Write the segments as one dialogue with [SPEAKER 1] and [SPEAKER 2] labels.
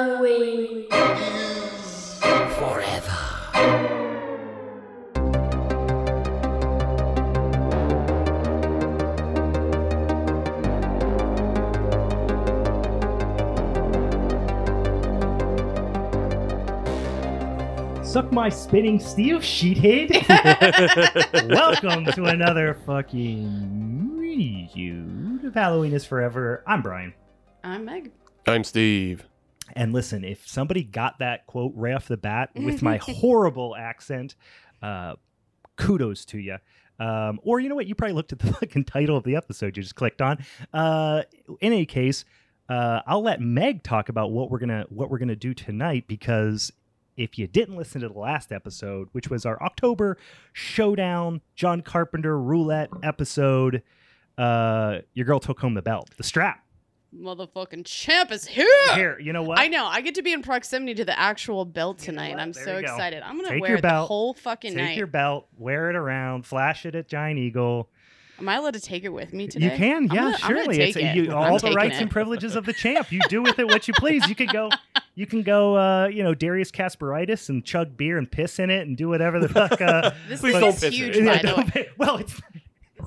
[SPEAKER 1] Halloween.
[SPEAKER 2] Suck my spinning steel, sheethead. Welcome to another fucking reunion of Halloween is Forever. I'm Brian.
[SPEAKER 3] I'm Meg.
[SPEAKER 4] I'm Steve.
[SPEAKER 2] And listen, if somebody got that quote right off the bat with my horrible accent, uh, kudos to you. Um, or you know what? You probably looked at the fucking title of the episode you just clicked on. Uh, in any case, uh, I'll let Meg talk about what we're gonna what we're gonna do tonight because if you didn't listen to the last episode, which was our October showdown John Carpenter roulette episode, uh, your girl took home the belt, the strap.
[SPEAKER 3] Motherfucking champ is here.
[SPEAKER 2] Here, you know what?
[SPEAKER 3] I know. I get to be in proximity to the actual belt tonight.
[SPEAKER 2] what?
[SPEAKER 3] I'm
[SPEAKER 2] There
[SPEAKER 3] so
[SPEAKER 2] you go.
[SPEAKER 3] excited. I'm gonna
[SPEAKER 2] Take
[SPEAKER 3] wear
[SPEAKER 2] your
[SPEAKER 3] it the
[SPEAKER 2] belt.
[SPEAKER 3] whole fucking
[SPEAKER 2] Take
[SPEAKER 3] night.
[SPEAKER 2] your belt, wear it around, flash it at Giant Eagle.
[SPEAKER 3] Am I allowed to take it with me today?
[SPEAKER 2] You can,
[SPEAKER 3] I'm
[SPEAKER 2] yeah,
[SPEAKER 3] gonna- I'm gonna
[SPEAKER 2] surely.
[SPEAKER 3] take
[SPEAKER 2] it's
[SPEAKER 3] it.
[SPEAKER 2] You,
[SPEAKER 3] I'm
[SPEAKER 2] all the
[SPEAKER 3] taking
[SPEAKER 2] rights
[SPEAKER 3] it.
[SPEAKER 2] and privileges of the champ. You do with it what you please. You could go, you can go, uh, you know, Darius Kasparaitis and chug beer and piss in it and do whatever the fuck. Uh,
[SPEAKER 3] This
[SPEAKER 4] Please
[SPEAKER 3] thing
[SPEAKER 4] don't
[SPEAKER 3] is
[SPEAKER 4] piss it.
[SPEAKER 3] huge,
[SPEAKER 4] Yeah,
[SPEAKER 3] by
[SPEAKER 2] yeah,
[SPEAKER 3] the way.
[SPEAKER 2] don't- well, it's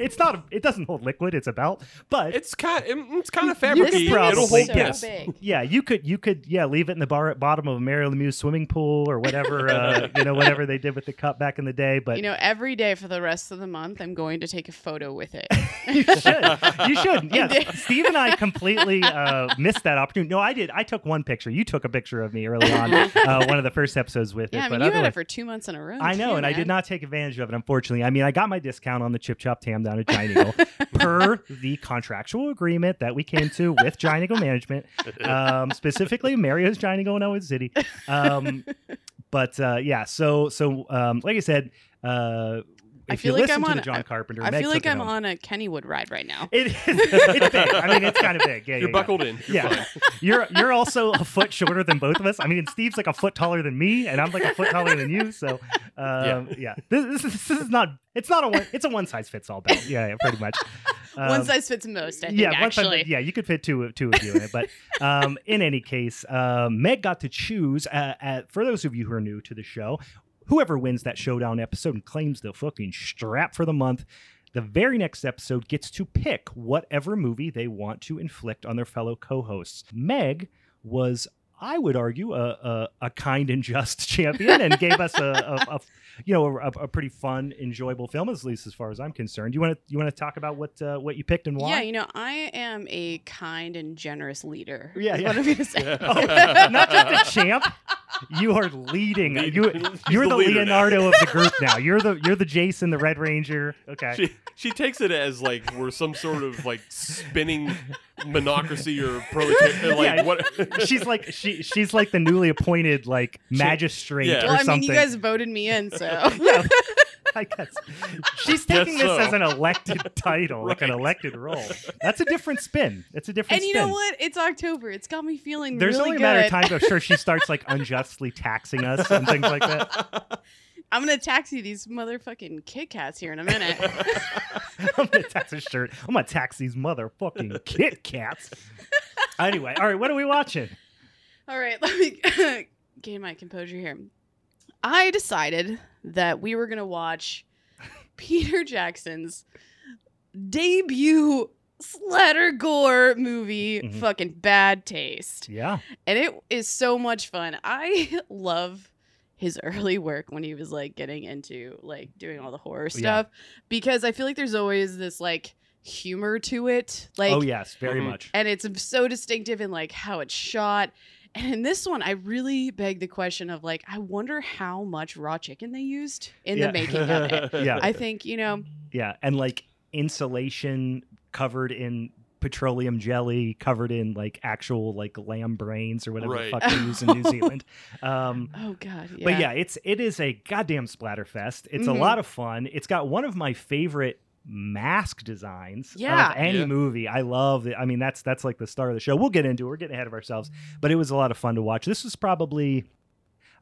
[SPEAKER 2] it's not. It doesn't hold liquid. It's a belt, but
[SPEAKER 4] It's kind. It's kind of
[SPEAKER 2] You could
[SPEAKER 3] This
[SPEAKER 4] fabric.
[SPEAKER 3] thing
[SPEAKER 4] It'll
[SPEAKER 2] probably
[SPEAKER 3] is
[SPEAKER 4] hold
[SPEAKER 3] so
[SPEAKER 2] piss.
[SPEAKER 4] this.
[SPEAKER 3] big.
[SPEAKER 2] yeah, you could you could yeah leave it in the bar at bottom of a Mary Lemieux swimming pool or whatever uh, you know whatever they did with the cup back in the day. But
[SPEAKER 3] You know, every day for the rest of the month, I'm going to take a photo with it.
[SPEAKER 2] you should. You should. Yeah.
[SPEAKER 3] did.
[SPEAKER 2] Steve and I completely uh, missed that opportunity. No, I did. I took one picture. You took a picture of me early on, uh, one of the first episodes with
[SPEAKER 3] yeah, I
[SPEAKER 2] it.
[SPEAKER 3] mean,
[SPEAKER 2] But
[SPEAKER 3] you had
[SPEAKER 2] otherwise,
[SPEAKER 3] it for two months in a row.
[SPEAKER 2] I know,
[SPEAKER 3] too,
[SPEAKER 2] and I did
[SPEAKER 3] man.
[SPEAKER 2] not take advantage of it, unfortunately. I mean, I got my discount on the Chip Chop Tam down at Giant Eagle per the contractual agreement that we came to with Giant Eagle Management, um, specifically Mario's Giant Eagle in Owen City. Um, but uh, yeah, so so um, like I said, uh, if
[SPEAKER 3] I feel
[SPEAKER 2] you
[SPEAKER 3] like
[SPEAKER 2] listen
[SPEAKER 3] I'm
[SPEAKER 2] to
[SPEAKER 3] on-
[SPEAKER 2] the John Carpenter,
[SPEAKER 3] I
[SPEAKER 2] Meg
[SPEAKER 3] feel
[SPEAKER 2] took
[SPEAKER 3] like
[SPEAKER 2] it
[SPEAKER 3] I'm
[SPEAKER 2] home.
[SPEAKER 3] on a Kennywood ride right now.
[SPEAKER 2] It is. It's big. I mean, it's kind of big. Yeah, yeah,
[SPEAKER 4] You're
[SPEAKER 2] yeah.
[SPEAKER 4] buckled in. You're
[SPEAKER 2] Yeah.
[SPEAKER 4] fine.
[SPEAKER 2] You're you're also a foot shorter than both of us. I mean, Steve's like a foot taller than me, and I'm like a foot taller than you. So, um, yeah, This, this, is, this is not. It's not a one. It's a one size fits all belt. Yeah, yeah, pretty much.
[SPEAKER 3] one
[SPEAKER 2] Um,
[SPEAKER 3] size fits most, I think,
[SPEAKER 2] yeah, one size-
[SPEAKER 3] actually.
[SPEAKER 2] yeah, you could fit two two of you in it. But um, in any case, uh, Meg got to choose. Uh, at, for those of you who are new to the show, whoever wins that showdown episode and claims the fucking strap for the month, the very next episode gets to pick whatever movie they want to inflict on their fellow co-hosts. Meg was. I would argue a, a, a kind and just champion, and gave us a, a, a you know a, a pretty fun, enjoyable film, at least as far as I'm concerned. You want to you want to talk about what uh, what you picked and why?
[SPEAKER 3] Yeah, you know, I am a kind and generous leader.
[SPEAKER 2] Yeah,
[SPEAKER 3] is
[SPEAKER 2] yeah.
[SPEAKER 3] What I'm gonna say.
[SPEAKER 4] Yeah.
[SPEAKER 2] Oh, not just a champ. You are leading.
[SPEAKER 4] Lead-
[SPEAKER 2] You
[SPEAKER 4] he's
[SPEAKER 2] you're the,
[SPEAKER 4] the leader now.
[SPEAKER 2] Leonardo of the group now. You're the you're the Jason, the Red Ranger. Okay.
[SPEAKER 4] She she takes it as like we're some sort of like spinning monocracy or proletariat. Like
[SPEAKER 2] Yeah.
[SPEAKER 4] what?
[SPEAKER 2] She's like she she's like the newly appointed like magistrate
[SPEAKER 4] Yeah.
[SPEAKER 2] or
[SPEAKER 3] well, I mean,
[SPEAKER 2] something.
[SPEAKER 3] you guys voted me in, so
[SPEAKER 2] Yeah, I guess she's
[SPEAKER 4] Guess
[SPEAKER 2] taking this
[SPEAKER 4] so.
[SPEAKER 2] as an elected title, like an
[SPEAKER 4] Right.
[SPEAKER 2] elected role. That's a different spin. It's a different.
[SPEAKER 3] and you
[SPEAKER 2] spin.
[SPEAKER 3] know what? It's October. It's got me feeling
[SPEAKER 2] There's
[SPEAKER 3] really
[SPEAKER 2] only a
[SPEAKER 3] good.
[SPEAKER 2] matter of time. I'm sure she starts like unjustly taxing us and things like that.
[SPEAKER 3] I'm gonna taxi these motherfucking Kit Kats here in a minute.
[SPEAKER 2] I'm gonna tax his shirt. I'm gonna tax these motherfucking Kit Kats. Anyway, all right, what are we watching?
[SPEAKER 3] All right, let me gain my composure here. I decided that we were gonna watch Peter Jackson's debut splatter gore movie,
[SPEAKER 2] Mhm.
[SPEAKER 3] fucking Bad Taste.
[SPEAKER 2] Yeah,
[SPEAKER 3] and it is so much fun. I love his early work when he was like getting into like doing all the horror
[SPEAKER 2] Yeah.
[SPEAKER 3] stuff because I feel like there's always this like humor to it. Like
[SPEAKER 2] oh yes, very
[SPEAKER 4] Mhm.
[SPEAKER 2] much.
[SPEAKER 3] and it's so distinctive in like how it's shot. And in this one, I really beg the question of like, I wonder how much raw chicken they used in
[SPEAKER 2] Yeah.
[SPEAKER 3] the making of it.
[SPEAKER 2] Yeah.
[SPEAKER 3] I think, you know,
[SPEAKER 2] Yeah, and like insulation covered in petroleum jelly, covered in like actual like lamb brains or whatever
[SPEAKER 4] Right.
[SPEAKER 2] the fuck they use in New Zealand. Um,
[SPEAKER 3] oh God. Yeah.
[SPEAKER 2] But yeah, it's it is a goddamn splatterfest. It's
[SPEAKER 3] Mhm.
[SPEAKER 2] a lot of fun. It's got one of my favorite mask designs of
[SPEAKER 3] Yeah.
[SPEAKER 2] any
[SPEAKER 4] Yeah.
[SPEAKER 2] movie. I love it. I mean, that's that's like the star of the show. We'll get into it. We're getting ahead of ourselves. But it was a lot of fun to watch. This was probably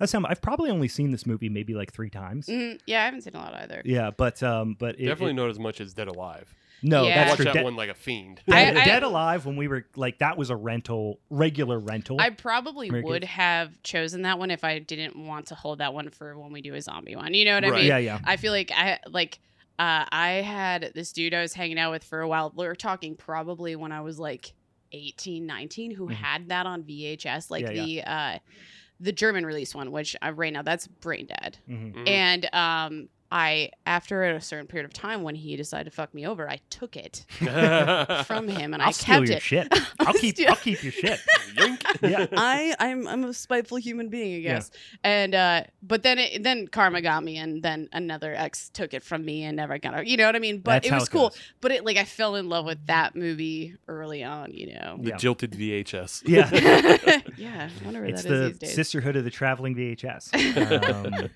[SPEAKER 2] I was telling- I've probably only seen this movie maybe like three times.
[SPEAKER 3] Mm, yeah, I Mm-hmm. haven't seen a lot either.
[SPEAKER 2] Yeah, but um but it,
[SPEAKER 4] Definitely
[SPEAKER 2] it-
[SPEAKER 4] not as much as Dead Alive.
[SPEAKER 2] No,
[SPEAKER 3] Yeah.
[SPEAKER 4] I
[SPEAKER 2] that's
[SPEAKER 4] watched
[SPEAKER 2] true.
[SPEAKER 4] that
[SPEAKER 2] Dead-
[SPEAKER 4] one like a fiend.
[SPEAKER 3] I-
[SPEAKER 2] Dead-
[SPEAKER 3] I-
[SPEAKER 2] Dead Alive, when we were like, that was a rental, regular rental.
[SPEAKER 3] I probably
[SPEAKER 2] Mary
[SPEAKER 3] would
[SPEAKER 2] Kate?
[SPEAKER 3] have chosen that one if I didn't want to hold that one for when we do a zombie one. You know what I
[SPEAKER 4] Right.
[SPEAKER 3] mean?
[SPEAKER 2] yeah, yeah.
[SPEAKER 3] I feel like I like uh, I had this dude I was hanging out with for a while. We were talking probably when I was like 18, 19, who
[SPEAKER 2] Mhm.
[SPEAKER 3] had that on VHS, like
[SPEAKER 2] Yeah,
[SPEAKER 3] the uh the German release one, which uh, right now that's brain dead.
[SPEAKER 2] Mhm.
[SPEAKER 4] Mm.
[SPEAKER 3] And um I after a certain period of time when he decided to fuck me over, I took it from him and
[SPEAKER 2] I'll
[SPEAKER 3] I
[SPEAKER 2] steal
[SPEAKER 3] kept
[SPEAKER 2] your
[SPEAKER 3] it.
[SPEAKER 2] shit. I'll keep.
[SPEAKER 3] steal-
[SPEAKER 2] I'll keep your shit.
[SPEAKER 4] Yoink.
[SPEAKER 2] Yeah.
[SPEAKER 3] I I'm I'm a spiteful human being, I
[SPEAKER 2] Yeah.
[SPEAKER 3] guess. And uh but then it then karma got me and then another ex took it from me and never got it. You know what I mean? But
[SPEAKER 2] That's
[SPEAKER 3] it
[SPEAKER 2] how
[SPEAKER 3] was cool.
[SPEAKER 2] goes.
[SPEAKER 3] But it like I fell in love with that movie early on, you know.
[SPEAKER 4] The
[SPEAKER 2] Yeah.
[SPEAKER 4] jilted VHS.
[SPEAKER 2] Yeah.
[SPEAKER 3] yeah, I wonder where
[SPEAKER 2] It's
[SPEAKER 3] that is
[SPEAKER 2] the
[SPEAKER 3] these days.
[SPEAKER 2] Sisterhood of the Traveling VHS. Um,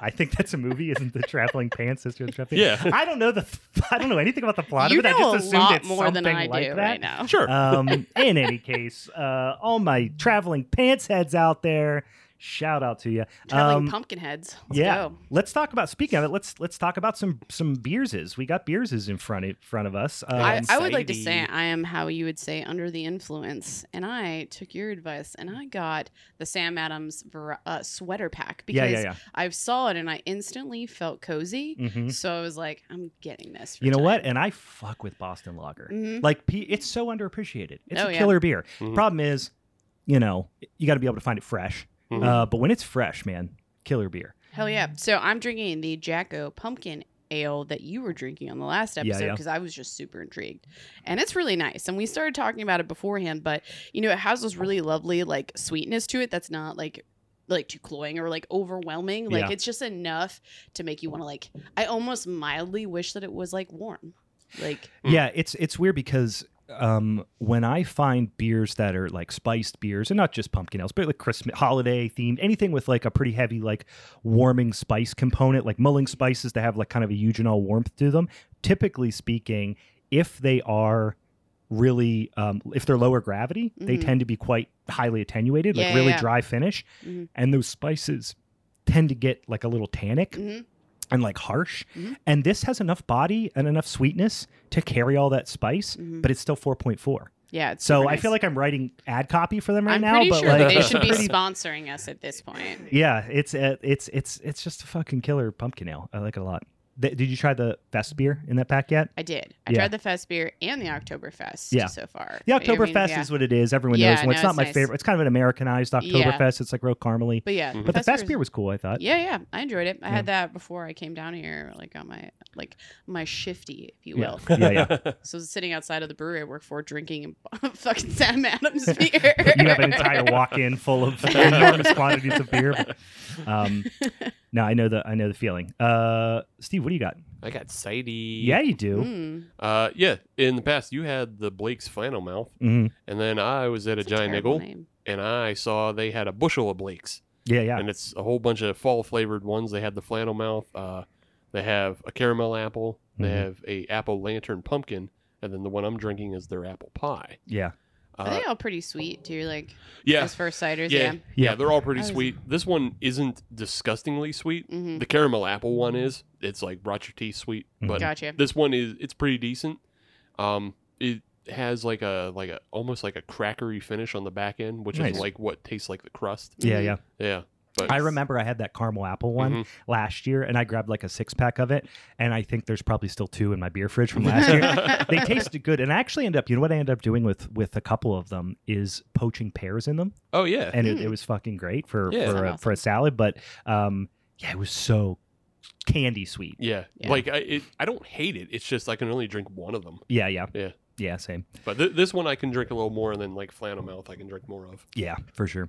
[SPEAKER 2] I think that's a movie, isn't the Traveling Pants Sisterhood of the Traveling?
[SPEAKER 4] Yeah.
[SPEAKER 2] I don't know the. I don't know anything about the plot
[SPEAKER 3] you
[SPEAKER 2] of it.
[SPEAKER 3] know
[SPEAKER 2] I just
[SPEAKER 3] a
[SPEAKER 2] assumed
[SPEAKER 3] lot
[SPEAKER 2] it's
[SPEAKER 3] more than
[SPEAKER 2] something
[SPEAKER 3] I
[SPEAKER 2] like
[SPEAKER 3] do
[SPEAKER 2] that.
[SPEAKER 3] right now.
[SPEAKER 4] Sure.
[SPEAKER 2] um, in any case, uh, all my traveling pants heads out there, shout out to you.
[SPEAKER 3] Traveling
[SPEAKER 2] Um,
[SPEAKER 3] pumpkin heads. Let's
[SPEAKER 2] yeah.
[SPEAKER 3] go.
[SPEAKER 2] Let's talk about. Speaking of it, let's let's talk about some some beerses. We got beerses in front of front of us. Um,
[SPEAKER 3] I, I would like to say
[SPEAKER 4] Anxiety.
[SPEAKER 3] I am how you would say under the influence, and I took your advice and I got the Sam Adams var- uh, sweater pack because
[SPEAKER 2] yeah, yeah,
[SPEAKER 3] I saw it and I instantly felt cozy.
[SPEAKER 2] yeah. hmm
[SPEAKER 3] So I was like, I'm getting this. For
[SPEAKER 2] You know
[SPEAKER 3] tonight.
[SPEAKER 2] what? And I fuck with Boston Lager.
[SPEAKER 3] Mhm.
[SPEAKER 2] Like, pe- it's so underappreciated. It's
[SPEAKER 3] Oh,
[SPEAKER 2] a
[SPEAKER 3] yeah.
[SPEAKER 2] killer beer.
[SPEAKER 4] Mhm.
[SPEAKER 2] Problem is, you know, you got to be able to find it fresh.
[SPEAKER 4] Mhm.
[SPEAKER 2] Uh, but when it's fresh, man, killer beer.
[SPEAKER 3] Hell yeah. So I'm drinking the Jacko pumpkin ale that you were drinking on the last
[SPEAKER 2] Yeah,
[SPEAKER 3] episode
[SPEAKER 2] yeah.
[SPEAKER 3] because I was just super intrigued. And it's really nice. And we started talking about it beforehand, but you know, it has this really lovely like sweetness to it that's not like like too cloying or like overwhelming. Like
[SPEAKER 2] Yeah.
[SPEAKER 3] it's just enough to make you want to like I almost mildly wish that it was like warm. Like
[SPEAKER 4] Mm.
[SPEAKER 2] Yeah, it's it's weird because um, when I find beers that are like spiced beers and not just pumpkin ales, but like Christmas holiday themed, anything with like a pretty heavy like warming spice component, like mulling spices that have like kind of a eugenol warmth to them. Typically speaking, if they are really um, if they're lower gravity, they
[SPEAKER 3] Mhm.
[SPEAKER 2] tend to be quite highly attenuated, like
[SPEAKER 3] Yeah,
[SPEAKER 2] really
[SPEAKER 3] yeah.
[SPEAKER 2] dry finish,
[SPEAKER 3] Mhm.
[SPEAKER 2] and those spices tend to get like a little tannic
[SPEAKER 3] mhm.
[SPEAKER 2] and like harsh.
[SPEAKER 3] Mhm.
[SPEAKER 2] And this has enough body and enough sweetness to carry all that spice,
[SPEAKER 3] Mhm.
[SPEAKER 2] but it's still 4.4.
[SPEAKER 3] yeah, it's
[SPEAKER 2] So
[SPEAKER 3] super
[SPEAKER 2] I feel
[SPEAKER 3] nice.
[SPEAKER 2] like I'm writing ad copy for them right
[SPEAKER 3] I'm
[SPEAKER 2] now,
[SPEAKER 3] pretty
[SPEAKER 2] but
[SPEAKER 3] sure
[SPEAKER 2] like
[SPEAKER 3] they
[SPEAKER 2] it's
[SPEAKER 3] should be
[SPEAKER 2] pretty-
[SPEAKER 3] sponsoring us at this point.
[SPEAKER 2] yeah, it's uh, it's it's it's just a fucking killer pumpkin ale. I like it a lot. Th- did you try the best beer in that pack yet?
[SPEAKER 3] I did. I
[SPEAKER 2] Yeah.
[SPEAKER 3] tried the Fest beer and the Oktoberfest
[SPEAKER 2] Yeah.
[SPEAKER 3] so far.
[SPEAKER 2] The
[SPEAKER 3] You know what I mean?
[SPEAKER 2] Oktoberfest
[SPEAKER 3] Yeah.
[SPEAKER 2] is what it is. Everyone
[SPEAKER 3] Yeah,
[SPEAKER 2] knows. Well,
[SPEAKER 3] no,
[SPEAKER 2] it's not
[SPEAKER 3] it's
[SPEAKER 2] my
[SPEAKER 3] nice.
[SPEAKER 2] favorite. It's kind of an Americanized
[SPEAKER 3] Yeah.
[SPEAKER 2] Oktoberfest. It's like real caramely.
[SPEAKER 3] But yeah,
[SPEAKER 4] Mhm.
[SPEAKER 2] Mm-hmm. But the
[SPEAKER 3] Fest beer
[SPEAKER 2] best
[SPEAKER 3] is-
[SPEAKER 2] beer was cool, I thought.
[SPEAKER 3] Yeah, yeah, I enjoyed it. I
[SPEAKER 2] Yeah.
[SPEAKER 3] had that before I came down here, like on my like my shifty, if you
[SPEAKER 2] Yeah.
[SPEAKER 3] will.
[SPEAKER 2] Yeah, yeah.
[SPEAKER 3] So I was sitting outside of the brewery I work for, drinking fucking Sam Adams beer.
[SPEAKER 2] you have an entire walk-in full of enormous quantities of beer. Um, no, I know the I know the feeling. Uh, Steve, what do you got?
[SPEAKER 4] I got sighty.
[SPEAKER 2] Yeah, you do.
[SPEAKER 3] Mm.
[SPEAKER 4] Uh, yeah. In the past, you had the Blake's Final Mouth,
[SPEAKER 2] hmm
[SPEAKER 4] and then I was at a
[SPEAKER 3] That's
[SPEAKER 4] giant
[SPEAKER 3] terrible
[SPEAKER 4] nickel,
[SPEAKER 3] name.
[SPEAKER 4] and I saw they had a bushel of Blake's,
[SPEAKER 2] Yeah, yeah.
[SPEAKER 4] and it's a whole bunch of fall flavored ones. They had the flannel mouth. Uh, they have a caramel apple. They
[SPEAKER 2] Mhm.
[SPEAKER 4] have a apple lantern pumpkin, and then the one I'm drinking is their apple pie.
[SPEAKER 2] yeah.
[SPEAKER 3] Are
[SPEAKER 4] Uh,
[SPEAKER 3] they all pretty sweet too? Like
[SPEAKER 4] yeah,
[SPEAKER 3] as first ciders,
[SPEAKER 4] yeah,
[SPEAKER 3] yeah.
[SPEAKER 4] yeah, They're all pretty
[SPEAKER 3] I was-
[SPEAKER 4] sweet. This one isn't disgustingly sweet.
[SPEAKER 3] Mm-hmm.
[SPEAKER 4] The caramel apple one is. It's like rot your teeth sweet,
[SPEAKER 2] Mhm.
[SPEAKER 4] but
[SPEAKER 3] Gotcha.
[SPEAKER 4] this one is it's pretty decent. Um, it has like a like a almost like a crackery finish on the back end, which
[SPEAKER 2] Nice.
[SPEAKER 4] is like what tastes like the crust.
[SPEAKER 2] Yeah,
[SPEAKER 3] Mhm.
[SPEAKER 2] yeah.
[SPEAKER 4] Yeah, but
[SPEAKER 2] I remember I had that caramel apple one
[SPEAKER 4] Mhm.
[SPEAKER 2] last year, and I grabbed like a six pack of it, and I think there's probably still two in my beer fridge from last year. they tasted good, and I actually ended up. You know what I ended up doing with with a couple of them is poaching pears in them,
[SPEAKER 4] Oh yeah,
[SPEAKER 2] and it,
[SPEAKER 3] Mm.
[SPEAKER 2] it was fucking great for
[SPEAKER 4] Yeah.
[SPEAKER 2] for, a,
[SPEAKER 3] Sounds
[SPEAKER 2] for a salad. But um, yeah, it was so candy sweet.
[SPEAKER 4] yeah.
[SPEAKER 3] Yeah.
[SPEAKER 4] Like I it, I don't hate it. It's just I can only drink one of them.
[SPEAKER 2] Yeah, yeah,
[SPEAKER 4] Yeah.
[SPEAKER 2] yeah. Same.
[SPEAKER 4] But th- this one I can drink a little more, and then like flannel mouth I can drink more of.
[SPEAKER 2] Yeah, for sure.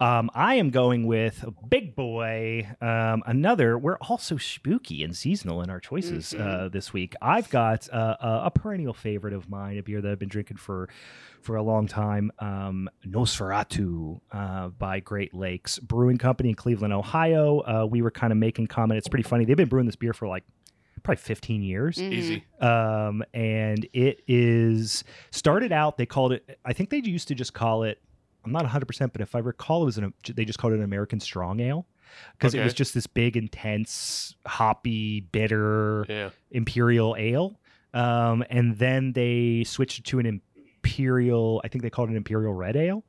[SPEAKER 2] Um, I am going with a Big Boy. Um, another. We're also spooky and seasonal in our choices uh, this week. I've got uh, a, a perennial favorite of mine, a beer that I've been drinking for for a long time. Um, Nosferatu uh, by Great Lakes Brewing Company in Cleveland, Ohio. Uh, we were kind of making comment. It's pretty funny. They've been brewing this beer for like probably 15 years
[SPEAKER 3] Mhm.
[SPEAKER 4] Easy.
[SPEAKER 2] um, and it is started out. They called it. I think they used to just call it. I'm not 100, percent but if I recall, it was an. They just called it an American Strong Ale because it was
[SPEAKER 4] Okay.
[SPEAKER 2] just this big, intense, hoppy, bitter
[SPEAKER 4] Yeah.
[SPEAKER 2] imperial ale. Um, and then they switched to an imperial. I think they called it an imperial red ale.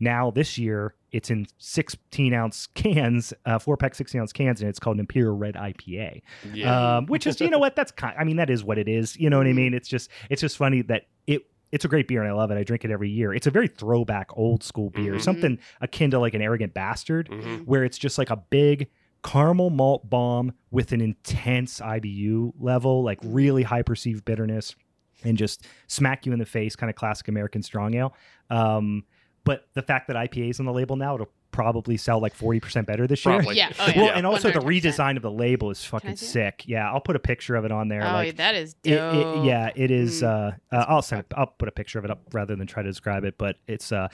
[SPEAKER 2] Now this year it's in 16 ounce cans, uh, four pack 16 ounce cans, and it's called an imperial red IPA
[SPEAKER 4] Yeah. Mm-hmm.
[SPEAKER 2] um, which is you know what that's kind i mean that is what it is you know what i mean it's just it's just funny that it it's a great beer and i love it i drink it every year it's a very throwback old school beer
[SPEAKER 4] Mhm.
[SPEAKER 2] something akin to like an arrogant bastard
[SPEAKER 4] Mhm.
[SPEAKER 2] where it's just like a big caramel malt bomb with an intense ibu level like
[SPEAKER 4] Mm-hmm.
[SPEAKER 2] really high perceived bitterness and just smack you in the face kind of classic american strong ale um, but the fact that ipas on the label now it'll probably sell like 40% better this year
[SPEAKER 4] Probably.
[SPEAKER 3] Yeah, oh, yeah.
[SPEAKER 2] well, and also the
[SPEAKER 3] 100%.
[SPEAKER 2] redesign of the label is fucking
[SPEAKER 3] see it?
[SPEAKER 2] sick. Yeah, I'll put a picture of it on there.
[SPEAKER 3] Oh,
[SPEAKER 2] like,
[SPEAKER 3] that is
[SPEAKER 2] it- it-
[SPEAKER 3] dope.
[SPEAKER 2] yeah, it is.
[SPEAKER 3] Mm.
[SPEAKER 2] Uh, uh, I'll send. it- I'll put a picture of it up rather than try to describe it. But it's. Uh,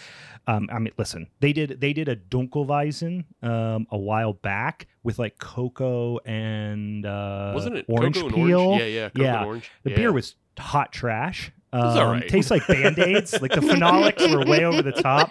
[SPEAKER 2] um, I mean, listen, they did they did a Dunkelweizen um, a while back with like cocoa and uh,
[SPEAKER 4] Wasn't it
[SPEAKER 2] orange
[SPEAKER 4] cocoa and
[SPEAKER 2] peel.
[SPEAKER 4] orange? Yeah, yeah, cocoa
[SPEAKER 2] Yeah.
[SPEAKER 4] and orange.
[SPEAKER 2] The
[SPEAKER 4] yeah.
[SPEAKER 2] beer was hot trash. Um,
[SPEAKER 4] was alright.
[SPEAKER 2] Tastes like band aids. like the phenolics were way over the top,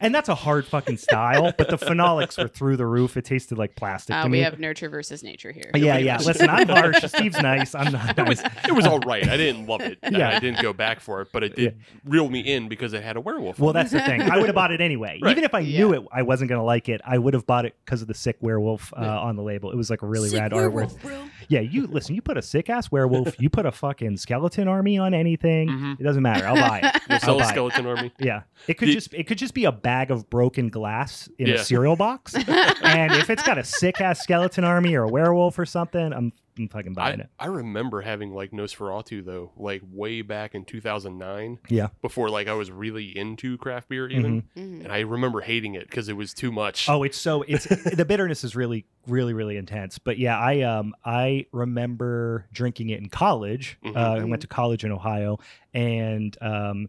[SPEAKER 2] and that's a hard fucking style. But the phenolics were through the roof. It tasted like plastic.
[SPEAKER 3] Uh,
[SPEAKER 2] to me.
[SPEAKER 3] we have nurture versus nature here.
[SPEAKER 2] Yeah,
[SPEAKER 4] pretty
[SPEAKER 2] yeah.
[SPEAKER 4] much.
[SPEAKER 2] Listen, I'm harsh. Steve's nice. I'm not
[SPEAKER 4] It was
[SPEAKER 2] nice.
[SPEAKER 4] it was all right. I didn't love it. Yeah,
[SPEAKER 2] Yeah.
[SPEAKER 4] I didn't go back for it, but it
[SPEAKER 2] Yeah.
[SPEAKER 4] did reel me in because it had a werewolf.
[SPEAKER 2] Well, that's the thing. I would have bought it anyway.
[SPEAKER 4] Right.
[SPEAKER 2] Even if I knew it, I wasn't going to like it. I would have bought it because of the sick werewolf uh,
[SPEAKER 4] Yeah.
[SPEAKER 2] on the label. It was like a really
[SPEAKER 3] Sick
[SPEAKER 2] rad
[SPEAKER 3] werewolf,
[SPEAKER 2] artwork.
[SPEAKER 3] bro.
[SPEAKER 2] Yeah, you listen. You put a sick ass werewolf. You put a fucking skeleton army on anything.
[SPEAKER 4] Mhm.
[SPEAKER 2] It doesn't matter. I'll buy it.
[SPEAKER 4] You'll
[SPEAKER 2] I'll
[SPEAKER 4] sell a
[SPEAKER 2] buy it.
[SPEAKER 4] skeleton army.
[SPEAKER 2] Yeah, it could
[SPEAKER 4] Did-
[SPEAKER 2] just it could just be a bag of broken glass in
[SPEAKER 4] Yeah.
[SPEAKER 2] a cereal box. and if it's got a sick ass skeleton army or a werewolf or something, I'm, I'm fucking buying
[SPEAKER 4] I,
[SPEAKER 2] it.
[SPEAKER 4] I remember having like Nosferatu though, like way back in 2009.
[SPEAKER 2] Yeah. Mm-hmm.
[SPEAKER 4] Before like I was really into craft beer even,
[SPEAKER 3] Mhm.
[SPEAKER 4] and I remember hating it because it was too much.
[SPEAKER 2] Oh, it's so it's the bitterness is really really really intense. But yeah, I um I remember drinking it in college.
[SPEAKER 4] Mhm.
[SPEAKER 2] Uh, I went to college in Ohio, and um,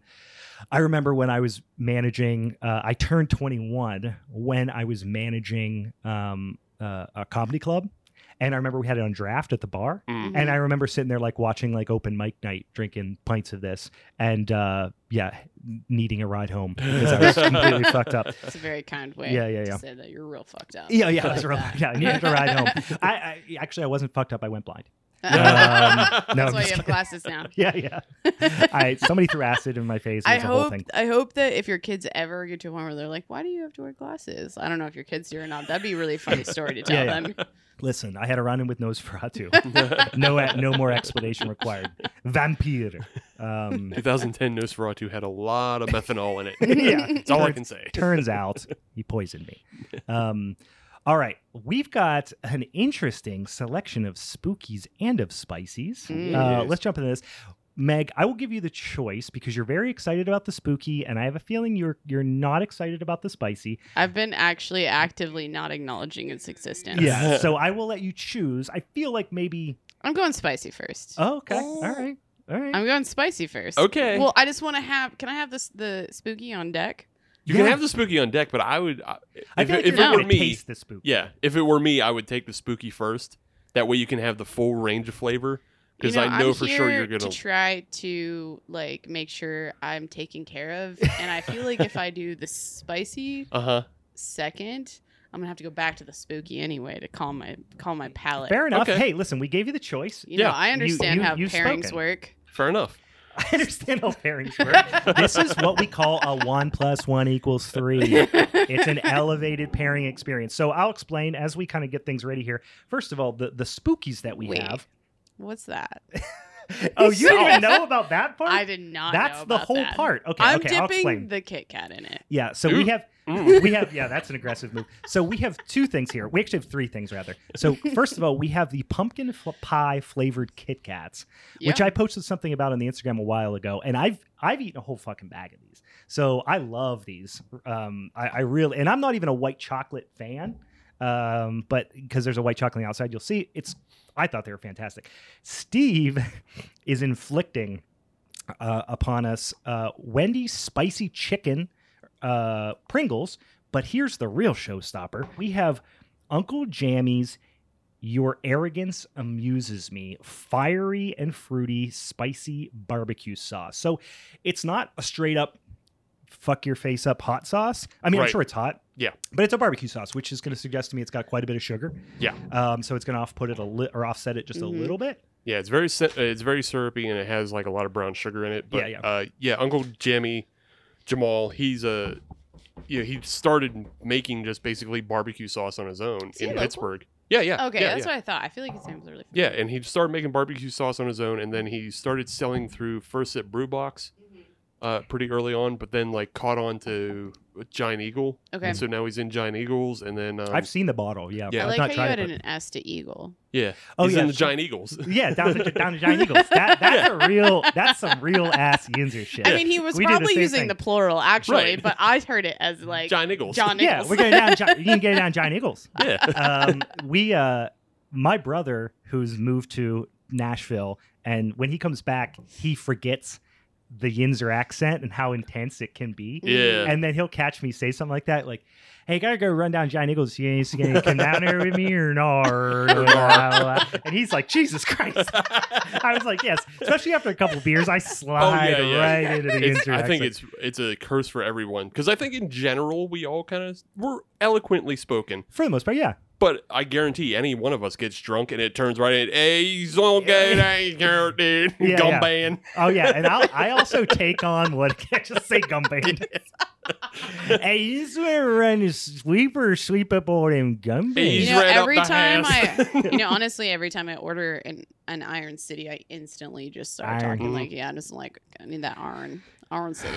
[SPEAKER 2] I remember when I was managing. Uh, I turned 21 when I was managing um uh, a comedy club, and I remember we had it on draft at the bar.
[SPEAKER 4] Mm.
[SPEAKER 2] And I remember sitting there like watching like open mic night, drinking pints of this, and uh, yeah, needing a ride home because I was completely fucked up.
[SPEAKER 3] It's a very kind way.
[SPEAKER 2] Yeah, yeah,
[SPEAKER 3] to
[SPEAKER 2] yeah.
[SPEAKER 3] say that you're real fucked up.
[SPEAKER 2] Yeah, yeah,
[SPEAKER 3] I
[SPEAKER 2] I was
[SPEAKER 3] like
[SPEAKER 2] real,
[SPEAKER 3] that.
[SPEAKER 2] yeah, I needed to ride home. I, I actually I wasn't fucked up. I went blind. Um, no.
[SPEAKER 3] That's
[SPEAKER 2] I'm
[SPEAKER 3] why
[SPEAKER 2] just
[SPEAKER 3] you have
[SPEAKER 2] kidding.
[SPEAKER 3] glasses now.
[SPEAKER 2] Yeah, yeah. I somebody threw acid in my face. It
[SPEAKER 3] I
[SPEAKER 2] was a whole
[SPEAKER 3] hope
[SPEAKER 2] thing.
[SPEAKER 3] I hope that if your kids ever get to a point where they're like, "Why do you have to wear glasses?" I don't know if your kids do or not. That'd be a really funny story to tell
[SPEAKER 2] Yeah, yeah.
[SPEAKER 3] them.
[SPEAKER 2] Listen, I had a run-in with Nosferatu. No, uh, no more explanation required. Vampire. Um,
[SPEAKER 4] 2010 Nosferatu had a lot of methanol in it.
[SPEAKER 2] yeah,
[SPEAKER 4] That's all I can say.
[SPEAKER 2] turns out he poisoned me. Um, all right, we've got an interesting selection of spookies and of spicies.
[SPEAKER 3] Mm.
[SPEAKER 2] Uh,
[SPEAKER 4] Yes.
[SPEAKER 2] let's jump into this. Meg, I will give you the choice because you're very excited about the spooky, and I have a feeling you're you're not excited about the spicy.
[SPEAKER 3] I've been actually actively not acknowledging its existence.
[SPEAKER 4] Yeah.
[SPEAKER 2] so I will let you choose. I feel like maybe.
[SPEAKER 3] I'm going spicy first.
[SPEAKER 2] Oh, okay. All
[SPEAKER 4] Oh.
[SPEAKER 2] right. All right.
[SPEAKER 3] I'm going spicy first.
[SPEAKER 4] Okay.
[SPEAKER 3] Well, I just want to have. Can I have this the spooky on deck?
[SPEAKER 4] You can
[SPEAKER 2] Yeah.
[SPEAKER 4] have the spooky on deck, but I would. I, if,
[SPEAKER 2] I feel like
[SPEAKER 4] if
[SPEAKER 2] you're
[SPEAKER 4] it
[SPEAKER 2] not
[SPEAKER 4] were
[SPEAKER 2] going to
[SPEAKER 4] me,
[SPEAKER 2] taste the spooky.
[SPEAKER 4] yeah, if it were me, I would take the spooky first. That way, you can have the full range of flavor.
[SPEAKER 3] You
[SPEAKER 4] Because I know
[SPEAKER 3] I'm
[SPEAKER 4] for sure
[SPEAKER 3] here
[SPEAKER 4] you're
[SPEAKER 3] to
[SPEAKER 4] gonna.
[SPEAKER 3] try to like make sure I'm taken care of, and I feel like if I do the spicy
[SPEAKER 4] uh huh.
[SPEAKER 3] second, I'm gonna have to go back to the spooky anyway to calm my calm my palate.
[SPEAKER 2] Fair enough.
[SPEAKER 4] Okay.
[SPEAKER 2] Hey, listen, we gave you the choice.
[SPEAKER 3] You
[SPEAKER 4] Yeah.
[SPEAKER 3] know, I
[SPEAKER 2] You-
[SPEAKER 3] understand
[SPEAKER 2] you-
[SPEAKER 3] how
[SPEAKER 2] you've
[SPEAKER 3] pairings
[SPEAKER 2] spoken.
[SPEAKER 3] work.
[SPEAKER 4] Fair enough.
[SPEAKER 2] I understand how pairings work. this is what we call a one plus one equals three. It's an elevated pairing experience. So I'll explain as we kind of get things ready here. First of all, the, the spookies that we
[SPEAKER 3] Wait.
[SPEAKER 2] have.
[SPEAKER 3] What's that?
[SPEAKER 2] Oh, you
[SPEAKER 3] serious?
[SPEAKER 2] didn't know about that part?
[SPEAKER 3] I did not. know
[SPEAKER 2] That's the
[SPEAKER 3] about
[SPEAKER 2] whole
[SPEAKER 3] that.
[SPEAKER 2] part. Okay,
[SPEAKER 3] I'm
[SPEAKER 2] okay, I'll
[SPEAKER 3] dipping
[SPEAKER 2] explain.
[SPEAKER 3] the Kit Kat in it.
[SPEAKER 2] Yeah, so
[SPEAKER 4] Ooh.
[SPEAKER 2] we have
[SPEAKER 4] Mm.
[SPEAKER 2] we have yeah, that's an aggressive move. So we have two things here. We actually have three things rather. So first of all, we have the pumpkin fl- pie flavored Kit Kats. which I posted something about on the Instagram a while ago, and I've I've eaten a whole fucking bag of these. So I love these. Um, I, I really, and I'm not even a white chocolate fan, um, but because there's a white chocolate on the outside, you'll see it's. I thought they were fantastic. Steve is inflicting uh, upon us uh, Wendy's spicy chicken uh, Pringles, but here's the real showstopper: we have Uncle Jammy's your arrogance amuses me. Fiery and fruity, spicy barbecue sauce. So it's not a straight up fuck your face up hot sauce. I mean, I'm
[SPEAKER 4] Right.
[SPEAKER 2] sure it's hot.
[SPEAKER 4] Yeah.
[SPEAKER 2] But it's a barbecue sauce, which is going to suggest to me it's got quite a bit of sugar.
[SPEAKER 4] Yeah.
[SPEAKER 2] Um, so it's going to off put it a little or offset it just
[SPEAKER 3] Mhm.
[SPEAKER 2] a little bit.
[SPEAKER 4] Yeah, it's very si- uh, it's very syrupy and it has like a lot of brown sugar in it. But
[SPEAKER 2] Yeah, yeah.
[SPEAKER 4] Uh, yeah Uncle Jimmy Jamal, he's a yeah, he started making just basically barbecue sauce on his own
[SPEAKER 3] Is he
[SPEAKER 4] in
[SPEAKER 3] local?
[SPEAKER 4] Pittsburgh. Yeah, yeah.
[SPEAKER 3] Okay,
[SPEAKER 4] yeah,
[SPEAKER 3] that's
[SPEAKER 4] yeah.
[SPEAKER 3] what I thought. I feel like his name was really
[SPEAKER 4] yeah, and he started making barbecue sauce on his own, and then he started selling through First at Brew Box
[SPEAKER 3] Mm-hmm.
[SPEAKER 4] uh, pretty early on, but then like caught on to Giant Eagle.
[SPEAKER 3] Okay.
[SPEAKER 4] And so now he's in Giant Eagles, and then um,
[SPEAKER 2] I've seen the bottle. Yeah,
[SPEAKER 4] Yeah.
[SPEAKER 3] I
[SPEAKER 2] I've
[SPEAKER 3] like
[SPEAKER 2] not
[SPEAKER 3] how you
[SPEAKER 2] tried
[SPEAKER 3] added
[SPEAKER 2] it,
[SPEAKER 3] an S to Eagle.
[SPEAKER 4] yeah,
[SPEAKER 2] Oh,
[SPEAKER 4] he's
[SPEAKER 2] yeah,
[SPEAKER 4] in the
[SPEAKER 2] sure.
[SPEAKER 4] Giant Eagles.
[SPEAKER 2] but- yeah, down to, down to Giant Eagles. That, that's a real that's some real ass yinzer shit.
[SPEAKER 3] I mean, he was
[SPEAKER 2] We do the
[SPEAKER 3] probably
[SPEAKER 2] same
[SPEAKER 3] using
[SPEAKER 2] thing.
[SPEAKER 3] the plural actually,
[SPEAKER 4] Right.
[SPEAKER 3] but I heard it as like
[SPEAKER 4] Giant Eagles.
[SPEAKER 3] John
[SPEAKER 2] yeah,
[SPEAKER 3] Nichols.
[SPEAKER 2] we're getting down. Gi- you can get it down Giant Eagles.
[SPEAKER 4] Yeah.
[SPEAKER 2] um, we uh, my brother who's moved to Nashville and when he comes back he forgets the Yinzer accent and how intense it can be.
[SPEAKER 4] Yeah.
[SPEAKER 2] And then he'll catch me say something like that, like, "Hey, gotta go run down Giant Eagles. You guys gonna come down here with me or not?" and he's like, "Jesus Christ!"
[SPEAKER 3] Mm-hmm.
[SPEAKER 2] I was like, "Yes." Especially after a couple beers, I slide
[SPEAKER 4] Oh, yeah.
[SPEAKER 2] right into the
[SPEAKER 4] It's-
[SPEAKER 2] Yinzer.
[SPEAKER 4] I think
[SPEAKER 2] accent.
[SPEAKER 4] it's it's a curse for everyone because I think in general we all kind of we're eloquently spoken,
[SPEAKER 2] for the most part, yeah.
[SPEAKER 4] but I guarantee any one of us gets drunk and it turns right in. Hey, so good, I can't do it."
[SPEAKER 2] Yeah,
[SPEAKER 4] Gum
[SPEAKER 2] yeah.
[SPEAKER 4] band."
[SPEAKER 2] Oh yeah, and I'll, I also take on what just say gum band. hey, you swear run a sweeper sweep up all them gum
[SPEAKER 4] Hey,
[SPEAKER 3] you
[SPEAKER 4] he's
[SPEAKER 2] bands.
[SPEAKER 3] know,
[SPEAKER 4] right up
[SPEAKER 3] every
[SPEAKER 4] the
[SPEAKER 3] time
[SPEAKER 4] ass.
[SPEAKER 3] I, you know, honestly, every time I order an, an Iron City, I instantly just start
[SPEAKER 2] Iron.
[SPEAKER 3] talking
[SPEAKER 4] Mhm.
[SPEAKER 3] like, yeah, I'm just like, I need that Iron, Iron City.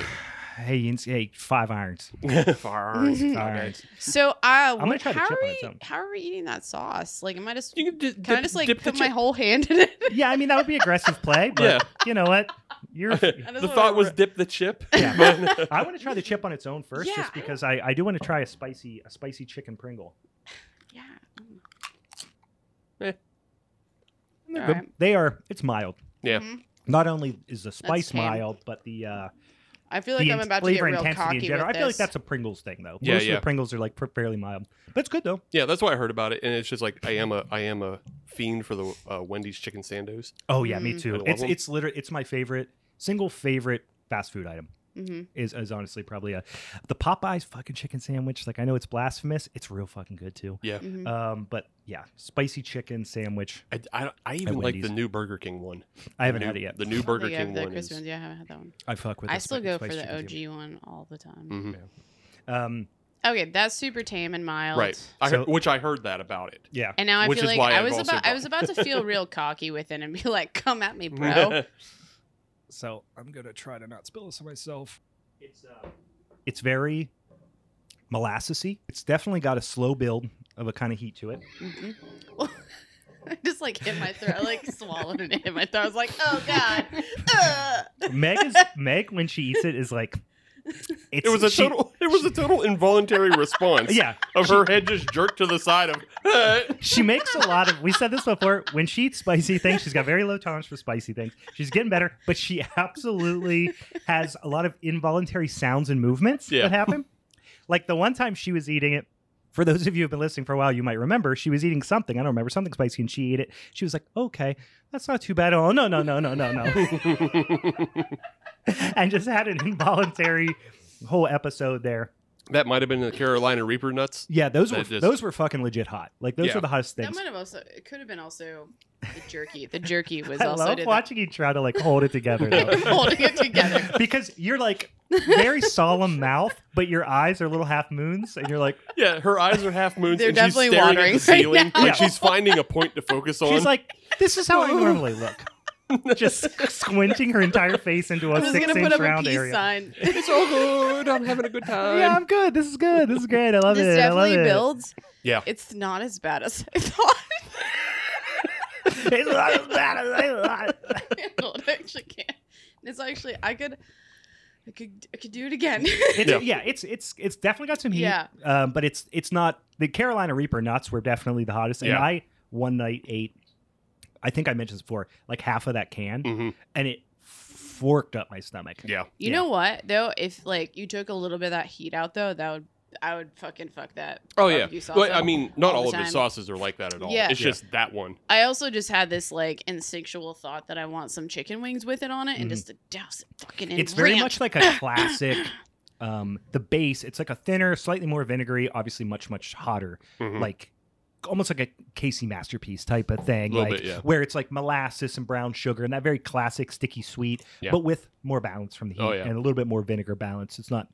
[SPEAKER 2] Hey, you- hey, five irons.
[SPEAKER 4] Farts.
[SPEAKER 3] Mhm.
[SPEAKER 4] Okay.
[SPEAKER 2] irons.
[SPEAKER 3] So, uh,
[SPEAKER 2] gonna
[SPEAKER 3] what-
[SPEAKER 2] try the
[SPEAKER 3] how
[SPEAKER 2] chip
[SPEAKER 3] are
[SPEAKER 2] on its
[SPEAKER 3] we,
[SPEAKER 2] own.
[SPEAKER 3] how are we eating that sauce? Like, am I just,
[SPEAKER 4] You can just
[SPEAKER 3] can I
[SPEAKER 4] dip-
[SPEAKER 3] just like
[SPEAKER 4] dip the
[SPEAKER 3] put my
[SPEAKER 4] chip-
[SPEAKER 3] whole hand in it?
[SPEAKER 2] Yeah, I mean that would be aggressive play, but
[SPEAKER 4] Yeah.
[SPEAKER 2] you know what? You're.
[SPEAKER 3] That's
[SPEAKER 4] the
[SPEAKER 3] what
[SPEAKER 4] thought
[SPEAKER 3] I
[SPEAKER 4] was
[SPEAKER 3] wrote.
[SPEAKER 4] dip the chip.
[SPEAKER 2] Yeah.
[SPEAKER 4] but-
[SPEAKER 2] I want to try the chip on its own first,
[SPEAKER 3] Yeah,
[SPEAKER 2] just
[SPEAKER 3] I don't-
[SPEAKER 2] because I, I do want to try a spicy a spicy chicken Pringle.
[SPEAKER 3] Yeah.
[SPEAKER 4] Eh.
[SPEAKER 3] All
[SPEAKER 2] But
[SPEAKER 3] right.
[SPEAKER 2] They are. It's mild.
[SPEAKER 4] Yeah.
[SPEAKER 3] Mhm.
[SPEAKER 2] Not only is the spice
[SPEAKER 3] tame.
[SPEAKER 2] mild, but the uh,
[SPEAKER 3] I feel like
[SPEAKER 2] the
[SPEAKER 3] I'm
[SPEAKER 2] int-
[SPEAKER 3] about to get
[SPEAKER 2] flavor
[SPEAKER 3] real
[SPEAKER 2] intensity in
[SPEAKER 3] cocky with
[SPEAKER 2] general. I feel like
[SPEAKER 3] this.
[SPEAKER 2] that's a Pringles thing, though.
[SPEAKER 4] Yeah,
[SPEAKER 2] Most of
[SPEAKER 4] yeah.
[SPEAKER 2] the Pringles are like pr- fairly mild, but it's good though.
[SPEAKER 4] yeah, that's why I heard about it, and it's just like I am a I am a fiend for the uh, Wendy's chicken sandos.
[SPEAKER 2] Oh yeah, me
[SPEAKER 3] Mm.
[SPEAKER 4] I
[SPEAKER 2] too.
[SPEAKER 4] love
[SPEAKER 2] It's
[SPEAKER 4] them.
[SPEAKER 2] it's literally it's my favorite single favorite fast food item.
[SPEAKER 3] Mhm.
[SPEAKER 2] Is, is honestly probably a the Popeyes fucking chicken sandwich. Like I know it's blasphemous, it's real fucking good too.
[SPEAKER 4] Yeah,
[SPEAKER 3] Mhm.
[SPEAKER 2] Um, but yeah, spicy chicken sandwich.
[SPEAKER 4] I, I, I even like the
[SPEAKER 2] Wendy's.
[SPEAKER 4] new Burger King one.
[SPEAKER 2] I haven't
[SPEAKER 4] new,
[SPEAKER 2] had it yet.
[SPEAKER 4] The new Burger
[SPEAKER 3] They have
[SPEAKER 4] King
[SPEAKER 3] the
[SPEAKER 4] one
[SPEAKER 3] crispy
[SPEAKER 4] is
[SPEAKER 3] ones. Oh, Yeah, I haven't had that one.
[SPEAKER 2] I fuck with.
[SPEAKER 3] I
[SPEAKER 2] the
[SPEAKER 3] still
[SPEAKER 2] spi-
[SPEAKER 3] go for
[SPEAKER 2] spiced
[SPEAKER 3] the
[SPEAKER 2] chicken
[SPEAKER 3] OG
[SPEAKER 2] sandwich.
[SPEAKER 3] one all the time.
[SPEAKER 4] Mhm.
[SPEAKER 2] Um,
[SPEAKER 3] Okay, that's super tame and mild.
[SPEAKER 4] right. I
[SPEAKER 2] So-
[SPEAKER 4] heard, which I heard that about it.
[SPEAKER 2] yeah.
[SPEAKER 3] And now I
[SPEAKER 4] Which
[SPEAKER 3] feel
[SPEAKER 4] is
[SPEAKER 3] like
[SPEAKER 4] why
[SPEAKER 3] I
[SPEAKER 4] I've
[SPEAKER 3] was
[SPEAKER 4] also
[SPEAKER 3] about I
[SPEAKER 4] brought-
[SPEAKER 3] was about to feel real cocky with it and be like, "Come at me, bro."
[SPEAKER 2] So I'm gonna try to not spill this on myself. It's uh, it's very molassesy. It's definitely got a slow build of a kind of heat to it.
[SPEAKER 3] Mhm. I just like hit my throat. I like swallowed and it hit my throat. I was like, "Oh god." Ugh.
[SPEAKER 2] Meg is Meg when she eats it is like it's,
[SPEAKER 4] it was a
[SPEAKER 2] she-
[SPEAKER 4] total. It was a total involuntary response.
[SPEAKER 2] Yeah,
[SPEAKER 4] of her head just jerked to the side of.
[SPEAKER 2] she makes a lot of. We said this before. When she eats spicy things, she's got very low tolerance for spicy things. She's getting better, but she absolutely has a lot of involuntary sounds and movements
[SPEAKER 4] Yeah.
[SPEAKER 2] that happen. Like the one time she was eating it. For those of you who've been listening for a while, you might remember she was eating something. I don't remember something spicy, and she ate it. She was like, "Okay, that's not too bad." Oh no, no, no, no, no, no. and just had an involuntary whole episode there.
[SPEAKER 4] that might have been the Carolina Reaper nuts.
[SPEAKER 2] Yeah, those
[SPEAKER 4] That
[SPEAKER 2] were
[SPEAKER 4] just-
[SPEAKER 2] those were fucking legit hot. Like those
[SPEAKER 4] Yeah.
[SPEAKER 2] were the hottest
[SPEAKER 3] That
[SPEAKER 2] things.
[SPEAKER 3] might have also it could have been also the jerky. The jerky was
[SPEAKER 2] I
[SPEAKER 3] also
[SPEAKER 2] love
[SPEAKER 3] did that.
[SPEAKER 2] watching you try to like hold it together though.
[SPEAKER 3] holding it together.
[SPEAKER 2] because you're like very solemn mouth, but your eyes are little half moons, and you're like
[SPEAKER 4] Yeah, her eyes are half moons.
[SPEAKER 3] They're
[SPEAKER 4] and
[SPEAKER 3] definitely
[SPEAKER 4] she's staring
[SPEAKER 3] watering
[SPEAKER 4] at the
[SPEAKER 3] right
[SPEAKER 4] ceiling.
[SPEAKER 3] now.
[SPEAKER 4] Like she's finding a point to focus on.
[SPEAKER 2] she's like, this is how I normally look. Just squinting her entire face into a
[SPEAKER 3] I'm just
[SPEAKER 2] six
[SPEAKER 3] gonna
[SPEAKER 2] inch
[SPEAKER 3] put up a
[SPEAKER 2] round
[SPEAKER 3] peace
[SPEAKER 2] area.
[SPEAKER 3] sign.
[SPEAKER 4] it's all good. I'm having a good time.
[SPEAKER 2] Yeah, I'm good. This is good. This is great. I love
[SPEAKER 3] this
[SPEAKER 2] it. I love
[SPEAKER 3] definitely
[SPEAKER 2] it.
[SPEAKER 3] builds.
[SPEAKER 4] Yeah.
[SPEAKER 3] It's not as bad as I thought. handle it. I actually can't. It's actually I could, I could, I could do it again.
[SPEAKER 2] It's,
[SPEAKER 4] Yeah.
[SPEAKER 2] yeah. it's it's it's definitely got some heat.
[SPEAKER 3] Yeah.
[SPEAKER 2] Um, but it's it's not the Carolina Reaper nuts were definitely the hottest. And
[SPEAKER 4] Yeah.
[SPEAKER 2] I one night ate, I think I mentioned this before, like half of that can,
[SPEAKER 4] Mhm.
[SPEAKER 2] and it forked up my stomach.
[SPEAKER 4] Yeah.
[SPEAKER 3] you
[SPEAKER 2] Yeah.
[SPEAKER 3] know what though? If like you took a little bit of that heat out though, that would I would fucking fuck that.
[SPEAKER 4] Oh yeah.
[SPEAKER 3] barbecue sauce
[SPEAKER 4] But, I
[SPEAKER 3] up.
[SPEAKER 4] mean, not
[SPEAKER 3] all
[SPEAKER 4] all,
[SPEAKER 3] the
[SPEAKER 4] of
[SPEAKER 3] time.
[SPEAKER 4] his sauces are like that at all.
[SPEAKER 3] Yeah.
[SPEAKER 4] It's
[SPEAKER 2] Yeah.
[SPEAKER 4] just that one.
[SPEAKER 3] I also just had this like instinctual thought that I want some chicken wings with it on it and
[SPEAKER 2] Mhm.
[SPEAKER 3] just to douse it fucking in.
[SPEAKER 2] it's very
[SPEAKER 3] ranch.
[SPEAKER 2] much like a classic. Um, the base, it's like a thinner, slightly more vinegary, obviously much much hotter,
[SPEAKER 4] Mhm.
[SPEAKER 2] like almost like a Casey masterpiece type of thing,
[SPEAKER 4] Little
[SPEAKER 2] like
[SPEAKER 4] bit, yeah.
[SPEAKER 2] where it's like molasses and brown sugar and that very classic sticky sweet,
[SPEAKER 4] Yeah.
[SPEAKER 2] but with more balance from the heat
[SPEAKER 4] Oh, yeah.
[SPEAKER 2] and a little bit more vinegar balance. It's not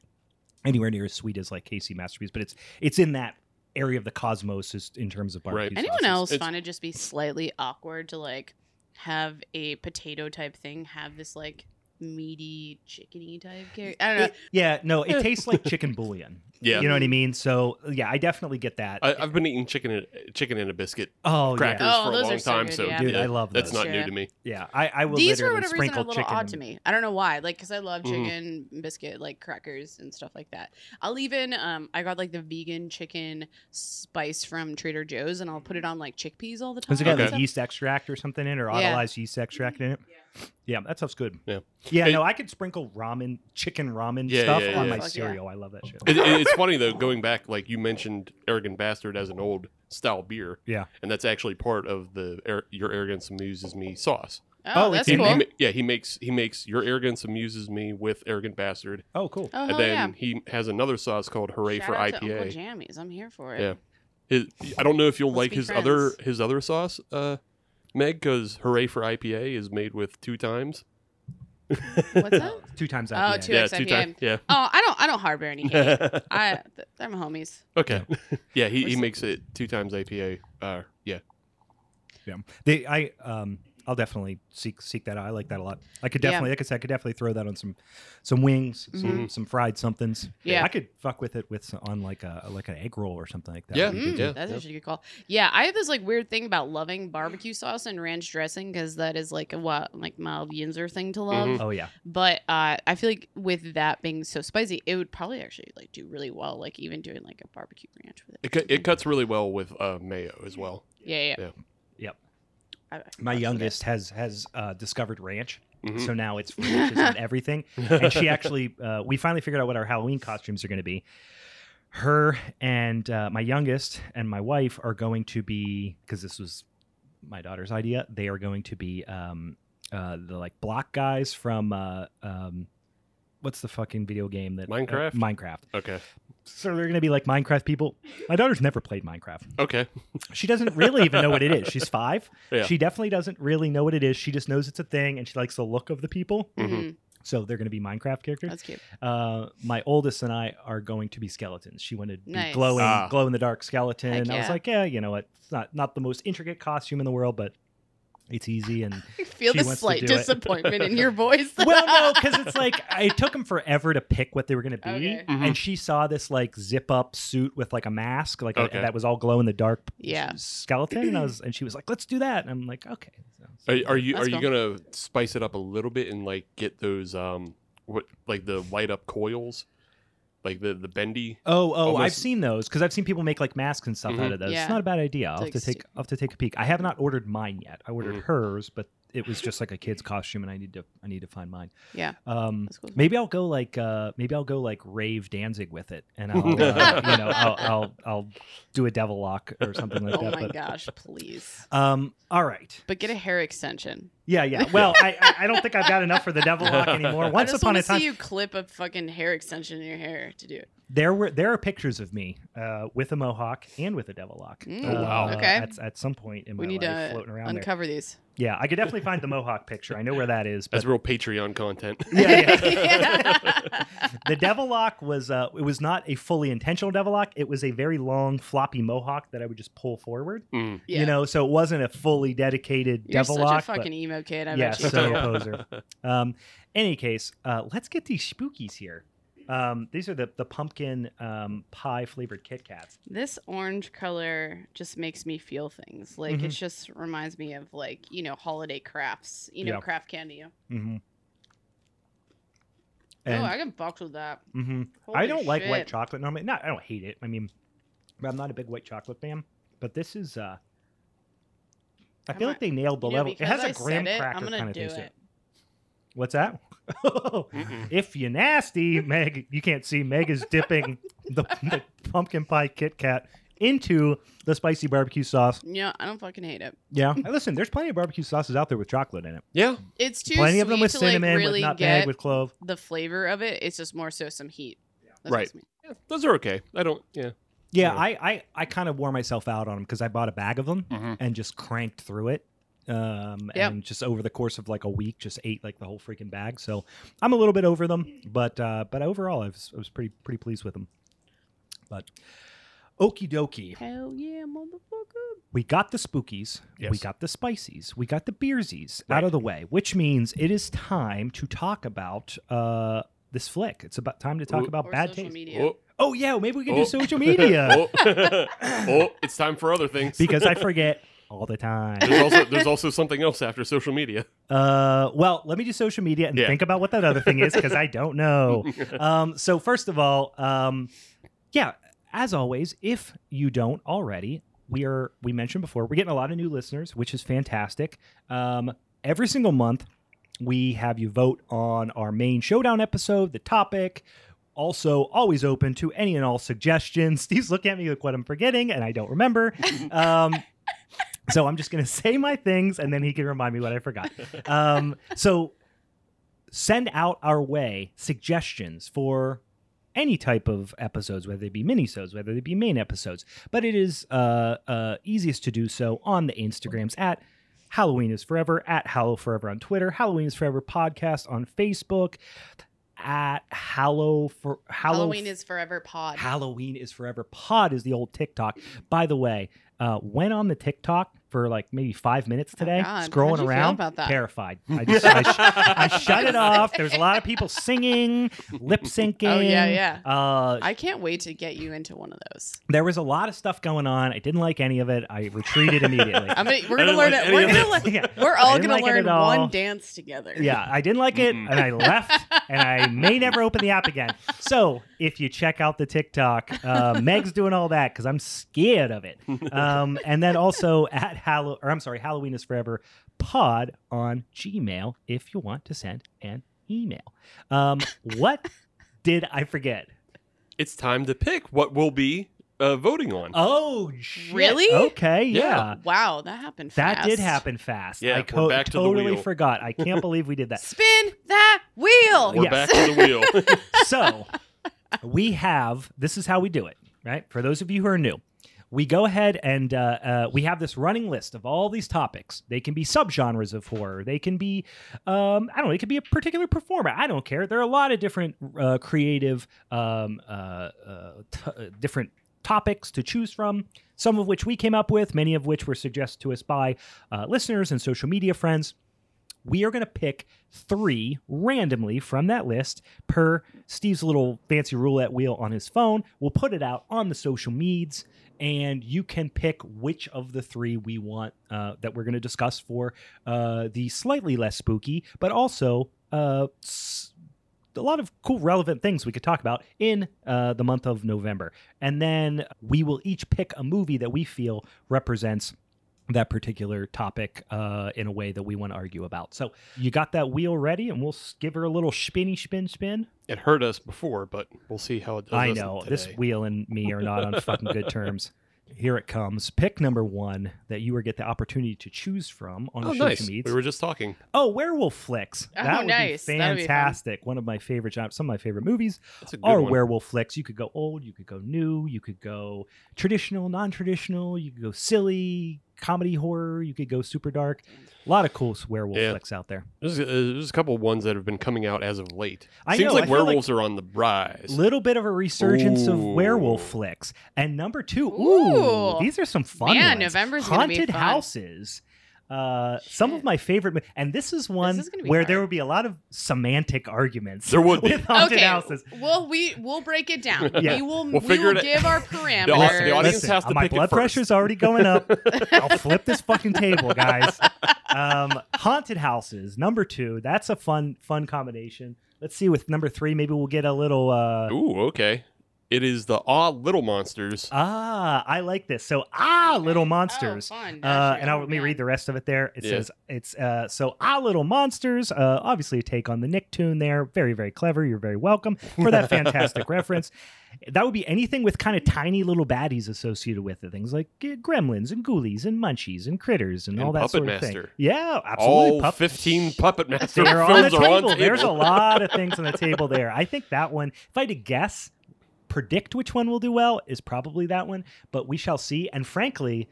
[SPEAKER 2] anywhere near as sweet as like Casey masterpiece, but it's it's in that area of the cosmos is, in terms of
[SPEAKER 4] Right.
[SPEAKER 2] barbecue.
[SPEAKER 3] Anyone
[SPEAKER 2] sauces.
[SPEAKER 3] else
[SPEAKER 4] It's-
[SPEAKER 3] find it just be slightly awkward to like have a potato type thing have this like meaty chickeny type character? I don't know.
[SPEAKER 2] It- yeah, no, it tastes like chicken bouillon.
[SPEAKER 4] Yeah.
[SPEAKER 2] You know what I mean? So yeah, I definitely get that.
[SPEAKER 4] I, I've been eating chicken and, chicken and a biscuit
[SPEAKER 2] oh
[SPEAKER 4] crackers
[SPEAKER 2] yeah,
[SPEAKER 3] Oh,
[SPEAKER 4] for a
[SPEAKER 3] those
[SPEAKER 4] long
[SPEAKER 3] are so
[SPEAKER 4] time,
[SPEAKER 3] good,
[SPEAKER 4] so
[SPEAKER 3] yeah.
[SPEAKER 2] dude, I love
[SPEAKER 4] that's
[SPEAKER 2] those.
[SPEAKER 4] not new to me.
[SPEAKER 2] yeah, I, I will
[SPEAKER 3] These were
[SPEAKER 2] literally
[SPEAKER 3] whatever reason
[SPEAKER 2] sprinkle
[SPEAKER 3] a little
[SPEAKER 2] chicken.
[SPEAKER 3] odd
[SPEAKER 2] in-
[SPEAKER 3] to me. I don't know why. Like, because I love
[SPEAKER 4] Mhm.
[SPEAKER 3] chicken biscuit, like crackers and stuff like that. I'll even um, I got like the vegan chicken spice from Trader Joe's, and I'll put it on like chickpeas all the time.
[SPEAKER 2] Has it got
[SPEAKER 3] and
[SPEAKER 2] like
[SPEAKER 3] stuff.
[SPEAKER 2] yeast extract or something in, it, or
[SPEAKER 3] Yeah.
[SPEAKER 2] autolyzed yeast extract in it? Yeah. that stuff's good.
[SPEAKER 4] Yeah.
[SPEAKER 2] yeah.
[SPEAKER 4] Hey-
[SPEAKER 2] No, I could sprinkle ramen, chicken ramen
[SPEAKER 4] Yeah,
[SPEAKER 2] stuff
[SPEAKER 4] yeah,
[SPEAKER 2] on
[SPEAKER 4] yeah.
[SPEAKER 2] my
[SPEAKER 3] Fuck yeah.
[SPEAKER 2] cereal. I love that shit.
[SPEAKER 4] It, it- it's funny though, going back, like you mentioned, arrogant bastard as an old style beer.
[SPEAKER 2] Yeah.
[SPEAKER 4] and that's actually part of the Ar- your arrogance amuses me sauce.
[SPEAKER 2] Oh,
[SPEAKER 3] Oh, that's
[SPEAKER 4] He-
[SPEAKER 2] in
[SPEAKER 3] cool.
[SPEAKER 4] he ma- yeah, he makes he makes your arrogance amuses me with arrogant bastard,
[SPEAKER 2] Oh, cool.
[SPEAKER 3] oh,
[SPEAKER 4] and
[SPEAKER 3] hell
[SPEAKER 4] then
[SPEAKER 3] yeah.
[SPEAKER 4] he has another sauce called Hooray
[SPEAKER 3] Shout
[SPEAKER 4] for
[SPEAKER 3] out To Uncle
[SPEAKER 4] IPA.
[SPEAKER 3] Jammies. I'm here for it.
[SPEAKER 4] Yeah. His, I don't know if you'll
[SPEAKER 3] Let's
[SPEAKER 4] like
[SPEAKER 3] be
[SPEAKER 4] his other
[SPEAKER 3] friends.
[SPEAKER 4] his other sauce, uh, Meg, because Hooray for IPA is made with two times.
[SPEAKER 3] What's that?
[SPEAKER 2] Two times
[SPEAKER 3] Oh,
[SPEAKER 2] IPA.
[SPEAKER 3] two-
[SPEAKER 4] yeah,
[SPEAKER 3] XIPA.
[SPEAKER 4] two times. Yeah.
[SPEAKER 3] Oh, I don't. I don't harbor any hate. I, th- they're my homies.
[SPEAKER 4] okay. Yeah, he, he
[SPEAKER 2] Where's the-
[SPEAKER 4] makes it two times IPA. Uh, yeah.
[SPEAKER 2] They, I, um, I'll definitely seek seek that out. I like that a lot. I could
[SPEAKER 3] Yeah. Mm-hmm.
[SPEAKER 2] definitely, like I said, I could definitely throw that on some some wings, some, some fried somethings.
[SPEAKER 3] Yeah.
[SPEAKER 2] I could fuck with it with some, on like a like an egg roll or something like that.
[SPEAKER 4] Yeah.
[SPEAKER 2] That'd be
[SPEAKER 3] Mm,
[SPEAKER 2] good.
[SPEAKER 4] yeah,
[SPEAKER 3] that's
[SPEAKER 4] yeah.
[SPEAKER 3] actually a good call. Yeah, I have this like weird thing about loving barbecue sauce and ranch dressing because that is like a what like my Yinzer thing to love.
[SPEAKER 4] Mhm.
[SPEAKER 2] Oh yeah.
[SPEAKER 3] But uh, I feel like with that being so spicy, it would probably actually like do really well. Like even doing like a barbecue ranch with it.
[SPEAKER 4] It, cu- it cuts really well with uh, mayo as well.
[SPEAKER 3] Yeah, yeah.
[SPEAKER 4] Yeah.
[SPEAKER 2] Yep.
[SPEAKER 3] I- I
[SPEAKER 2] My
[SPEAKER 3] fucks with
[SPEAKER 2] youngest has has uh, discovered ranch,
[SPEAKER 4] Mhm.
[SPEAKER 2] so now it's ranch is on everything. and she actually uh, we finally figured out what our halloween costumes are going to be her and uh, my youngest and my wife are going to be because this was my daughter's idea they are going to be um, uh, the like block guys from uh, um, what's the fucking video game that uh,
[SPEAKER 4] Minecraft?
[SPEAKER 2] minecraft
[SPEAKER 4] okay.
[SPEAKER 2] so they're going to be like minecraft people my daughter's never played minecraft
[SPEAKER 4] Okay.
[SPEAKER 2] she doesn't really even know what it is she's five
[SPEAKER 4] Yeah.
[SPEAKER 2] she definitely doesn't really know what it is she just knows it's a thing and she likes the look of the people
[SPEAKER 3] it.
[SPEAKER 4] Mhm.
[SPEAKER 3] Mhm.
[SPEAKER 2] so they're going to be minecraft characters
[SPEAKER 3] That's cute.
[SPEAKER 2] uh, my oldest and I are going to be skeletons. She wanted to be
[SPEAKER 3] Nice.
[SPEAKER 2] glowing,
[SPEAKER 4] Ah.
[SPEAKER 2] glow in the dark skeleton.
[SPEAKER 3] Heck
[SPEAKER 2] I was
[SPEAKER 3] yeah.
[SPEAKER 2] like, yeah, you know what? It's not not the most intricate costume in the world, but it's easy and
[SPEAKER 3] I feel
[SPEAKER 2] She
[SPEAKER 3] the
[SPEAKER 2] wants to
[SPEAKER 3] slight
[SPEAKER 2] do it.
[SPEAKER 3] disappointment in your voice.
[SPEAKER 2] well, no, because it's like "Mm." it took them forever to pick what they were going to be,
[SPEAKER 3] Okay.
[SPEAKER 4] Mhm.
[SPEAKER 2] and she saw this like zip up suit with like a mask, like a-
[SPEAKER 4] Okay.
[SPEAKER 2] that was all glow in the dark
[SPEAKER 3] Yeah.
[SPEAKER 2] skeleton, and I was and she was like, let's do that, and I'm like, okay. So-
[SPEAKER 4] Are, are you
[SPEAKER 3] That's
[SPEAKER 4] are you
[SPEAKER 3] cool.
[SPEAKER 4] gonna spice it up a little bit and like get those um what like the light up coils, like the the bendy?
[SPEAKER 2] Oh, oh, I've
[SPEAKER 4] Almost-
[SPEAKER 2] seen those because I've seen people make like masks and stuff out of those.
[SPEAKER 3] Yeah.
[SPEAKER 2] It's not a bad idea. I'll
[SPEAKER 3] It's
[SPEAKER 2] have to
[SPEAKER 3] like
[SPEAKER 2] take I'll have to take a peek. I have not ordered mine yet. I ordered
[SPEAKER 4] Mhm.
[SPEAKER 2] hers, but it was just like a kid's costume, and I need to I need to find mine.
[SPEAKER 3] Yeah.
[SPEAKER 2] Um.
[SPEAKER 3] That's cool.
[SPEAKER 2] Maybe I'll go like uh maybe I'll go like rave Danzig with it, and I'll uh, you know I'll, I'll I'll do a devil lock or something like
[SPEAKER 3] oh
[SPEAKER 2] that.
[SPEAKER 3] my
[SPEAKER 2] but,
[SPEAKER 3] gosh, please.
[SPEAKER 2] Um. All right.
[SPEAKER 3] But get a hair extension.
[SPEAKER 2] Yeah. Yeah. Well, I I- I don't think I've got enough for the devil lock anymore. Once
[SPEAKER 3] I just
[SPEAKER 2] upon
[SPEAKER 3] wanna
[SPEAKER 2] a time,
[SPEAKER 3] see you clip a fucking hair extension in your hair to do it.
[SPEAKER 2] There were there are pictures of me uh, with a mohawk and with a devil lock.
[SPEAKER 3] Mm.
[SPEAKER 4] Oh, wow.
[SPEAKER 2] uh,
[SPEAKER 3] Okay.
[SPEAKER 2] At, at some point in my
[SPEAKER 3] We need
[SPEAKER 2] life,
[SPEAKER 3] to
[SPEAKER 2] floating around there.
[SPEAKER 3] uncover these.
[SPEAKER 2] Yeah, I could definitely find the mohawk picture. I know where that is. But
[SPEAKER 4] That's real Patreon content.
[SPEAKER 2] yeah, yeah.
[SPEAKER 3] Yeah.
[SPEAKER 2] the devil lock was uh, it was not a fully intentional devil lock. It was a very long floppy mohawk that I would just pull forward.
[SPEAKER 4] Mm.
[SPEAKER 2] You know, so it wasn't a fully dedicated
[SPEAKER 3] You're
[SPEAKER 2] devil
[SPEAKER 3] such
[SPEAKER 2] lock.
[SPEAKER 3] a
[SPEAKER 2] but-
[SPEAKER 3] fucking e- emo kid. I
[SPEAKER 2] yeah,
[SPEAKER 3] bet you.
[SPEAKER 2] so poser. Um, any case, uh, let's get these spookies here. Um, these are the the pumpkin um, pie flavored Kit Kats.
[SPEAKER 3] this orange color just makes me feel things. Like it
[SPEAKER 2] Mhm.
[SPEAKER 3] just reminds me of like you know holiday crafts. You know
[SPEAKER 2] Yeah.
[SPEAKER 3] craft candy.
[SPEAKER 2] Mm-hmm.
[SPEAKER 3] oh, I can box with that.
[SPEAKER 2] mhm. I
[SPEAKER 3] Holy
[SPEAKER 2] don't like white
[SPEAKER 3] shit.
[SPEAKER 2] chocolate normally. Not, I don't hate it. I mean, I'm not a big white chocolate fan. But this is, uh, I
[SPEAKER 3] I'm
[SPEAKER 2] feel
[SPEAKER 3] a-
[SPEAKER 2] like they nailed the
[SPEAKER 3] You know,
[SPEAKER 2] level. It
[SPEAKER 3] because
[SPEAKER 2] has
[SPEAKER 3] I
[SPEAKER 2] a graham
[SPEAKER 3] said it,
[SPEAKER 2] cracker
[SPEAKER 3] I'm gonna
[SPEAKER 2] kind of
[SPEAKER 3] do
[SPEAKER 2] taste. to
[SPEAKER 3] it.
[SPEAKER 2] It. What's that?
[SPEAKER 4] Mm-mm.
[SPEAKER 2] if you nasty, Meg, you can't see. Meg is dipping the, the pumpkin pie Kit Kat into the spicy barbecue sauce.
[SPEAKER 3] You know, I don't fucking hate it.
[SPEAKER 2] Yeah. Hey, listen, there's plenty of barbecue sauces out there with chocolate in it.
[SPEAKER 4] Yeah.
[SPEAKER 3] It's too
[SPEAKER 2] plenty of them
[SPEAKER 3] sweet
[SPEAKER 2] with
[SPEAKER 3] to,
[SPEAKER 2] cinnamon,
[SPEAKER 3] like, really
[SPEAKER 2] with nutmeg,
[SPEAKER 3] get
[SPEAKER 2] with clove.
[SPEAKER 3] the flavor of it. It's just more so some heat. That's
[SPEAKER 4] Right.
[SPEAKER 3] just me.
[SPEAKER 4] Yeah, Those are okay. I don't. Yeah.
[SPEAKER 2] Yeah,
[SPEAKER 4] Yeah.
[SPEAKER 2] I, I, I kind of wore myself out on them because I bought a bag of them
[SPEAKER 1] Mhm.
[SPEAKER 2] and just cranked through it. Um,
[SPEAKER 3] Yep.
[SPEAKER 2] And just over the course of like a week, just ate like the whole freaking bag. So I'm a little bit over them, but uh, but overall, I was, I was pretty pretty pleased with them. But okie dokie,
[SPEAKER 3] Hell yeah, motherfucker.
[SPEAKER 2] we got the spookies, we
[SPEAKER 1] Yes.
[SPEAKER 2] got the spicies, we got the beersies out of the way, which means it is time to talk about uh, this flick. It's about time to talk
[SPEAKER 4] Ooh.
[SPEAKER 2] about
[SPEAKER 3] Or
[SPEAKER 2] bad
[SPEAKER 3] social
[SPEAKER 2] taste.
[SPEAKER 3] media.
[SPEAKER 4] Oh,
[SPEAKER 2] Oh yeah, maybe we can
[SPEAKER 4] oh.
[SPEAKER 2] do social media
[SPEAKER 4] oh, oh, it's time for other things.
[SPEAKER 2] because I forget all the time.
[SPEAKER 4] there's also there's also something else after social media.
[SPEAKER 2] Uh, well, let me do social media and
[SPEAKER 4] Yeah.
[SPEAKER 2] think about what that other thing is because I don't know. Um, so first of all, um, yeah, as always, if you don't already, we are we mentioned before we're getting a lot of new listeners, which is fantastic. Um, every single month, we have you vote on our main showdown episode, the topic. Also, always open to any and all suggestions. Steve's looking at me like what I'm forgetting, and I don't remember. Um, so I'm just gonna say my things, and then he can remind me what I forgot. Um, so send out our way suggestions for any type of episodes, whether they be minisodes, whether they be main episodes. But it is uh, uh, easiest to do so on the Instagrams at Halloween is Forever, at Hallow Forever on Twitter, Halloween is Forever podcast on Facebook, at Hallow for Hallow
[SPEAKER 3] Halloween is forever pod.
[SPEAKER 2] Halloween is forever. Pod is the old TikTok. By the way, uh, went on the TikTok for like maybe five minutes
[SPEAKER 3] Oh,
[SPEAKER 2] today,
[SPEAKER 3] God. How'd
[SPEAKER 2] scrolling
[SPEAKER 3] you feel
[SPEAKER 2] around,
[SPEAKER 3] about that?
[SPEAKER 2] terrified. I just I, sh- I shut it off. There's a lot of people singing, lip syncing.
[SPEAKER 3] Oh, yeah, yeah.
[SPEAKER 2] Uh,
[SPEAKER 3] I can't wait to get you into one of those.
[SPEAKER 2] there was a lot of stuff going on. I didn't like any of it. I retreated immediately.
[SPEAKER 3] I'm gonna, we're gonna
[SPEAKER 4] I didn't
[SPEAKER 3] learn
[SPEAKER 4] like
[SPEAKER 3] it.
[SPEAKER 4] any
[SPEAKER 3] We're
[SPEAKER 4] of
[SPEAKER 3] gonna
[SPEAKER 4] this.
[SPEAKER 3] learn.
[SPEAKER 2] yeah.
[SPEAKER 3] We're
[SPEAKER 2] I
[SPEAKER 3] all
[SPEAKER 2] didn't
[SPEAKER 3] gonna
[SPEAKER 2] like it
[SPEAKER 3] learn
[SPEAKER 2] at all.
[SPEAKER 3] one dance together.
[SPEAKER 2] Yeah, I didn't like it,
[SPEAKER 4] Mm-mm.
[SPEAKER 2] and I left, and I may never open the app again. So if you check out the TikTok, uh, Meg's doing all that because I'm scared of it. Um, and then also at Halloween, or I'm sorry, Halloween is forever pod on Gmail if you want to send an email. Um, what did I forget?
[SPEAKER 4] It's time to pick what we'll be uh, voting on.
[SPEAKER 2] Oh, shit.
[SPEAKER 3] Really?
[SPEAKER 2] Okay,
[SPEAKER 4] Yeah.
[SPEAKER 2] yeah.
[SPEAKER 3] Wow, that happened
[SPEAKER 2] That
[SPEAKER 3] fast.
[SPEAKER 2] did happen fast.
[SPEAKER 4] Yeah,
[SPEAKER 2] I
[SPEAKER 4] we're back to the
[SPEAKER 2] totally
[SPEAKER 4] wheel.
[SPEAKER 2] forgot. I can't believe we did that.
[SPEAKER 3] Spin that wheel.
[SPEAKER 4] We're
[SPEAKER 2] yes.
[SPEAKER 4] back to the wheel.
[SPEAKER 2] so we have this is how we do it right for those of you who are new we go ahead and uh, uh, we have this running list of all these topics they can be subgenres of horror they can be um, i don't know it could be a particular performer i don't care there are a lot of different uh, creative um, uh, uh, t- uh, different topics to choose from some of which we came up with many of which were suggested to us by uh, listeners and social media friends we are going to pick three randomly from that list per Steve's little fancy roulette wheel on his phone. We'll put it out on the social meds, and you can pick which of the three we want uh, that we're going to discuss for uh, the slightly less spooky, but also uh, s- a lot of cool, relevant things we could talk about in uh, the month of November. And then we will each pick a movie that we feel represents that particular topic uh, in a way that we want to argue about. So you got that wheel ready, and we'll s- give her a little spinny, spin, spin.
[SPEAKER 4] it hurt us before, but we'll see how it does.
[SPEAKER 2] I
[SPEAKER 4] us
[SPEAKER 2] know
[SPEAKER 4] today.
[SPEAKER 2] this wheel and me are not on fucking good terms. Here it comes. Pick number one that you will get the opportunity to choose from on
[SPEAKER 4] Oh,
[SPEAKER 2] the social
[SPEAKER 4] nice.
[SPEAKER 2] meets.
[SPEAKER 4] We were just talking.
[SPEAKER 2] oh, werewolf flicks.
[SPEAKER 3] Oh,
[SPEAKER 2] that would
[SPEAKER 3] nice.
[SPEAKER 2] be
[SPEAKER 3] That'd be fun.
[SPEAKER 2] fantastic. One of my favorite genres. Some of my favorite movies
[SPEAKER 4] That's a good
[SPEAKER 2] are
[SPEAKER 4] one.
[SPEAKER 2] werewolf flicks. You could go old, you could go new, you could go traditional, non-traditional, you could go silly, comedy, horror. You could go super dark. A lot of cool s- werewolf
[SPEAKER 4] Yeah.
[SPEAKER 2] flicks out there.
[SPEAKER 4] There's, uh, there's a couple ones that have been coming out as of late.
[SPEAKER 2] I
[SPEAKER 4] Seems
[SPEAKER 2] know, I
[SPEAKER 4] like
[SPEAKER 2] feel like-
[SPEAKER 4] werewolves are on the rise.
[SPEAKER 2] little bit of a resurgence of
[SPEAKER 4] Ooh.
[SPEAKER 2] werewolf flicks. And number two, ooh,
[SPEAKER 3] Ooh.
[SPEAKER 2] these are some fun
[SPEAKER 3] Man,
[SPEAKER 2] ones.
[SPEAKER 3] November's gonna be
[SPEAKER 2] haunted
[SPEAKER 3] fun.
[SPEAKER 2] houses. Uh, some of
[SPEAKER 3] Shit.
[SPEAKER 2] my favorite, mo- and this is one
[SPEAKER 3] is gonna be
[SPEAKER 2] where
[SPEAKER 3] hard.
[SPEAKER 2] there would be a lot of semantic arguments
[SPEAKER 4] There would be.
[SPEAKER 2] with haunted
[SPEAKER 3] okay.
[SPEAKER 2] houses.
[SPEAKER 3] Well, we we'll break it down.
[SPEAKER 2] Yeah.
[SPEAKER 3] We will
[SPEAKER 4] We'll
[SPEAKER 3] we'll
[SPEAKER 4] figure it out.
[SPEAKER 3] give our
[SPEAKER 4] The au-
[SPEAKER 3] parameters.
[SPEAKER 4] the audience
[SPEAKER 2] Listen,
[SPEAKER 4] has to
[SPEAKER 2] my
[SPEAKER 4] pick it
[SPEAKER 2] blood
[SPEAKER 4] first.
[SPEAKER 2] pressure's already going up. I'll flip this fucking table, guys. Um, haunted houses, number two. That's a fun, fun combination. Let's see with number three. Maybe we'll get a little. Uh,
[SPEAKER 4] Ooh, okay. It is the Aw Little Monsters.
[SPEAKER 2] ah, I like this. So ah, little monsters.
[SPEAKER 3] Oh, fun.
[SPEAKER 2] Uh,
[SPEAKER 3] Actually,
[SPEAKER 2] and I'll,
[SPEAKER 3] oh,
[SPEAKER 2] let me
[SPEAKER 3] man.
[SPEAKER 2] read the rest of it there. It
[SPEAKER 4] Yeah.
[SPEAKER 2] says, it's uh, so Ah Little Monsters, uh, obviously a take on the Nicktoon there. Very, very clever. You're very welcome for that fantastic reference. That would be anything with kind of tiny little baddies associated with it. Things like uh, gremlins and ghoulies and munchies and critters and,
[SPEAKER 4] And
[SPEAKER 2] all that
[SPEAKER 4] Puppet
[SPEAKER 2] sort of thing.
[SPEAKER 4] Master.
[SPEAKER 2] Yeah, absolutely.
[SPEAKER 4] All
[SPEAKER 2] Pup-
[SPEAKER 4] 15 Puppet Master
[SPEAKER 2] They're
[SPEAKER 4] films
[SPEAKER 2] on the
[SPEAKER 4] are on
[SPEAKER 2] table. There's a
[SPEAKER 4] table.
[SPEAKER 2] lot of things on the table there. I think that one, if I had to guess, predict which one will do well is probably that one, but we shall see. And frankly,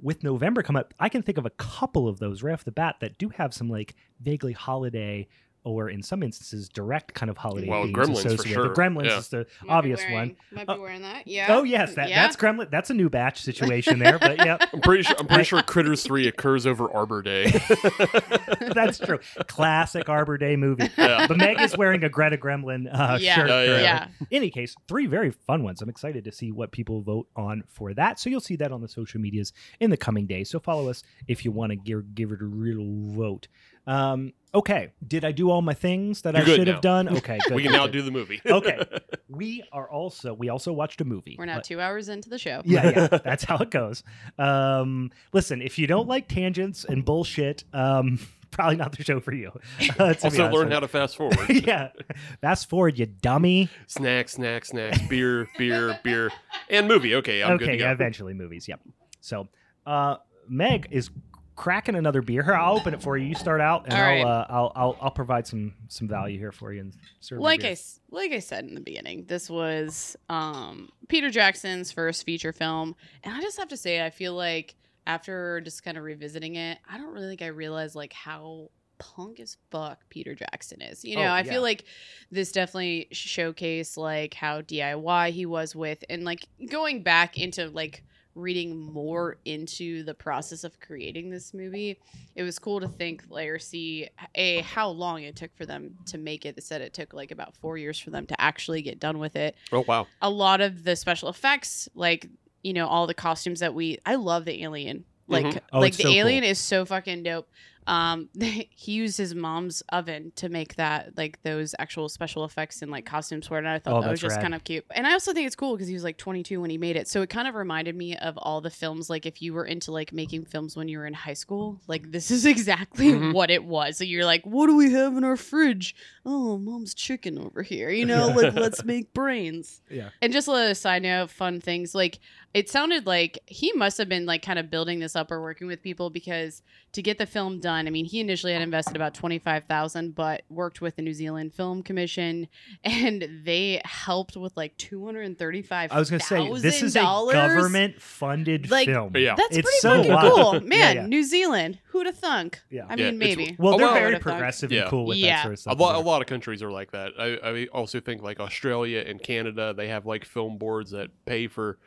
[SPEAKER 2] with November come up, I can think of a couple of those right off the bat that do have some like vaguely holiday or in some instances direct kind of holiday
[SPEAKER 4] Well,
[SPEAKER 2] themes
[SPEAKER 4] Gremlins for
[SPEAKER 2] associated.
[SPEAKER 4] sure,
[SPEAKER 2] The Gremlins
[SPEAKER 4] yeah.
[SPEAKER 2] is the
[SPEAKER 3] Might be
[SPEAKER 2] obvious one.
[SPEAKER 3] wearing- Might be
[SPEAKER 2] Oh.
[SPEAKER 3] wearing that. Yeah.
[SPEAKER 2] Oh yes, that,
[SPEAKER 3] Yeah.
[SPEAKER 2] that's Gremlin. That's a new batch situation there, but yeah,
[SPEAKER 4] I'm pretty sure. I'm pretty sure Critters Three occurs over Arbor Day.
[SPEAKER 2] that's true. Classic Arbor Day movie.
[SPEAKER 4] Yeah.
[SPEAKER 2] But Meg is wearing a Greta Gremlin uh,
[SPEAKER 3] Yeah.
[SPEAKER 2] shirt.
[SPEAKER 4] Yeah, yeah,
[SPEAKER 2] currently.
[SPEAKER 3] yeah.
[SPEAKER 2] any case, three very fun ones. I'm excited to see what people vote on for that. So you'll see that on the social medias in the coming days. So follow us if you want to give, give it a real vote. Um, okay. Did I do all my things that
[SPEAKER 4] You're
[SPEAKER 2] I
[SPEAKER 4] good
[SPEAKER 2] should
[SPEAKER 4] now.
[SPEAKER 2] have done? Okay. Good,
[SPEAKER 4] we can
[SPEAKER 2] good,
[SPEAKER 4] now
[SPEAKER 2] good.
[SPEAKER 4] do the movie.
[SPEAKER 2] Okay. We are also, we also watched a movie. Uh,
[SPEAKER 3] We're now two hours into the show.
[SPEAKER 2] yeah, yeah, that's how it goes. Um, listen, if you don't like tangents and bullshit, um, probably not the show for you. Uh, to be
[SPEAKER 4] also,
[SPEAKER 2] honest
[SPEAKER 4] learn
[SPEAKER 2] with
[SPEAKER 4] how to fast forward.
[SPEAKER 2] you. yeah, fast forward, you dummy.
[SPEAKER 4] snack, snack, snack, beer, beer, beer, and movie. Okay, I'm
[SPEAKER 2] okay,
[SPEAKER 4] good to go.
[SPEAKER 2] yeah, eventually movies. Yep. So, uh, Meg is cracking another beer here. I'll open it for you. You start out, and
[SPEAKER 3] All
[SPEAKER 2] I'll,
[SPEAKER 3] right.
[SPEAKER 2] uh, I'll I'll I'll provide some some value here for you and serve. you
[SPEAKER 3] Like I
[SPEAKER 2] beer.
[SPEAKER 3] s- like I said in the beginning, this was um, Peter Jackson's first feature film, and I just have to say, I feel like after just kind of revisiting it, I don't really think I realized like how punk as fuck Peter Jackson is. You know,
[SPEAKER 2] Oh,
[SPEAKER 3] I
[SPEAKER 2] yeah.
[SPEAKER 3] feel like this definitely showcased like how DIY he was with, and like going back into like reading more into the process of creating this movie it was cool to think like or see a how long it took for them to make it. They said it took like about four years for them to actually get done with it.
[SPEAKER 4] Oh wow.
[SPEAKER 3] A lot of the special effects, like you know, all the costumes that we I love the alien. Like
[SPEAKER 4] Mhm.
[SPEAKER 2] Oh,
[SPEAKER 3] like
[SPEAKER 2] it's
[SPEAKER 3] the
[SPEAKER 2] so cool.
[SPEAKER 3] alien is so fucking dope. Um he used his mom's oven to make that like those actual special effects and like costumes for it. And I thought
[SPEAKER 2] Oh,
[SPEAKER 3] that was
[SPEAKER 2] that's
[SPEAKER 3] just
[SPEAKER 2] rad.
[SPEAKER 3] kind of cute. And I also think it's cool because he was like 22 when he made it. So it kind of reminded me of all the films like if you were into like making films when you were in high school, like this is exactly
[SPEAKER 4] Mhm.
[SPEAKER 3] what it was. So you're like, what do we have in our fridge? Oh, mom's chicken over here. You know, like let's make brains.
[SPEAKER 2] Yeah.
[SPEAKER 3] And just a little side note, fun things like it sounded like he must have been like kind of building this up or working with people because to get the film done, I mean, he initially had invested about twenty five thousand, but worked with the New Zealand Film Commission, and they helped with like two hundred and thirty five.
[SPEAKER 2] I was gonna say this is a government funded
[SPEAKER 3] Like,
[SPEAKER 2] film.
[SPEAKER 4] Yeah.
[SPEAKER 3] That's
[SPEAKER 2] It's
[SPEAKER 3] pretty
[SPEAKER 2] so
[SPEAKER 3] fucking
[SPEAKER 2] wild.
[SPEAKER 3] cool,
[SPEAKER 2] Yeah,
[SPEAKER 3] man.
[SPEAKER 2] yeah.
[SPEAKER 3] New Zealand, who'd have thunk?
[SPEAKER 2] Yeah.
[SPEAKER 3] I
[SPEAKER 4] Yeah,
[SPEAKER 3] mean,
[SPEAKER 4] it's-
[SPEAKER 3] maybe.
[SPEAKER 2] Well,
[SPEAKER 4] A
[SPEAKER 2] they're
[SPEAKER 4] lot-
[SPEAKER 2] very
[SPEAKER 3] Would've thunk.
[SPEAKER 2] progressive
[SPEAKER 4] Yeah.
[SPEAKER 2] and cool with that
[SPEAKER 3] Yeah.
[SPEAKER 2] sort of
[SPEAKER 4] A
[SPEAKER 2] stuff.
[SPEAKER 4] lot, a lot of countries are like that. I, I also think like Australia and Canada, they have like film boards that pay for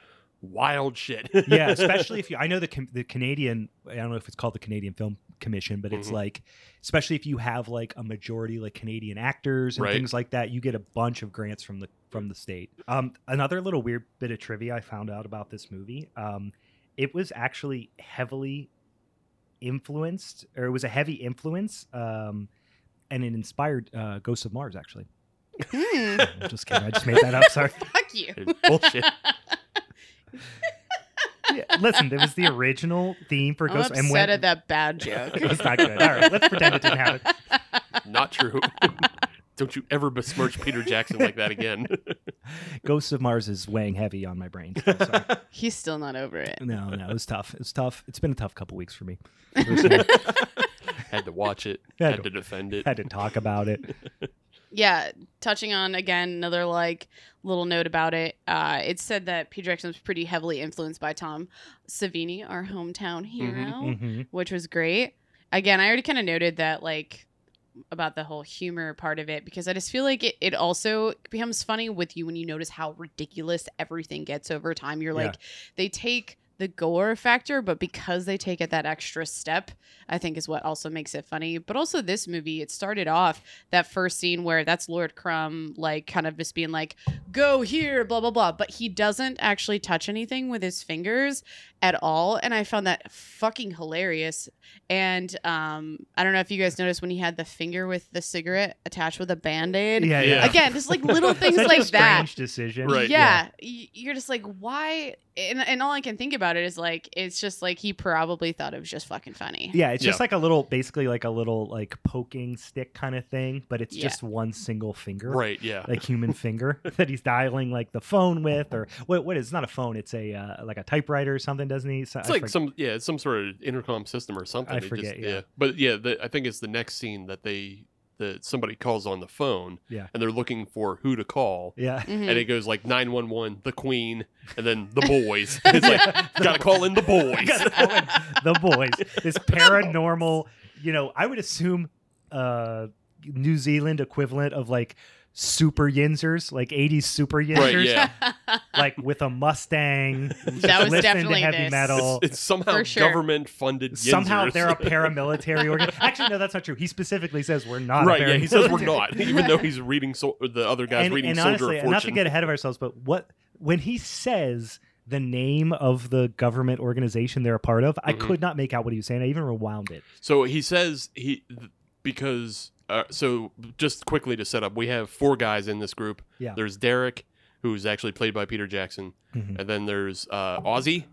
[SPEAKER 4] wild shit.
[SPEAKER 2] yeah, especially if you. I know the Can- the Canadian. I don't know if it's called the Canadian Film Commission, but it's
[SPEAKER 3] Mm-hmm.
[SPEAKER 4] Mhm.
[SPEAKER 2] like, especially if you have like a majority like Canadian actors and
[SPEAKER 4] Right.
[SPEAKER 2] things like that, you get a bunch of grants from the from the state. Um, another little weird bit of trivia I found out about this movie. Um, it was actually heavily influenced, or it was a heavy influence, um, and it inspired uh, Ghosts of Mars. Actually,
[SPEAKER 3] Hmm,
[SPEAKER 2] I'm just kidding. I just made that up. Sorry.
[SPEAKER 3] fuck you.
[SPEAKER 4] Bullshit.
[SPEAKER 2] Yeah, listen, it was the original theme for
[SPEAKER 3] I'm
[SPEAKER 2] Ghosts,
[SPEAKER 3] upset
[SPEAKER 2] and when
[SPEAKER 3] at that bad joke.
[SPEAKER 2] That's not good. All right, let's pretend it didn't happen.
[SPEAKER 4] Not true. Don't you ever besmirch Peter Jackson like that again.
[SPEAKER 2] Ghosts of Mars is weighing heavy on my brain. still, sorry.
[SPEAKER 3] He's still not over it.
[SPEAKER 2] no, no, it was tough. It was tough. It's been a tough couple weeks for me. Personally,
[SPEAKER 4] had to watch it.
[SPEAKER 2] Yeah, I
[SPEAKER 4] Had to defend it.
[SPEAKER 2] I had to talk about it.
[SPEAKER 3] Yeah, touching on again another like little note about it. Uh, it said that Peter Jackson was pretty heavily influenced by Tom Savini, our hometown hero,
[SPEAKER 2] hmm
[SPEAKER 3] which was great. Again, I already kind of noted that like about the whole humor part of it because I just feel like it, it also becomes funny with you when you notice how ridiculous everything gets over time. You're
[SPEAKER 2] Yeah.
[SPEAKER 3] like, they take the gore factor, but because they take it that extra step, I think is what also makes it funny. But also this movie, it started off that first scene where that's Lord Crumb like kind of just being like, go here, blah blah blah. But he doesn't actually touch anything with his fingers at all. And I found that fucking hilarious. And um, I don't know if you guys noticed when he had the finger with the cigarette attached with a band-aid.
[SPEAKER 2] Yeah, yeah.
[SPEAKER 4] Yeah.
[SPEAKER 3] Again, just like little things
[SPEAKER 2] Such
[SPEAKER 3] like
[SPEAKER 2] a
[SPEAKER 3] that.
[SPEAKER 2] strange decision.
[SPEAKER 4] Right.
[SPEAKER 3] Yeah. Y- You're just like, why? And, and all I can think about it is like, it's just like he probably thought it was just fucking funny.
[SPEAKER 2] Yeah, it's just
[SPEAKER 4] Yeah.
[SPEAKER 2] like a little, basically like a little like poking stick kind of thing, but it's
[SPEAKER 3] Yeah.
[SPEAKER 2] just one single finger,
[SPEAKER 4] Right. Yeah.
[SPEAKER 2] like human finger that he's dialing like the phone with, or what? What is? It's not a phone. It's a uh, like a typewriter or something, doesn't he? So-
[SPEAKER 4] It's
[SPEAKER 2] I
[SPEAKER 4] like
[SPEAKER 2] forget-
[SPEAKER 4] some yeah, it's some sort of intercom system or something.
[SPEAKER 2] I
[SPEAKER 4] It just-
[SPEAKER 2] forget, yeah.
[SPEAKER 4] But yeah, the, I think it's the next scene that they that somebody calls on the phone
[SPEAKER 2] Yeah.
[SPEAKER 4] and they're looking for who to call.
[SPEAKER 2] Yeah.
[SPEAKER 3] Hmm. Mm-hmm.
[SPEAKER 4] And it goes like 911, the queen, and then the boys. it's like, gotta call in the boys.
[SPEAKER 2] the boys. This paranormal, you know, I would assume uh New Zealand equivalent of like super yinzers, like 80s super yinzers,
[SPEAKER 4] Right, yeah.
[SPEAKER 2] like with a Mustang.
[SPEAKER 3] That was
[SPEAKER 2] listen
[SPEAKER 3] definitely
[SPEAKER 2] to heavy
[SPEAKER 3] this.
[SPEAKER 2] metal.
[SPEAKER 4] It's somehow
[SPEAKER 3] For sure.
[SPEAKER 4] government funded.
[SPEAKER 2] Somehow they're a paramilitary organ. Actually, no, that's not true. He specifically says we're not. a
[SPEAKER 4] Right, yeah, he says we're
[SPEAKER 2] paramilitary.
[SPEAKER 4] not, even though he's reading sol- or the other guy's
[SPEAKER 2] and,
[SPEAKER 4] reading
[SPEAKER 2] and
[SPEAKER 4] Soldier
[SPEAKER 2] honestly,
[SPEAKER 4] of
[SPEAKER 2] and not to
[SPEAKER 4] Fortune.
[SPEAKER 2] get ahead of ourselves, but what when he says the name of the government organization they're a part of, I
[SPEAKER 4] Mhm.
[SPEAKER 2] could not make out what he was saying. I even rewound it.
[SPEAKER 4] So he says he th- because uh, so just quickly to set up, we have four guys in this group.
[SPEAKER 2] Yeah.
[SPEAKER 4] There's Derek, who's actually played by Peter Jackson,
[SPEAKER 2] Mhm.
[SPEAKER 4] and then there's uh, Ozzy,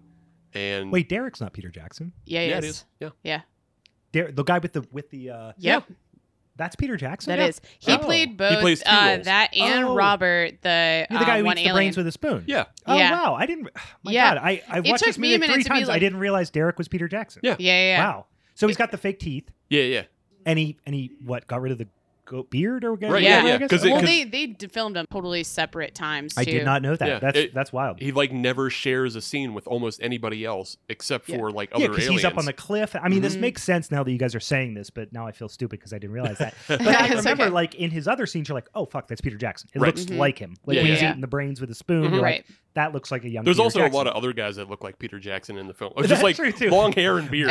[SPEAKER 4] and
[SPEAKER 2] Wait, Derek's not Peter Jackson.
[SPEAKER 3] yeah,
[SPEAKER 4] yeah,
[SPEAKER 3] it
[SPEAKER 4] it
[SPEAKER 3] is.
[SPEAKER 4] is. Yeah,
[SPEAKER 2] Der- the guy with the with the uh
[SPEAKER 3] Yep,
[SPEAKER 2] that's Peter Jackson.
[SPEAKER 3] that
[SPEAKER 2] Yeah.
[SPEAKER 3] is. He
[SPEAKER 2] Oh.
[SPEAKER 3] played both
[SPEAKER 4] plays two
[SPEAKER 3] uh,
[SPEAKER 4] roles.
[SPEAKER 3] that and
[SPEAKER 2] Oh.
[SPEAKER 3] Robert, the,
[SPEAKER 2] You're the guy
[SPEAKER 3] uh,
[SPEAKER 2] who
[SPEAKER 3] one
[SPEAKER 2] eats the
[SPEAKER 3] alien.
[SPEAKER 2] brains with a spoon.
[SPEAKER 4] yeah,
[SPEAKER 2] Oh
[SPEAKER 3] Yeah.
[SPEAKER 2] wow! I didn't. My
[SPEAKER 3] Yeah.
[SPEAKER 2] God, I I
[SPEAKER 3] It
[SPEAKER 2] watched
[SPEAKER 3] took
[SPEAKER 2] this
[SPEAKER 3] me
[SPEAKER 2] movie
[SPEAKER 3] a minute
[SPEAKER 2] three
[SPEAKER 3] to be
[SPEAKER 2] times. I
[SPEAKER 3] like-
[SPEAKER 2] didn't realize Derek was Peter Jackson.
[SPEAKER 4] Yeah.
[SPEAKER 3] yeah, yeah, yeah.
[SPEAKER 2] Wow. So he's got the fake teeth,
[SPEAKER 4] yeah, yeah.
[SPEAKER 2] and he and he what got rid of the goat beard or whatever?
[SPEAKER 4] Right,
[SPEAKER 3] yeah,
[SPEAKER 4] yeah,
[SPEAKER 2] I guess?
[SPEAKER 4] 'cause it-
[SPEAKER 2] Okay.
[SPEAKER 3] Well, they they d- filmed them totally separate times. Too.
[SPEAKER 2] I did not know that.
[SPEAKER 4] Yeah.
[SPEAKER 2] That's
[SPEAKER 4] It-
[SPEAKER 2] that's wild.
[SPEAKER 4] He like never shares a scene with almost anybody else except
[SPEAKER 2] Yeah.
[SPEAKER 4] for like
[SPEAKER 2] yeah,
[SPEAKER 4] other
[SPEAKER 2] because
[SPEAKER 4] aliens.
[SPEAKER 2] he's up on the cliff. I mean, this
[SPEAKER 3] Mhm.
[SPEAKER 2] makes sense now that you guys are saying this, but now I feel stupid because I didn't realize that. But I
[SPEAKER 3] It's
[SPEAKER 2] remember,
[SPEAKER 3] okay.
[SPEAKER 2] like in his other scenes, you're like, "Oh fuck, that's Peter Jackson. It
[SPEAKER 4] Right.
[SPEAKER 2] looks
[SPEAKER 3] Mhm.
[SPEAKER 2] like him. Like
[SPEAKER 4] Yeah,
[SPEAKER 2] when
[SPEAKER 4] yeah,
[SPEAKER 2] he's
[SPEAKER 3] yeah. Mm-hmm.
[SPEAKER 2] eating the brains with a spoon,
[SPEAKER 4] Mhm.
[SPEAKER 2] you're
[SPEAKER 3] right.
[SPEAKER 2] like, that looks like a young."
[SPEAKER 4] There's
[SPEAKER 2] Peter
[SPEAKER 4] also
[SPEAKER 2] Jackson.
[SPEAKER 4] a lot of other guys that look like Peter Jackson in the film.
[SPEAKER 2] That's
[SPEAKER 4] Just like
[SPEAKER 2] true, too.
[SPEAKER 4] long hair and beard.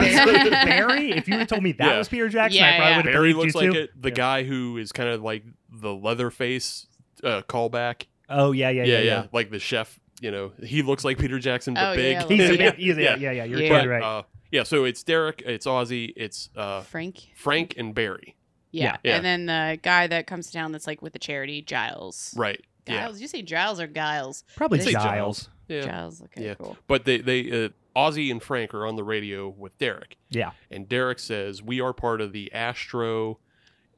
[SPEAKER 2] Barry, if you had told me that
[SPEAKER 4] Yeah.
[SPEAKER 2] was Peter Jackson, I
[SPEAKER 3] Yeah,
[SPEAKER 2] probably
[SPEAKER 3] yeah.
[SPEAKER 2] would have
[SPEAKER 4] Barry
[SPEAKER 2] believed
[SPEAKER 4] looks
[SPEAKER 2] you
[SPEAKER 4] like
[SPEAKER 2] too.
[SPEAKER 4] it. The
[SPEAKER 2] Yeah.
[SPEAKER 4] guy who is kind of like the Leatherface uh, callback.
[SPEAKER 2] Oh yeah, yeah, yeah, yeah.
[SPEAKER 4] Like the chef, you know, he looks like Peter Jackson but
[SPEAKER 3] Oh,
[SPEAKER 4] big.
[SPEAKER 3] yeah,
[SPEAKER 2] He's a
[SPEAKER 3] Yeah.
[SPEAKER 2] big, he's a, yeah, yeah, You're
[SPEAKER 3] Yeah.
[SPEAKER 2] totally
[SPEAKER 4] But,
[SPEAKER 2] right.
[SPEAKER 4] uh, yeah, so it's Derek, it's Ozzy, it's uh,
[SPEAKER 3] Frank.
[SPEAKER 4] Frank and Barry.
[SPEAKER 3] Yeah.
[SPEAKER 4] Yeah.
[SPEAKER 3] and then the guy that comes down that's like with the charity, Giles.
[SPEAKER 4] Right. Yeah.
[SPEAKER 3] Giles, you say Giles or Giles?
[SPEAKER 2] Probably
[SPEAKER 3] I'd say
[SPEAKER 2] Giles.
[SPEAKER 4] Giles. Yeah.
[SPEAKER 3] Giles. Okay,
[SPEAKER 4] Yeah.
[SPEAKER 3] cool.
[SPEAKER 4] But they they uh, Ozzy and Frank are on the radio with Derek.
[SPEAKER 2] Yeah.
[SPEAKER 4] And Derek says, "We are part of the Astro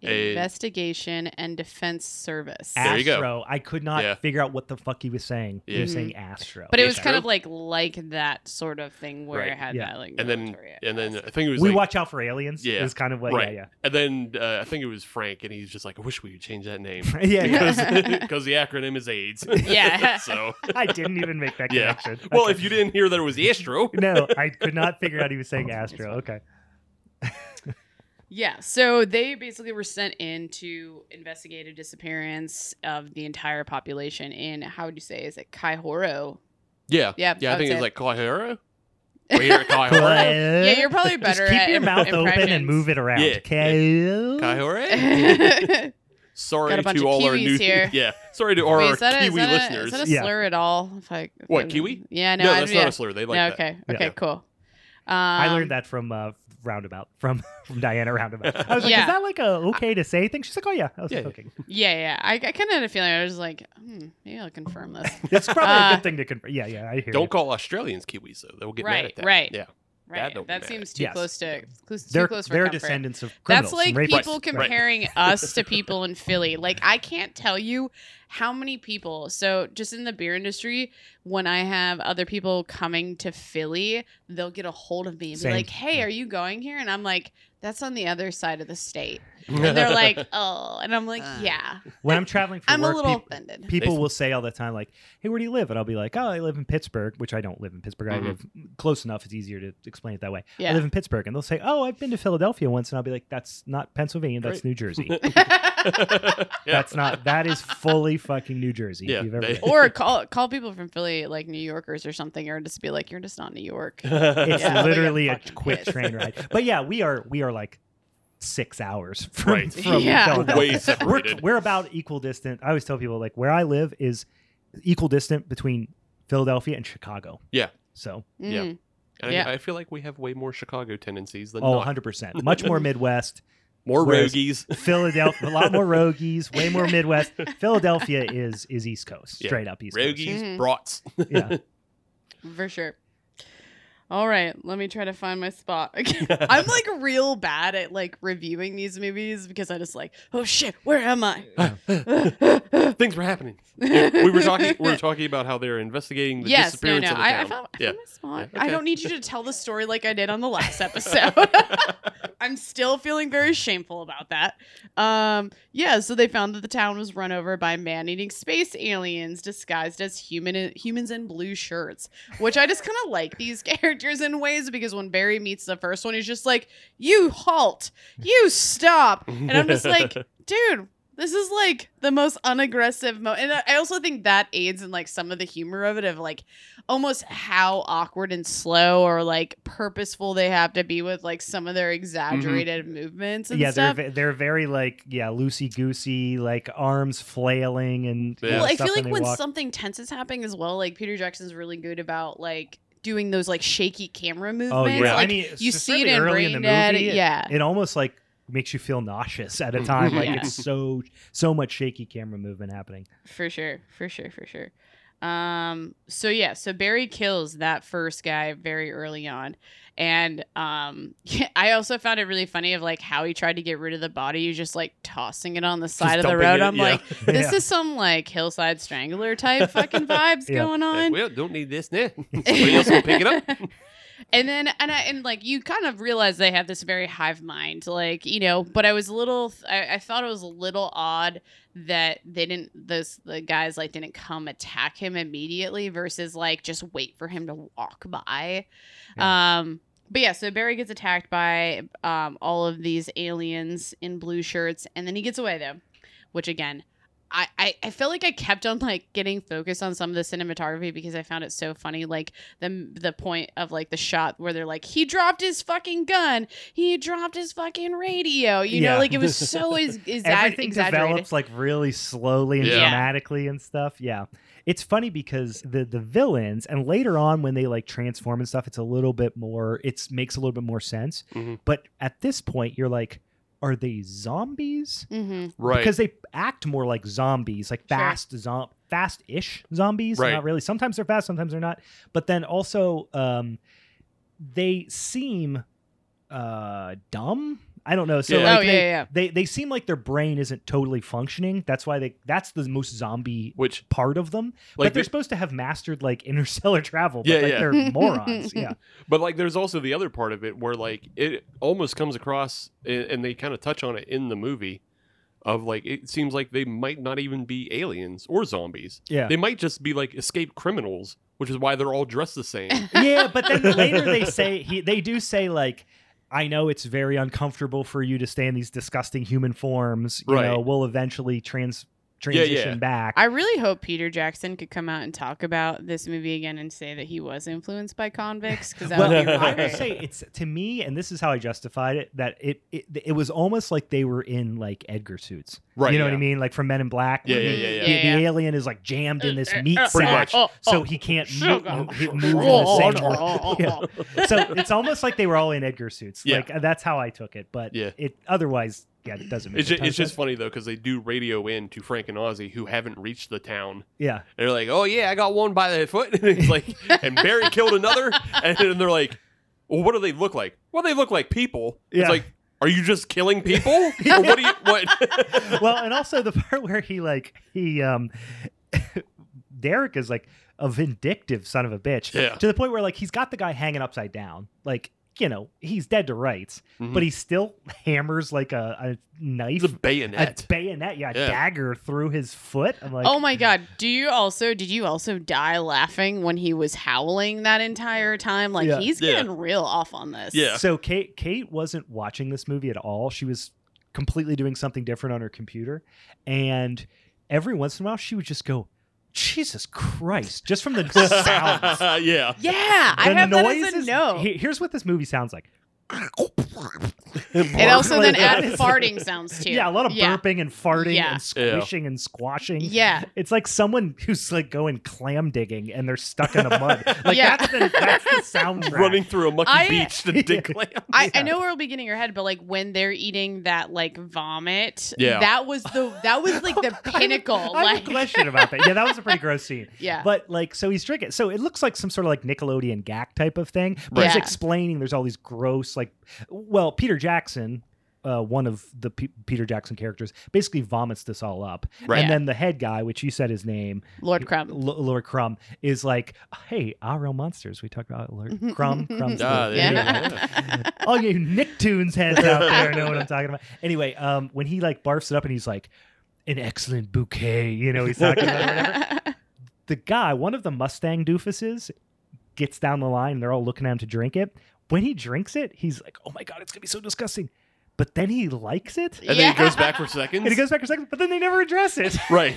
[SPEAKER 4] A-
[SPEAKER 3] Investigation and Defense Service.
[SPEAKER 4] Eh, There you go.
[SPEAKER 2] Astro. I could not
[SPEAKER 4] Yeah.
[SPEAKER 2] figure out what the fuck he was saying. He was
[SPEAKER 3] Yeah.
[SPEAKER 2] saying Astro.
[SPEAKER 3] Mm-hmm. But it
[SPEAKER 4] Yeah,
[SPEAKER 3] was
[SPEAKER 4] sure.
[SPEAKER 3] kind of like like that sort of thing where
[SPEAKER 4] Right.
[SPEAKER 3] it had
[SPEAKER 2] Yeah.
[SPEAKER 3] that like
[SPEAKER 4] and then
[SPEAKER 3] military
[SPEAKER 4] and then
[SPEAKER 3] aspect.
[SPEAKER 4] I think it was
[SPEAKER 2] we
[SPEAKER 4] like-
[SPEAKER 2] watch out for aliens.
[SPEAKER 4] Yeah.
[SPEAKER 2] is kind of what.
[SPEAKER 4] Right.
[SPEAKER 2] Yeah,
[SPEAKER 4] and then uh, I think it was Frank and he's just like, "I wish we could change that name."
[SPEAKER 2] yeah, yeah. yeah.
[SPEAKER 4] Because because the acronym is AIDS.
[SPEAKER 3] Yeah.
[SPEAKER 4] so
[SPEAKER 2] I didn't even make that
[SPEAKER 4] Yeah.
[SPEAKER 2] connection.
[SPEAKER 4] well,
[SPEAKER 2] Okay.
[SPEAKER 4] if you didn't hear that it was Astro,
[SPEAKER 2] no, I could not figure out he was saying
[SPEAKER 3] It's
[SPEAKER 2] Astro. Okay.
[SPEAKER 3] yeah, so they basically were sent in to investigate a disappearance of the entire population in how would you say is it Kaihoro?
[SPEAKER 4] yeah,
[SPEAKER 3] Yeah,
[SPEAKER 4] yeah, I
[SPEAKER 3] that was
[SPEAKER 4] think it's
[SPEAKER 3] it.
[SPEAKER 4] like Kahara. We're here at Kahara.
[SPEAKER 2] yeah,
[SPEAKER 3] yeah, you're probably better.
[SPEAKER 2] Just keep
[SPEAKER 3] at
[SPEAKER 2] your
[SPEAKER 3] im-
[SPEAKER 2] mouth open and
[SPEAKER 3] impressions.
[SPEAKER 2] move it around.
[SPEAKER 4] Yeah.
[SPEAKER 2] Okay.
[SPEAKER 4] Kahara.
[SPEAKER 3] Wait,
[SPEAKER 4] Sorry
[SPEAKER 3] Got a bunch
[SPEAKER 4] to
[SPEAKER 3] of
[SPEAKER 4] all our
[SPEAKER 3] Kiwis
[SPEAKER 4] new
[SPEAKER 3] here.
[SPEAKER 4] yeah. Sorry to all our
[SPEAKER 3] is that a, is
[SPEAKER 4] Kiwi
[SPEAKER 3] that a-
[SPEAKER 4] listeners.
[SPEAKER 3] is that a
[SPEAKER 2] Yeah.
[SPEAKER 3] slur at all? If I, if
[SPEAKER 4] What,
[SPEAKER 3] I'm-
[SPEAKER 4] Kiwi?
[SPEAKER 3] Yeah, no,
[SPEAKER 4] no,
[SPEAKER 3] I-
[SPEAKER 4] that's
[SPEAKER 3] yeah.
[SPEAKER 4] not a slur. They like
[SPEAKER 3] no,
[SPEAKER 4] that.
[SPEAKER 3] okay,
[SPEAKER 2] Yeah.
[SPEAKER 3] okay, cool.
[SPEAKER 2] I
[SPEAKER 3] Um,
[SPEAKER 2] learned that from uh, Roundabout, from, from Diana Roundabout. I was like,
[SPEAKER 3] Yeah.
[SPEAKER 2] is that like a okay to say thing? She's like, oh yeah. I was like,
[SPEAKER 4] Yeah.
[SPEAKER 2] okay.
[SPEAKER 3] Yeah, yeah. I, I kind of had a feeling. I was like, hmm, maybe I'll confirm this.
[SPEAKER 2] That's probably a
[SPEAKER 3] Uh,
[SPEAKER 2] good thing to confirm. Yeah, yeah, I hear
[SPEAKER 4] Don't
[SPEAKER 2] you.
[SPEAKER 4] call Australians Kiwis though. They'll get mad
[SPEAKER 3] Right,
[SPEAKER 4] at that.
[SPEAKER 3] right.
[SPEAKER 4] Yeah.
[SPEAKER 3] Right.
[SPEAKER 4] don't
[SPEAKER 3] That,
[SPEAKER 4] matter.
[SPEAKER 3] seems too
[SPEAKER 2] Yes.
[SPEAKER 3] close to close, too
[SPEAKER 2] They're,
[SPEAKER 3] close for
[SPEAKER 2] they're
[SPEAKER 3] comfort.
[SPEAKER 2] descendants of criminals.
[SPEAKER 3] That's like
[SPEAKER 2] and rapists.
[SPEAKER 3] people
[SPEAKER 4] Right.
[SPEAKER 3] comparing us to people in Philly. Like I can't tell you how many people. So just in the beer industry, when I have other people coming to Philly, they'll get a hold of me and
[SPEAKER 2] Same.
[SPEAKER 3] be like, "Hey,
[SPEAKER 2] Yeah.
[SPEAKER 3] are you going here?" And I'm like, "That's on the other side of the state." And they're like, "Oh," and I'm like,
[SPEAKER 4] Ah.
[SPEAKER 3] "Yeah."
[SPEAKER 2] When I'm traveling for
[SPEAKER 3] I'm
[SPEAKER 2] work,
[SPEAKER 3] a little
[SPEAKER 2] peop-
[SPEAKER 3] offended.
[SPEAKER 2] people
[SPEAKER 4] They-
[SPEAKER 2] will say all the time, like, "Hey, where do you live?" And I'll be like, "Oh, I live in Pittsburgh," which I don't live in Pittsburgh.
[SPEAKER 4] Mhm.
[SPEAKER 2] I live close enough; it's easier to explain it that way. I
[SPEAKER 3] Yeah.
[SPEAKER 2] live in Pittsburgh, and they'll say, "Oh, I've been to Philadelphia once," and I'll be like, "That's not Pennsylvania; that's
[SPEAKER 4] Right.
[SPEAKER 2] New Jersey.
[SPEAKER 4] yeah.
[SPEAKER 2] That's not. That is fully fucking New Jersey. if
[SPEAKER 4] Yeah,
[SPEAKER 2] you've ever
[SPEAKER 4] they-
[SPEAKER 2] been.
[SPEAKER 3] or call call people from Philly, like New Yorkers or something, or just be like, "You're just not New York."
[SPEAKER 2] It's
[SPEAKER 3] Yeah, like a
[SPEAKER 2] literally a
[SPEAKER 3] fucking
[SPEAKER 2] quick
[SPEAKER 3] piss.
[SPEAKER 2] train ride. But yeah, we are we are like six hours from,
[SPEAKER 4] Right.
[SPEAKER 2] from
[SPEAKER 3] Yeah.
[SPEAKER 2] Philadelphia.
[SPEAKER 4] Way
[SPEAKER 2] we're,
[SPEAKER 4] separated.
[SPEAKER 2] we're about equal distant. I always tell people like where I live is equal distant between Philadelphia and Chicago.
[SPEAKER 4] Yeah.
[SPEAKER 2] So,
[SPEAKER 4] Yeah.
[SPEAKER 3] Mm.
[SPEAKER 4] And
[SPEAKER 3] Yeah.
[SPEAKER 4] I, I feel like we have way more Chicago tendencies than
[SPEAKER 2] oh,
[SPEAKER 4] not.
[SPEAKER 2] 100%. Much more Midwest.
[SPEAKER 4] more
[SPEAKER 2] whereas-
[SPEAKER 4] rogies.
[SPEAKER 2] Philadelphia, a lot more Rogies, way more Midwest. Philadelphia is is East Coast,
[SPEAKER 4] Yeah.
[SPEAKER 3] Mm-hmm.
[SPEAKER 2] straight up East
[SPEAKER 4] Rogies,
[SPEAKER 3] Mhm.
[SPEAKER 4] brats.
[SPEAKER 2] Coast. Yeah.
[SPEAKER 3] For sure. all right, let me try to find my spot again. I'm like real bad at like reviewing these movies because I just like, oh shit, where am I?
[SPEAKER 4] Things were happening. Yeah, we were talking. We were talking about how they're investigating the
[SPEAKER 3] yes, no,
[SPEAKER 4] disappearance
[SPEAKER 3] no.
[SPEAKER 4] of the
[SPEAKER 3] I, I
[SPEAKER 4] town.
[SPEAKER 3] found, I
[SPEAKER 4] yeah.
[SPEAKER 3] found my spot.
[SPEAKER 4] Yeah,
[SPEAKER 3] I
[SPEAKER 4] okay.
[SPEAKER 3] don't need you to tell the story like I did on the last episode. I'm still feeling very shameful about that. Um, yeah, so they found that the town was run over by man-eating space aliens disguised as human humans in blue shirts, which I just kind of like these characters in ways because when Barry meets the first one, he's just like, "You halt, you stop," and I'm just like, dude. This is like the most unaggressive mo, and I- I also think that aids in like some of the humor of it, of like almost how awkward and slow or like purposeful they have to be with like some of their exaggerated movements and
[SPEAKER 2] Mm-hmm. yeah,
[SPEAKER 3] stuff.
[SPEAKER 2] they're ve- they're very like yeah, loosey goosey, like arms flailing and
[SPEAKER 4] Yeah.
[SPEAKER 2] you know,
[SPEAKER 3] Well, I
[SPEAKER 2] stuff
[SPEAKER 3] feel like
[SPEAKER 2] they
[SPEAKER 3] when
[SPEAKER 2] walk.
[SPEAKER 3] something tense is happening as well, like Peter Jackson's really good about like doing those like shaky camera movements.
[SPEAKER 2] oh yeah, I
[SPEAKER 3] Like,
[SPEAKER 2] mean
[SPEAKER 3] you
[SPEAKER 2] s-
[SPEAKER 3] see it
[SPEAKER 2] certainly
[SPEAKER 3] in
[SPEAKER 2] early
[SPEAKER 3] Brain
[SPEAKER 2] in the
[SPEAKER 3] Dead,
[SPEAKER 2] movie. it-
[SPEAKER 3] yeah.
[SPEAKER 2] it, almost like makes you feel nauseous at a time. Like
[SPEAKER 3] Yeah.
[SPEAKER 2] it's so so much shaky camera movement happening.
[SPEAKER 3] For sure, for sure, for sure. Um, so yeah, so Barry kills that first guy very early on. And um I also found it really funny of like how he tried to get rid of the body, he just like tossing it on the side of the
[SPEAKER 4] dumping
[SPEAKER 3] road.
[SPEAKER 4] it,
[SPEAKER 3] I'm
[SPEAKER 4] yeah.
[SPEAKER 3] like, this
[SPEAKER 2] Yeah.
[SPEAKER 3] is some like hillside strangler type fucking vibes
[SPEAKER 2] Yeah.
[SPEAKER 3] going on.
[SPEAKER 4] Like, well, don't need this now. Somebody else will pick it up.
[SPEAKER 3] and then and I and like you kind of realize they have this very hive mind, like you know. But I was a little, I, I thought it was a little odd that they didn't those the guys like didn't come attack him immediately versus like just wait for him to walk by. Um. But yeah, so Barry gets attacked by um, all of these aliens in blue shirts, and then he gets away though, which again, I, I, I feel like I kept on like getting focused on some of the cinematography because I found it so funny. Like the the point of like the shot where they're like, he dropped his fucking gun, he dropped his fucking radio. You
[SPEAKER 2] Yeah.
[SPEAKER 3] know, like it was so is, is that
[SPEAKER 2] Everything
[SPEAKER 3] exaggerated?
[SPEAKER 2] develops like really slowly and
[SPEAKER 4] Yeah.
[SPEAKER 2] dramatically and stuff. Yeah. It's funny because the the villains and later on when they like transform and stuff, it's a little bit more it's makes a little bit more sense.
[SPEAKER 4] Mhm.
[SPEAKER 2] But at this point you're like, are they zombies?
[SPEAKER 3] hmm
[SPEAKER 4] Right.
[SPEAKER 2] Because they act more like zombies, like
[SPEAKER 3] Sure.
[SPEAKER 2] fast zom fast-ish zombies.
[SPEAKER 4] Right.
[SPEAKER 2] Not really. Sometimes they're fast, sometimes they're not. But then also um they seem uh dumb. I don't know. So
[SPEAKER 4] Yeah.
[SPEAKER 2] like
[SPEAKER 3] oh yeah,
[SPEAKER 2] they,
[SPEAKER 3] yeah, yeah.
[SPEAKER 2] they they seem like their brain isn't totally functioning. That's why they that's the most zombie
[SPEAKER 4] Which
[SPEAKER 2] part of them.
[SPEAKER 4] like
[SPEAKER 2] but they're
[SPEAKER 4] the-
[SPEAKER 2] supposed to have mastered like interstellar travel. But
[SPEAKER 4] Yeah,
[SPEAKER 2] like,
[SPEAKER 4] yeah.
[SPEAKER 2] they're morons. Yeah.
[SPEAKER 4] But like, there's also the other part of it where like it almost comes across, a- and they kind of touch on it in the movie, of like it seems like they might not even be aliens or zombies.
[SPEAKER 2] Yeah.
[SPEAKER 4] They might just be like escaped criminals, which is why they're all dressed the same.
[SPEAKER 2] yeah, but then later they say he they do say like I know it's very uncomfortable for you to stay in these disgusting human forms. You
[SPEAKER 4] Right.
[SPEAKER 2] know, we'll eventually trans
[SPEAKER 4] Yeah, yeah.
[SPEAKER 2] transition back.
[SPEAKER 3] I really hope Peter Jackson could come out and talk about this movie again and say that he was influenced by convicts because that
[SPEAKER 2] well,
[SPEAKER 3] would be
[SPEAKER 2] I will
[SPEAKER 3] weird.
[SPEAKER 2] say it's to me, and this is how I justified it. That it, it it was almost like they were in like Edgar suits,
[SPEAKER 4] Right,
[SPEAKER 2] You know what
[SPEAKER 4] yeah.
[SPEAKER 2] I mean, like from Men in Black.
[SPEAKER 4] Yeah,
[SPEAKER 2] when
[SPEAKER 4] yeah,
[SPEAKER 2] the-
[SPEAKER 4] yeah, yeah.
[SPEAKER 2] The,
[SPEAKER 3] Yeah,
[SPEAKER 2] the
[SPEAKER 3] yeah.
[SPEAKER 2] alien is like jammed in this
[SPEAKER 3] Uh, uh,
[SPEAKER 2] meat
[SPEAKER 3] uh,
[SPEAKER 4] Pretty
[SPEAKER 2] sack,
[SPEAKER 4] much.
[SPEAKER 3] Oh, oh,
[SPEAKER 2] so he can't move,
[SPEAKER 3] Sugar.
[SPEAKER 2] he- move in the same
[SPEAKER 3] Oh,
[SPEAKER 2] way.
[SPEAKER 3] oh, oh, oh, oh.
[SPEAKER 2] So it's almost like they were all in Edgar suits.
[SPEAKER 4] Yeah.
[SPEAKER 2] Like uh, that's how I took it. But
[SPEAKER 4] Yeah.
[SPEAKER 2] it otherwise, yeah, it doesn't make
[SPEAKER 4] It's
[SPEAKER 2] a
[SPEAKER 4] just,
[SPEAKER 2] ton of
[SPEAKER 4] it's just
[SPEAKER 2] sense.
[SPEAKER 4] funny though because they do radio in to Frank and Ozzy who haven't reached the town.
[SPEAKER 2] yeah.
[SPEAKER 4] They're like, "Oh yeah, I got one by the foot," and it's like, and Barry killed another, and then they're like, "Well, what do they look like? Well, they look like people."
[SPEAKER 2] Yeah.
[SPEAKER 4] It's like, are you just killing people, or what do you what?
[SPEAKER 2] well, and also the part where he like he um Derek is like a vindictive son of a bitch.
[SPEAKER 4] Yeah.
[SPEAKER 2] To the point where like he's got the guy hanging upside down. Like, you know, he's dead to rights,
[SPEAKER 4] Mhm.
[SPEAKER 2] but he still hammers like a, a knife.
[SPEAKER 4] It's a
[SPEAKER 2] a
[SPEAKER 4] bayonet.
[SPEAKER 2] bayonet, yeah, a
[SPEAKER 4] Yeah.
[SPEAKER 2] dagger through his foot. I'm like,
[SPEAKER 3] oh my god! Do you also did you also die laughing when he was howling that entire time? Like
[SPEAKER 2] Yeah.
[SPEAKER 3] he's
[SPEAKER 4] Yeah.
[SPEAKER 3] getting real off on this.
[SPEAKER 4] Yeah.
[SPEAKER 2] So Kate Kate wasn't watching this movie at all. She was completely doing something different on her computer, and every once in a while she would just go, "Jesus Christ!" Just from the sounds.
[SPEAKER 4] yeah.
[SPEAKER 3] Yeah, I
[SPEAKER 2] the
[SPEAKER 3] have
[SPEAKER 2] noises.
[SPEAKER 3] that as a no.
[SPEAKER 2] he- here's what this movie sounds like.
[SPEAKER 3] And also then
[SPEAKER 2] Like,
[SPEAKER 3] add
[SPEAKER 2] it's-
[SPEAKER 3] farting sounds too.
[SPEAKER 2] Yeah, a lot of
[SPEAKER 3] yeah.
[SPEAKER 2] burping and farting
[SPEAKER 3] Yeah.
[SPEAKER 2] and squishing and squashing.
[SPEAKER 3] Yeah.
[SPEAKER 2] It's like someone who's like going clam digging and they're stuck in the mud. Like
[SPEAKER 3] Yeah.
[SPEAKER 2] that's the that's the soundtrack.
[SPEAKER 4] running through a mucky
[SPEAKER 3] I-
[SPEAKER 4] beach to dig clams.
[SPEAKER 3] I,
[SPEAKER 2] Yeah.
[SPEAKER 3] I know we're beginning your head, but like when they're eating that like vomit,
[SPEAKER 4] Yeah.
[SPEAKER 3] that was the that was like the pinnacle.
[SPEAKER 2] I have a
[SPEAKER 3] like
[SPEAKER 2] question about that. Yeah, that was a pretty gross scene.
[SPEAKER 3] yeah,
[SPEAKER 2] But like, so he's drinking. So it looks like some sort of like Nickelodeon gag type of thing. But he's
[SPEAKER 3] Yeah.
[SPEAKER 2] explaining there's all these gross, like, well, Peter Jackson, uh, one of the P- Peter Jackson characters, basically vomits this all up.
[SPEAKER 4] Right.
[SPEAKER 2] And then the head guy, which you said his name,
[SPEAKER 3] Lord Crumb.
[SPEAKER 2] L- Lord Crumb, is like, hey, our real monsters. We talk about Lord
[SPEAKER 3] Mm-hmm,
[SPEAKER 2] Crumb. Crumb's
[SPEAKER 4] Ah,
[SPEAKER 2] the-
[SPEAKER 4] there you
[SPEAKER 2] yeah.
[SPEAKER 4] go.
[SPEAKER 2] All you Nicktoons heads out there know what I'm talking about. Anyway, um, when he like barfs it up and he's like, an excellent bouquet, you know, he's talking about. it or whatever the guy, one of the Mustang doofuses, gets down the line. They're all looking at him to drink it. When he drinks it, he's like, "Oh my god, it's gonna be so disgusting." But then he likes it,
[SPEAKER 4] And then he goes back for seconds.
[SPEAKER 2] and he goes back for seconds. But then they never address it.
[SPEAKER 4] right.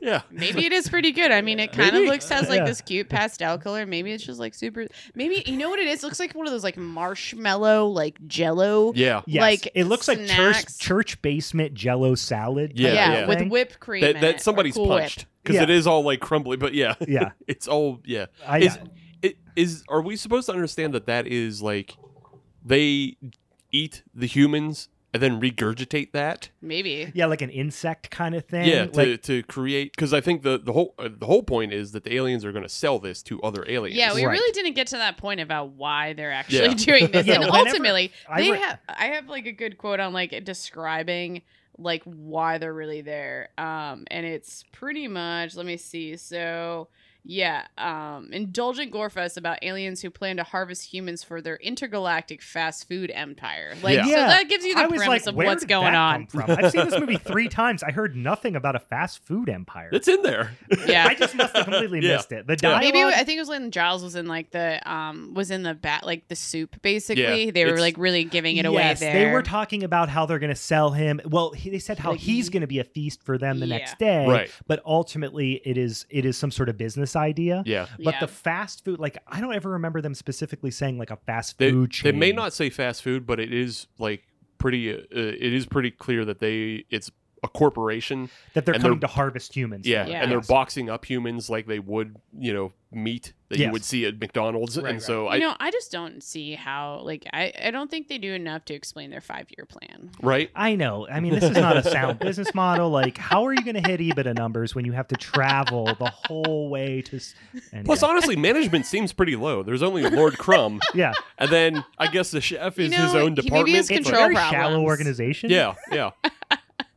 [SPEAKER 4] Yeah.
[SPEAKER 3] Maybe it is pretty good. I mean, it kind
[SPEAKER 4] Maybe.
[SPEAKER 3] of looks has like
[SPEAKER 2] Yeah.
[SPEAKER 3] this cute pastel color. Maybe it's just like super. Maybe you know what it is? It looks like one of those like marshmallow like Jello.
[SPEAKER 4] Yeah.
[SPEAKER 2] Yes,
[SPEAKER 3] Like
[SPEAKER 2] it looks like church
[SPEAKER 3] snacks.
[SPEAKER 2] church basement Jello salad.
[SPEAKER 4] Yeah, yeah.
[SPEAKER 3] with
[SPEAKER 2] thing.
[SPEAKER 3] whipped cream. in
[SPEAKER 4] That,
[SPEAKER 3] it, or
[SPEAKER 4] that somebody's
[SPEAKER 3] Cool Whip.
[SPEAKER 4] punched because
[SPEAKER 2] Yeah.
[SPEAKER 4] it is all like crumbly. But yeah,
[SPEAKER 2] yeah,
[SPEAKER 4] it's all yeah.
[SPEAKER 2] I,
[SPEAKER 4] Is it is are we supposed to understand that that is like they eat the humans and then regurgitate that?
[SPEAKER 3] Maybe.
[SPEAKER 2] yeah, like an insect kind of thing.
[SPEAKER 4] yeah, to,
[SPEAKER 2] like,
[SPEAKER 4] to create because I think the the whole uh, the whole point is that the aliens are going to sell this to other aliens.
[SPEAKER 3] Yeah, we
[SPEAKER 2] Right.
[SPEAKER 3] really didn't get to that point about why they're actually
[SPEAKER 4] Yeah.
[SPEAKER 3] doing this.
[SPEAKER 2] Yeah,
[SPEAKER 3] and
[SPEAKER 2] whenever
[SPEAKER 3] ultimately,
[SPEAKER 2] I
[SPEAKER 3] they
[SPEAKER 2] re-
[SPEAKER 3] have I have like a good quote on like describing like why they're really there. Um and it's pretty much let me see. So yeah, um indulgent gorefest about aliens who plan to harvest humans for their intergalactic fast food empire. Like
[SPEAKER 4] Yeah.
[SPEAKER 3] so
[SPEAKER 2] Yeah.
[SPEAKER 3] that gives you the
[SPEAKER 2] I was
[SPEAKER 3] premise
[SPEAKER 2] like,
[SPEAKER 3] of
[SPEAKER 2] "Where
[SPEAKER 3] what's
[SPEAKER 2] did
[SPEAKER 3] going
[SPEAKER 2] that
[SPEAKER 3] on.
[SPEAKER 2] come from? I've seen this movie three times. I heard nothing about a fast food empire.
[SPEAKER 4] it's in there.
[SPEAKER 2] I
[SPEAKER 3] Yeah.
[SPEAKER 2] just must have completely
[SPEAKER 4] Yeah.
[SPEAKER 2] missed it. The
[SPEAKER 4] Yeah.
[SPEAKER 2] dialogue,
[SPEAKER 3] Maybe it- I think it was when Giles was in like the um was in the bat like the soup basically. they were
[SPEAKER 4] it's-
[SPEAKER 3] like really giving it away there.
[SPEAKER 2] They were talking about how they're going to sell him. Well, he, they said how
[SPEAKER 3] Like,
[SPEAKER 2] he's
[SPEAKER 3] he-
[SPEAKER 2] going to be a feast for them the
[SPEAKER 3] Yeah.
[SPEAKER 2] next day.
[SPEAKER 4] Right.
[SPEAKER 2] But ultimately, it is it is some sort of business idea.
[SPEAKER 4] Yeah.
[SPEAKER 2] But
[SPEAKER 3] Yeah.
[SPEAKER 2] the fast food, like I don't ever remember them specifically saying like a fast
[SPEAKER 4] They,
[SPEAKER 2] food
[SPEAKER 4] they
[SPEAKER 2] chain.
[SPEAKER 4] may not say fast food, but it is like pretty. Uh, uh, it is pretty clear that they it's a corporation.
[SPEAKER 2] that they're
[SPEAKER 4] and
[SPEAKER 2] coming
[SPEAKER 4] they're-
[SPEAKER 2] to harvest humans.
[SPEAKER 4] Yeah,
[SPEAKER 3] Yeah.
[SPEAKER 4] and they're
[SPEAKER 2] Yes.
[SPEAKER 4] boxing up humans like they would you know meat that you
[SPEAKER 2] Yes.
[SPEAKER 4] would see at McDonald's.
[SPEAKER 2] Right,
[SPEAKER 4] and
[SPEAKER 2] right.
[SPEAKER 4] so
[SPEAKER 3] You
[SPEAKER 4] I
[SPEAKER 3] know, I just don't see how. Like, I, I don't think they do enough to explain their five year plan.
[SPEAKER 4] right.
[SPEAKER 2] I know. I mean, this is not a sound business model. Like, how are you going to hit EBITDA numbers when you have to travel the whole way to? s- Anyway.
[SPEAKER 4] Plus, honestly, management seems pretty low. There's only Lord Crumb,
[SPEAKER 2] yeah,
[SPEAKER 4] and then I guess the chef
[SPEAKER 3] You
[SPEAKER 4] is his
[SPEAKER 3] know,
[SPEAKER 4] own
[SPEAKER 3] he
[SPEAKER 4] department.
[SPEAKER 3] maybe
[SPEAKER 2] it's
[SPEAKER 3] has
[SPEAKER 2] a
[SPEAKER 4] but-
[SPEAKER 3] control
[SPEAKER 2] very shallow
[SPEAKER 3] problems.
[SPEAKER 2] organization.
[SPEAKER 4] Yeah, yeah,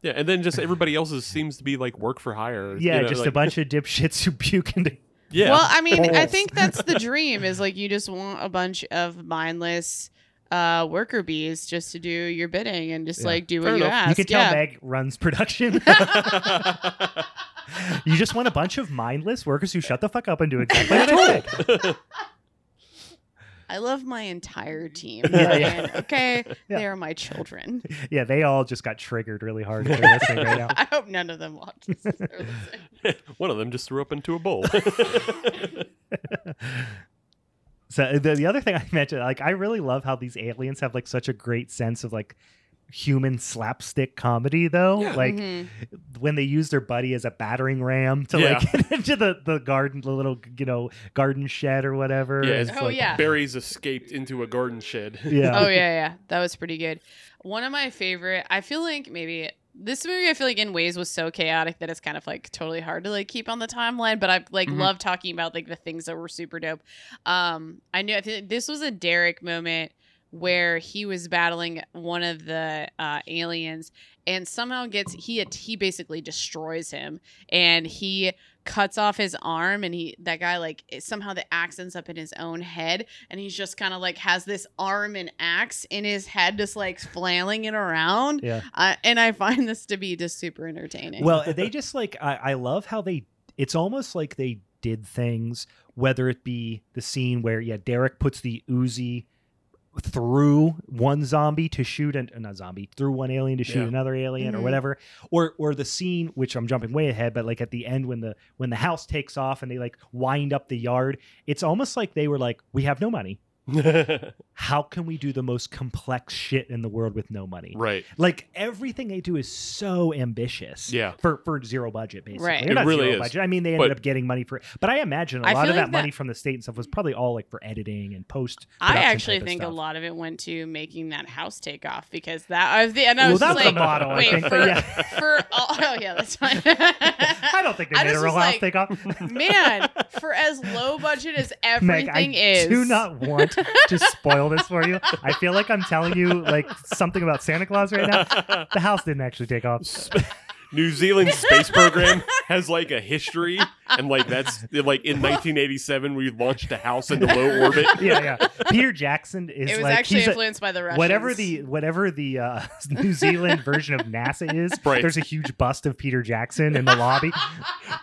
[SPEAKER 4] yeah. And then just everybody else's seems to be like work for hire.
[SPEAKER 2] yeah,
[SPEAKER 4] you know,
[SPEAKER 2] just a
[SPEAKER 4] like-
[SPEAKER 2] bunch of dipshits who puke into
[SPEAKER 4] Yeah,
[SPEAKER 3] Well, I mean, I
[SPEAKER 2] Balls.
[SPEAKER 3] think that's the dream is like you just want a bunch of mindless uh, worker bees just to do your bidding and just
[SPEAKER 2] Yeah.
[SPEAKER 3] like do what
[SPEAKER 4] Fair
[SPEAKER 3] you
[SPEAKER 4] enough.
[SPEAKER 3] ask.
[SPEAKER 2] You can tell
[SPEAKER 3] yeah.
[SPEAKER 2] Meg runs production. you just want a bunch of mindless workers who shut the fuck up and do exactly what I say.
[SPEAKER 3] I love my entire team.
[SPEAKER 2] Yeah, yeah.
[SPEAKER 3] Ryan, Okay,
[SPEAKER 2] Yeah.
[SPEAKER 3] they are my children.
[SPEAKER 2] Yeah, they all just got triggered really hard. If they're listening right now.
[SPEAKER 3] I hope none of them watch this. or listen.
[SPEAKER 4] one of them just threw up into a bowl.
[SPEAKER 2] So uh, the, the other thing I mentioned, like, I really love how these aliens have like such a great sense of like human slapstick comedy though
[SPEAKER 4] Yeah.
[SPEAKER 2] like
[SPEAKER 3] Mhm.
[SPEAKER 2] when they use their buddy as a battering ram to like get into the the garden the little you know garden shed or whatever
[SPEAKER 4] Yeah,
[SPEAKER 2] It's
[SPEAKER 4] it's
[SPEAKER 3] Oh,
[SPEAKER 2] like-
[SPEAKER 3] yeah.
[SPEAKER 4] Barry's escaped into a garden shed.
[SPEAKER 2] yeah
[SPEAKER 3] oh yeah, yeah, that was pretty good. One of my favorite. I feel like maybe this movie. I feel like in ways was so chaotic that it's kind of like totally hard to like keep on the timeline. But I like
[SPEAKER 4] Mhm.
[SPEAKER 3] love talking about like the things that were super dope. Um, I knew I feel like this was a Derek moment where he was battling one of the uh, aliens and somehow gets he he basically destroys him and he cuts off his arm and he that guy like it- somehow the axe ends up in his own head and he's just kind of like has this arm and axe in his head just like flailing it around
[SPEAKER 2] yeah
[SPEAKER 3] uh, and i find this to be just super entertaining
[SPEAKER 2] Well, they just like I, I love how they. It's almost like they did things, whether it be the scene where yeah, Derek puts the Uzi through one zombie to shoot and not zombie through one alien to shoot
[SPEAKER 4] Yeah.
[SPEAKER 2] another alien or
[SPEAKER 3] Mhm.
[SPEAKER 2] whatever, or or the scene which I'm jumping way ahead, but like at the end when the when the house takes off and they like wind up the yard, it's almost like they were like, we have no money. How can we do the most complex shit in the world with no money?
[SPEAKER 4] right.
[SPEAKER 2] Like everything they do is so ambitious.
[SPEAKER 4] Yeah.
[SPEAKER 2] For, for zero budget, basically.
[SPEAKER 3] Right.
[SPEAKER 2] They're
[SPEAKER 4] It
[SPEAKER 2] not
[SPEAKER 4] really
[SPEAKER 2] zero
[SPEAKER 4] is.
[SPEAKER 2] budget. I mean, they ended
[SPEAKER 4] But-
[SPEAKER 2] up getting money for it. But I imagine a
[SPEAKER 3] I
[SPEAKER 2] lot
[SPEAKER 3] feel
[SPEAKER 2] of that
[SPEAKER 3] like that-
[SPEAKER 2] money from the state and stuff was probably all like for editing and post.
[SPEAKER 3] I actually think a lot of it went to making that house take off because that I was the and I
[SPEAKER 2] Well,
[SPEAKER 3] was
[SPEAKER 2] that
[SPEAKER 3] just
[SPEAKER 2] was
[SPEAKER 3] like
[SPEAKER 2] a model, I
[SPEAKER 3] wait
[SPEAKER 2] think.
[SPEAKER 3] for
[SPEAKER 2] But yeah.
[SPEAKER 3] for all, oh yeah that's fine.
[SPEAKER 2] I don't think they
[SPEAKER 3] I
[SPEAKER 2] made a
[SPEAKER 3] just
[SPEAKER 2] real
[SPEAKER 3] was
[SPEAKER 2] house
[SPEAKER 3] like,
[SPEAKER 2] take off.
[SPEAKER 3] Man, for as low budget as
[SPEAKER 2] Meg,
[SPEAKER 3] everything
[SPEAKER 2] I
[SPEAKER 3] is,
[SPEAKER 2] do not want to spoil this for you. I feel like I'm telling you like something about Santa Claus right now. The house didn't actually take off.
[SPEAKER 4] Sp- New Zealand's space program has like a history, and like that's like in 1987 we launched a house into low orbit.
[SPEAKER 2] Yeah, yeah. Peter Jackson is
[SPEAKER 3] It was
[SPEAKER 2] like
[SPEAKER 3] actually
[SPEAKER 2] he's a-
[SPEAKER 3] influenced by the Russians.
[SPEAKER 2] whatever the whatever the uh, New Zealand version of NASA is.
[SPEAKER 4] Right.
[SPEAKER 2] There's a huge bust of Peter Jackson in the lobby.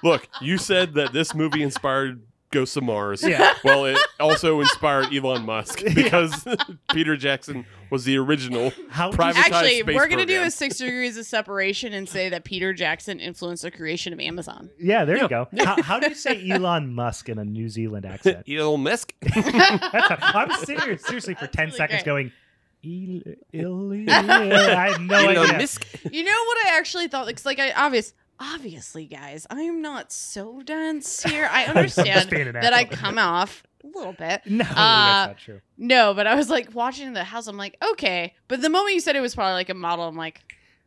[SPEAKER 4] Look, you said that this movie inspired Ghosts of Mars.
[SPEAKER 2] Yeah.
[SPEAKER 4] Well, it also inspired Elon Musk because Peter Jackson was the original.
[SPEAKER 2] How does-
[SPEAKER 4] Private-
[SPEAKER 3] Actually,
[SPEAKER 4] space
[SPEAKER 3] we're gonna do
[SPEAKER 4] program.
[SPEAKER 3] a six degrees of separation and say that Peter Jackson influenced the creation of Amazon.
[SPEAKER 2] yeah, there
[SPEAKER 4] Yeah.
[SPEAKER 2] you go. How, how do you say Elon Musk in a New Zealand accent?
[SPEAKER 4] Elon Musk.
[SPEAKER 2] That's how, I'm sitting here seriously for
[SPEAKER 3] That's
[SPEAKER 2] ten
[SPEAKER 3] really
[SPEAKER 2] seconds
[SPEAKER 3] great.
[SPEAKER 2] going. Il, il, il, I have no idea.
[SPEAKER 4] Musk.
[SPEAKER 3] You know what I actually thought? It's like I obvious, obviously, guys. I am not so dense here. I
[SPEAKER 2] I'm just
[SPEAKER 3] understand
[SPEAKER 2] being an
[SPEAKER 3] that I
[SPEAKER 2] asshole.
[SPEAKER 3] come off a little bit.
[SPEAKER 2] No,
[SPEAKER 3] Uh,
[SPEAKER 2] that's not true.
[SPEAKER 3] No, but I was like watching the house. I'm like, okay. But the moment you said it was probably like a model, I'm like,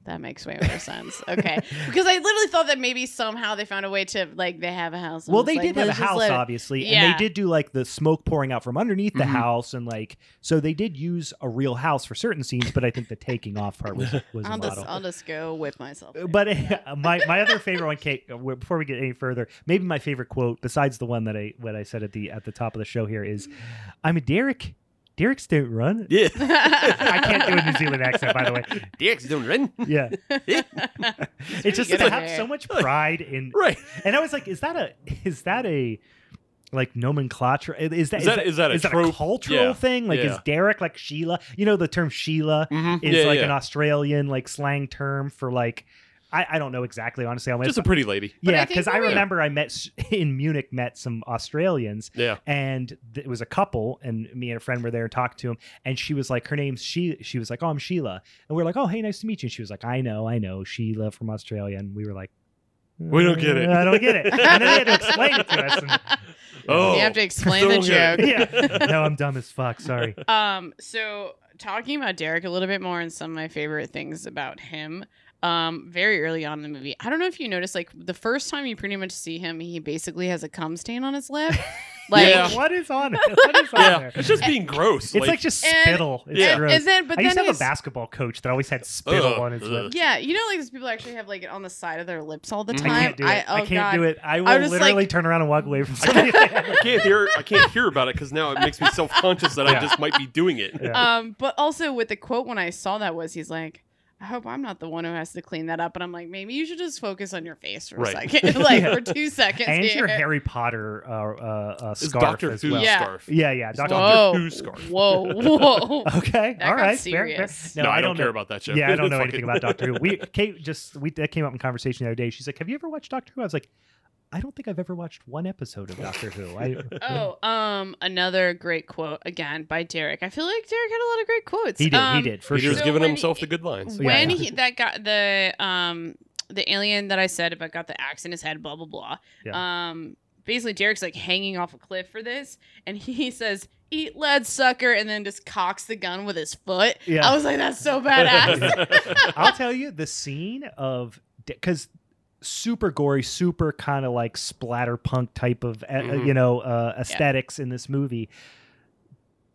[SPEAKER 3] that makes way more sense. Okay, because I literally thought that maybe somehow they found a way to like they have a house. and
[SPEAKER 2] Well,
[SPEAKER 3] it's
[SPEAKER 2] they
[SPEAKER 3] like,
[SPEAKER 2] did have a
[SPEAKER 3] let's just
[SPEAKER 2] house,
[SPEAKER 3] let it-
[SPEAKER 2] obviously, and
[SPEAKER 3] Yeah.
[SPEAKER 2] they did do like the smoke pouring out from underneath the
[SPEAKER 4] Mhm.
[SPEAKER 2] house, and like so they did use a real house for certain scenes, but I think the taking off part was was a
[SPEAKER 3] I'll
[SPEAKER 2] model.
[SPEAKER 3] just, I'll just go whip myself.
[SPEAKER 2] but uh, my my other favorite one, Kate. uh, w- Before we get any further, maybe my favorite quote, besides the one that I what I said at the at the top of the show here, is, "I'm a Derek. Derricks don't run.
[SPEAKER 4] Yeah.
[SPEAKER 2] I can't do a New Zealand accent, by the way.
[SPEAKER 4] Dicks don't run.
[SPEAKER 2] Yeah,
[SPEAKER 3] Zealand.
[SPEAKER 2] it's just
[SPEAKER 3] good
[SPEAKER 2] that I have
[SPEAKER 3] there.
[SPEAKER 2] so much pride in,
[SPEAKER 4] Right.
[SPEAKER 2] and I was like, is that a is that a like nomenclature? Is that
[SPEAKER 4] Is that is that a
[SPEAKER 2] is that a
[SPEAKER 4] trope?
[SPEAKER 2] cultural
[SPEAKER 4] Yeah.
[SPEAKER 2] thing? Like, is
[SPEAKER 4] Yeah.
[SPEAKER 2] Derek like Sheila? You know, the term Sheila
[SPEAKER 4] Mhm.
[SPEAKER 2] is
[SPEAKER 4] Yeah,
[SPEAKER 2] like
[SPEAKER 4] yeah.
[SPEAKER 2] an Australian like slang term for like I, I don't know exactly. Honestly, I went
[SPEAKER 4] just a pretty lady.
[SPEAKER 3] But I
[SPEAKER 2] yeah
[SPEAKER 3] think
[SPEAKER 2] because I,
[SPEAKER 3] we're right.
[SPEAKER 2] remember I met s- in Munich met some Australians
[SPEAKER 4] Yeah.
[SPEAKER 2] and th- it was a couple and me and a friend were there and talked to him and she was like her name's she she was like oh I'm Sheila and we are like oh hey nice to meet you and she was like I know I know Sheila from Australia and we were like
[SPEAKER 4] We don't get it.
[SPEAKER 2] "Uh, I don't get it and then they had to explain it to us and,
[SPEAKER 4] Oh.
[SPEAKER 3] you have to explain
[SPEAKER 2] Oh,
[SPEAKER 3] the
[SPEAKER 4] don't get
[SPEAKER 3] joke.
[SPEAKER 2] yeah no I'm dumb as fuck sorry
[SPEAKER 3] Um, so talking about Derek a little bit more and some of my favorite things about him. Um, very early on in the movie, I don't know if you noticed, like the first time you pretty much see him, he basically has a cum stain on his lip. Like,
[SPEAKER 4] Yeah.
[SPEAKER 2] what is on it what is on
[SPEAKER 4] Yeah.
[SPEAKER 2] there
[SPEAKER 4] It's just being gross.
[SPEAKER 2] It's like, just
[SPEAKER 3] And-
[SPEAKER 2] spittle. It's
[SPEAKER 4] Yeah.
[SPEAKER 2] gross.
[SPEAKER 3] and then, but
[SPEAKER 2] I
[SPEAKER 3] then
[SPEAKER 2] used to have
[SPEAKER 3] his-
[SPEAKER 2] a basketball coach that always had spittle
[SPEAKER 4] Ugh.
[SPEAKER 2] on his lip.
[SPEAKER 3] yeah, you know, like those people actually have like it on the side of their lips all the
[SPEAKER 4] Mhm.
[SPEAKER 3] time.
[SPEAKER 2] Mm-hmm. I can't do it. I,
[SPEAKER 3] oh,
[SPEAKER 2] can't
[SPEAKER 3] God.
[SPEAKER 2] do it. I will
[SPEAKER 3] was like-
[SPEAKER 2] literally turn around and walk away from somebody.
[SPEAKER 4] I can't hear. I can't hear about it because now it makes me self conscious that I
[SPEAKER 2] Yeah.
[SPEAKER 4] just might be doing it.
[SPEAKER 2] Yeah.
[SPEAKER 3] Um, but also with the quote when I saw that was he's like, I hope I'm not the one who has to clean that up. And I'm like, maybe you should just focus on your face for
[SPEAKER 4] Right.
[SPEAKER 3] a second, like
[SPEAKER 2] Yeah.
[SPEAKER 3] for two seconds.
[SPEAKER 2] and your
[SPEAKER 3] here.
[SPEAKER 2] Harry Potter uh, uh, uh,
[SPEAKER 4] It's
[SPEAKER 2] scarf
[SPEAKER 4] Doctor
[SPEAKER 2] as
[SPEAKER 4] Who
[SPEAKER 2] well.
[SPEAKER 3] Yeah.
[SPEAKER 4] scarf.
[SPEAKER 2] Yeah, yeah. Doctor
[SPEAKER 4] Whoa. Who scarf.
[SPEAKER 3] Whoa, whoa.
[SPEAKER 2] Who. Okay,
[SPEAKER 3] That
[SPEAKER 2] all
[SPEAKER 3] got
[SPEAKER 2] right. fair, fair.
[SPEAKER 3] serious.
[SPEAKER 4] No, I, don't, care about that show.
[SPEAKER 2] Yeah, I don't know anything about Doctor Who. We Kate just we that came up in conversation the other day. She's like, "Have you ever watched Doctor Who?" I was like, "I don't think I've ever watched one episode of Doctor Who." I,
[SPEAKER 3] oh, um, another great quote again by Derek. I feel like Derek had a lot of great quotes.
[SPEAKER 2] he did.
[SPEAKER 3] Um,
[SPEAKER 2] he did for
[SPEAKER 4] He's
[SPEAKER 2] sure.
[SPEAKER 4] just
[SPEAKER 3] So
[SPEAKER 4] giving
[SPEAKER 3] when-
[SPEAKER 4] himself the good lines.
[SPEAKER 2] Yeah,
[SPEAKER 3] When
[SPEAKER 2] yeah.
[SPEAKER 3] he that got the um the alien that I said about got the axe in his head, blah blah blah. Um, basically Derek's like hanging off a cliff for this, and he says, "Eat lead, sucker," and then just cocks the gun with his foot.
[SPEAKER 2] Yeah.
[SPEAKER 3] I was like, that's so badass.
[SPEAKER 2] I'll tell you the scene of because super gory, super kind of like splatter punk type of uh, uh
[SPEAKER 4] Mhm.
[SPEAKER 2] you know uh, aesthetics in this movie.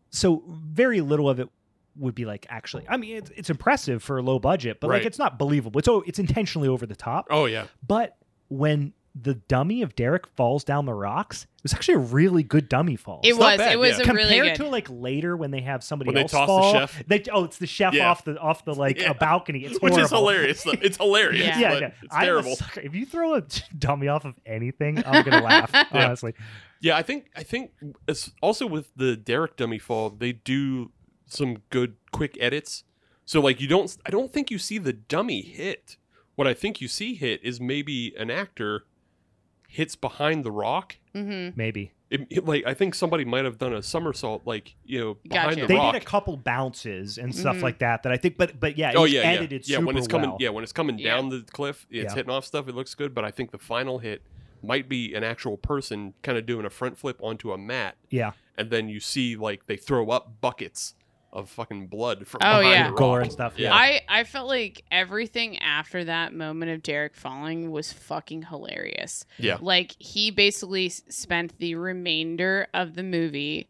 [SPEAKER 2] So very little of it would be like actually. I mean, it's, it's impressive for a low budget, but like
[SPEAKER 4] Right.
[SPEAKER 2] it's not believable. It's oh, it's intentionally over the top.
[SPEAKER 4] oh yeah,
[SPEAKER 2] But when the dummy of Derek falls down the rocks, it was actually a really good dummy fall.
[SPEAKER 3] it
[SPEAKER 4] not
[SPEAKER 3] was.
[SPEAKER 4] bad,
[SPEAKER 3] it was
[SPEAKER 4] yeah.
[SPEAKER 3] a
[SPEAKER 2] compared
[SPEAKER 3] really good.
[SPEAKER 2] to like later when they have somebody
[SPEAKER 4] When they
[SPEAKER 2] else
[SPEAKER 4] toss the
[SPEAKER 2] fall,
[SPEAKER 4] chef.
[SPEAKER 2] They, oh, it's the chef
[SPEAKER 4] Yeah.
[SPEAKER 2] off the off the like
[SPEAKER 4] Yeah.
[SPEAKER 2] a balcony. It's
[SPEAKER 4] which is
[SPEAKER 2] horrible.
[SPEAKER 4] hilarious. though. It's hilarious.
[SPEAKER 3] Yeah.
[SPEAKER 4] Yeah,
[SPEAKER 2] Yeah, I
[SPEAKER 4] but
[SPEAKER 2] know.
[SPEAKER 4] it's
[SPEAKER 2] I'm a
[SPEAKER 4] terrible.
[SPEAKER 2] sucker. If you throw a dummy off of anything, I'm gonna laugh.
[SPEAKER 3] Yeah.
[SPEAKER 2] Honestly,
[SPEAKER 4] Yeah, I think I think it's also with the Derek dummy fall, they do some good quick edits. So like you don't I don't think you see the dummy hit. What I think you see hit is maybe an actor hits behind the rock
[SPEAKER 3] Mhm.
[SPEAKER 2] maybe
[SPEAKER 4] It, it- like I think somebody might have done a somersault, like you know, behind
[SPEAKER 3] Gotcha.
[SPEAKER 4] the
[SPEAKER 2] They
[SPEAKER 4] rock.
[SPEAKER 2] did a couple bounces and stuff
[SPEAKER 3] Mhm.
[SPEAKER 2] like that. That I think, but but yeah, it
[SPEAKER 4] oh
[SPEAKER 2] was
[SPEAKER 4] yeah,
[SPEAKER 2] edited
[SPEAKER 4] yeah, yeah.
[SPEAKER 2] super
[SPEAKER 4] When it's coming,
[SPEAKER 2] well.
[SPEAKER 4] yeah, when it's coming
[SPEAKER 3] Yeah.
[SPEAKER 4] down the cliff, it's
[SPEAKER 2] Yeah.
[SPEAKER 4] hitting off stuff. It looks good, but I think the final hit might be an actual person kind of doing a front flip onto a mat,
[SPEAKER 2] yeah,
[SPEAKER 4] and then you see like they throw up buckets of fucking blood from
[SPEAKER 3] Oh,
[SPEAKER 4] behind
[SPEAKER 3] yeah.
[SPEAKER 4] the
[SPEAKER 2] gore
[SPEAKER 4] rock.
[SPEAKER 2] and stuff.
[SPEAKER 4] Yeah.
[SPEAKER 2] Yeah,
[SPEAKER 3] I, I felt like everything after that moment of Derek falling was fucking hilarious.
[SPEAKER 4] Yeah.
[SPEAKER 3] Like he basically s- spent the remainder of the movie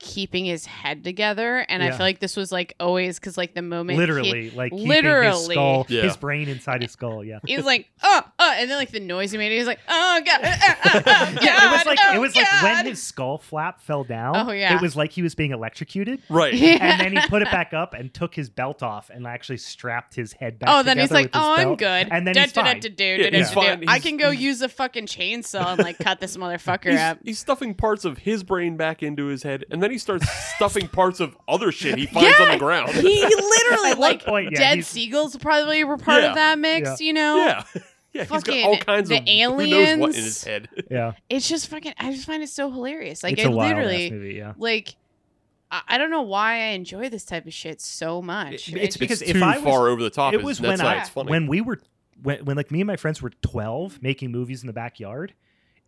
[SPEAKER 3] keeping his head together, and I
[SPEAKER 2] Yeah.
[SPEAKER 3] feel like this was like always because like the moment he-
[SPEAKER 2] literally, like keeping his
[SPEAKER 3] literally.
[SPEAKER 2] skull,
[SPEAKER 4] Yeah.
[SPEAKER 2] his brain inside his skull. Yeah.
[SPEAKER 3] he, was like oh oh, and then like the noise he made, he was like oh god, uh, uh, uh, oh,
[SPEAKER 2] yeah, it was
[SPEAKER 3] God,
[SPEAKER 2] like
[SPEAKER 3] oh,
[SPEAKER 2] it was like when
[SPEAKER 3] God."
[SPEAKER 2] his skull flap fell down.
[SPEAKER 3] Oh, yeah.
[SPEAKER 2] it was like he was being electrocuted.
[SPEAKER 4] Right.
[SPEAKER 3] Yeah.
[SPEAKER 2] and then he put it back up and took his belt off and actually strapped his head back.
[SPEAKER 3] Oh, then he's
[SPEAKER 2] together
[SPEAKER 3] like,
[SPEAKER 2] with his
[SPEAKER 3] "Oh, I'm
[SPEAKER 2] belt.
[SPEAKER 3] good."
[SPEAKER 2] And then
[SPEAKER 3] Da-
[SPEAKER 2] he's
[SPEAKER 3] da- da-
[SPEAKER 2] fine.
[SPEAKER 3] da- do,
[SPEAKER 4] Yeah,
[SPEAKER 3] da- da-
[SPEAKER 2] he's
[SPEAKER 3] da- do.
[SPEAKER 4] fine.
[SPEAKER 3] I
[SPEAKER 4] He's-
[SPEAKER 3] can go
[SPEAKER 4] he's-
[SPEAKER 3] use a fucking chainsaw and like cut this motherfucker
[SPEAKER 4] He's,
[SPEAKER 3] up.
[SPEAKER 4] he's stuffing parts of his brain back into his head, and then he starts stuffing parts of other shit he finds on
[SPEAKER 3] Yeah,
[SPEAKER 4] the ground.
[SPEAKER 3] He literally
[SPEAKER 2] At one
[SPEAKER 3] like
[SPEAKER 2] point, yeah,
[SPEAKER 3] dead
[SPEAKER 2] he's-
[SPEAKER 3] seagulls probably were part
[SPEAKER 4] Yeah.
[SPEAKER 3] of that mix. You know,
[SPEAKER 4] yeah, yeah. He's got
[SPEAKER 3] Fucking
[SPEAKER 4] all kinds
[SPEAKER 3] the
[SPEAKER 4] of who knows what in
[SPEAKER 3] aliens.
[SPEAKER 4] his head.
[SPEAKER 2] Yeah,
[SPEAKER 3] it's just fucking. I just find it so hilarious. Like
[SPEAKER 2] it's
[SPEAKER 3] I
[SPEAKER 2] a wild
[SPEAKER 3] literally
[SPEAKER 2] ass movie. Yeah.
[SPEAKER 3] like. I I don't know why I enjoy this type of shit so much.
[SPEAKER 2] It- it's
[SPEAKER 3] It-
[SPEAKER 2] because
[SPEAKER 4] it's
[SPEAKER 2] if
[SPEAKER 4] too
[SPEAKER 2] I was-
[SPEAKER 4] far over the top.
[SPEAKER 2] it
[SPEAKER 4] is-
[SPEAKER 2] was
[SPEAKER 4] that's
[SPEAKER 2] when
[SPEAKER 4] why
[SPEAKER 2] I-
[SPEAKER 4] it's funny.
[SPEAKER 2] When we were when, when like me and my friends were 12 making movies in the backyard,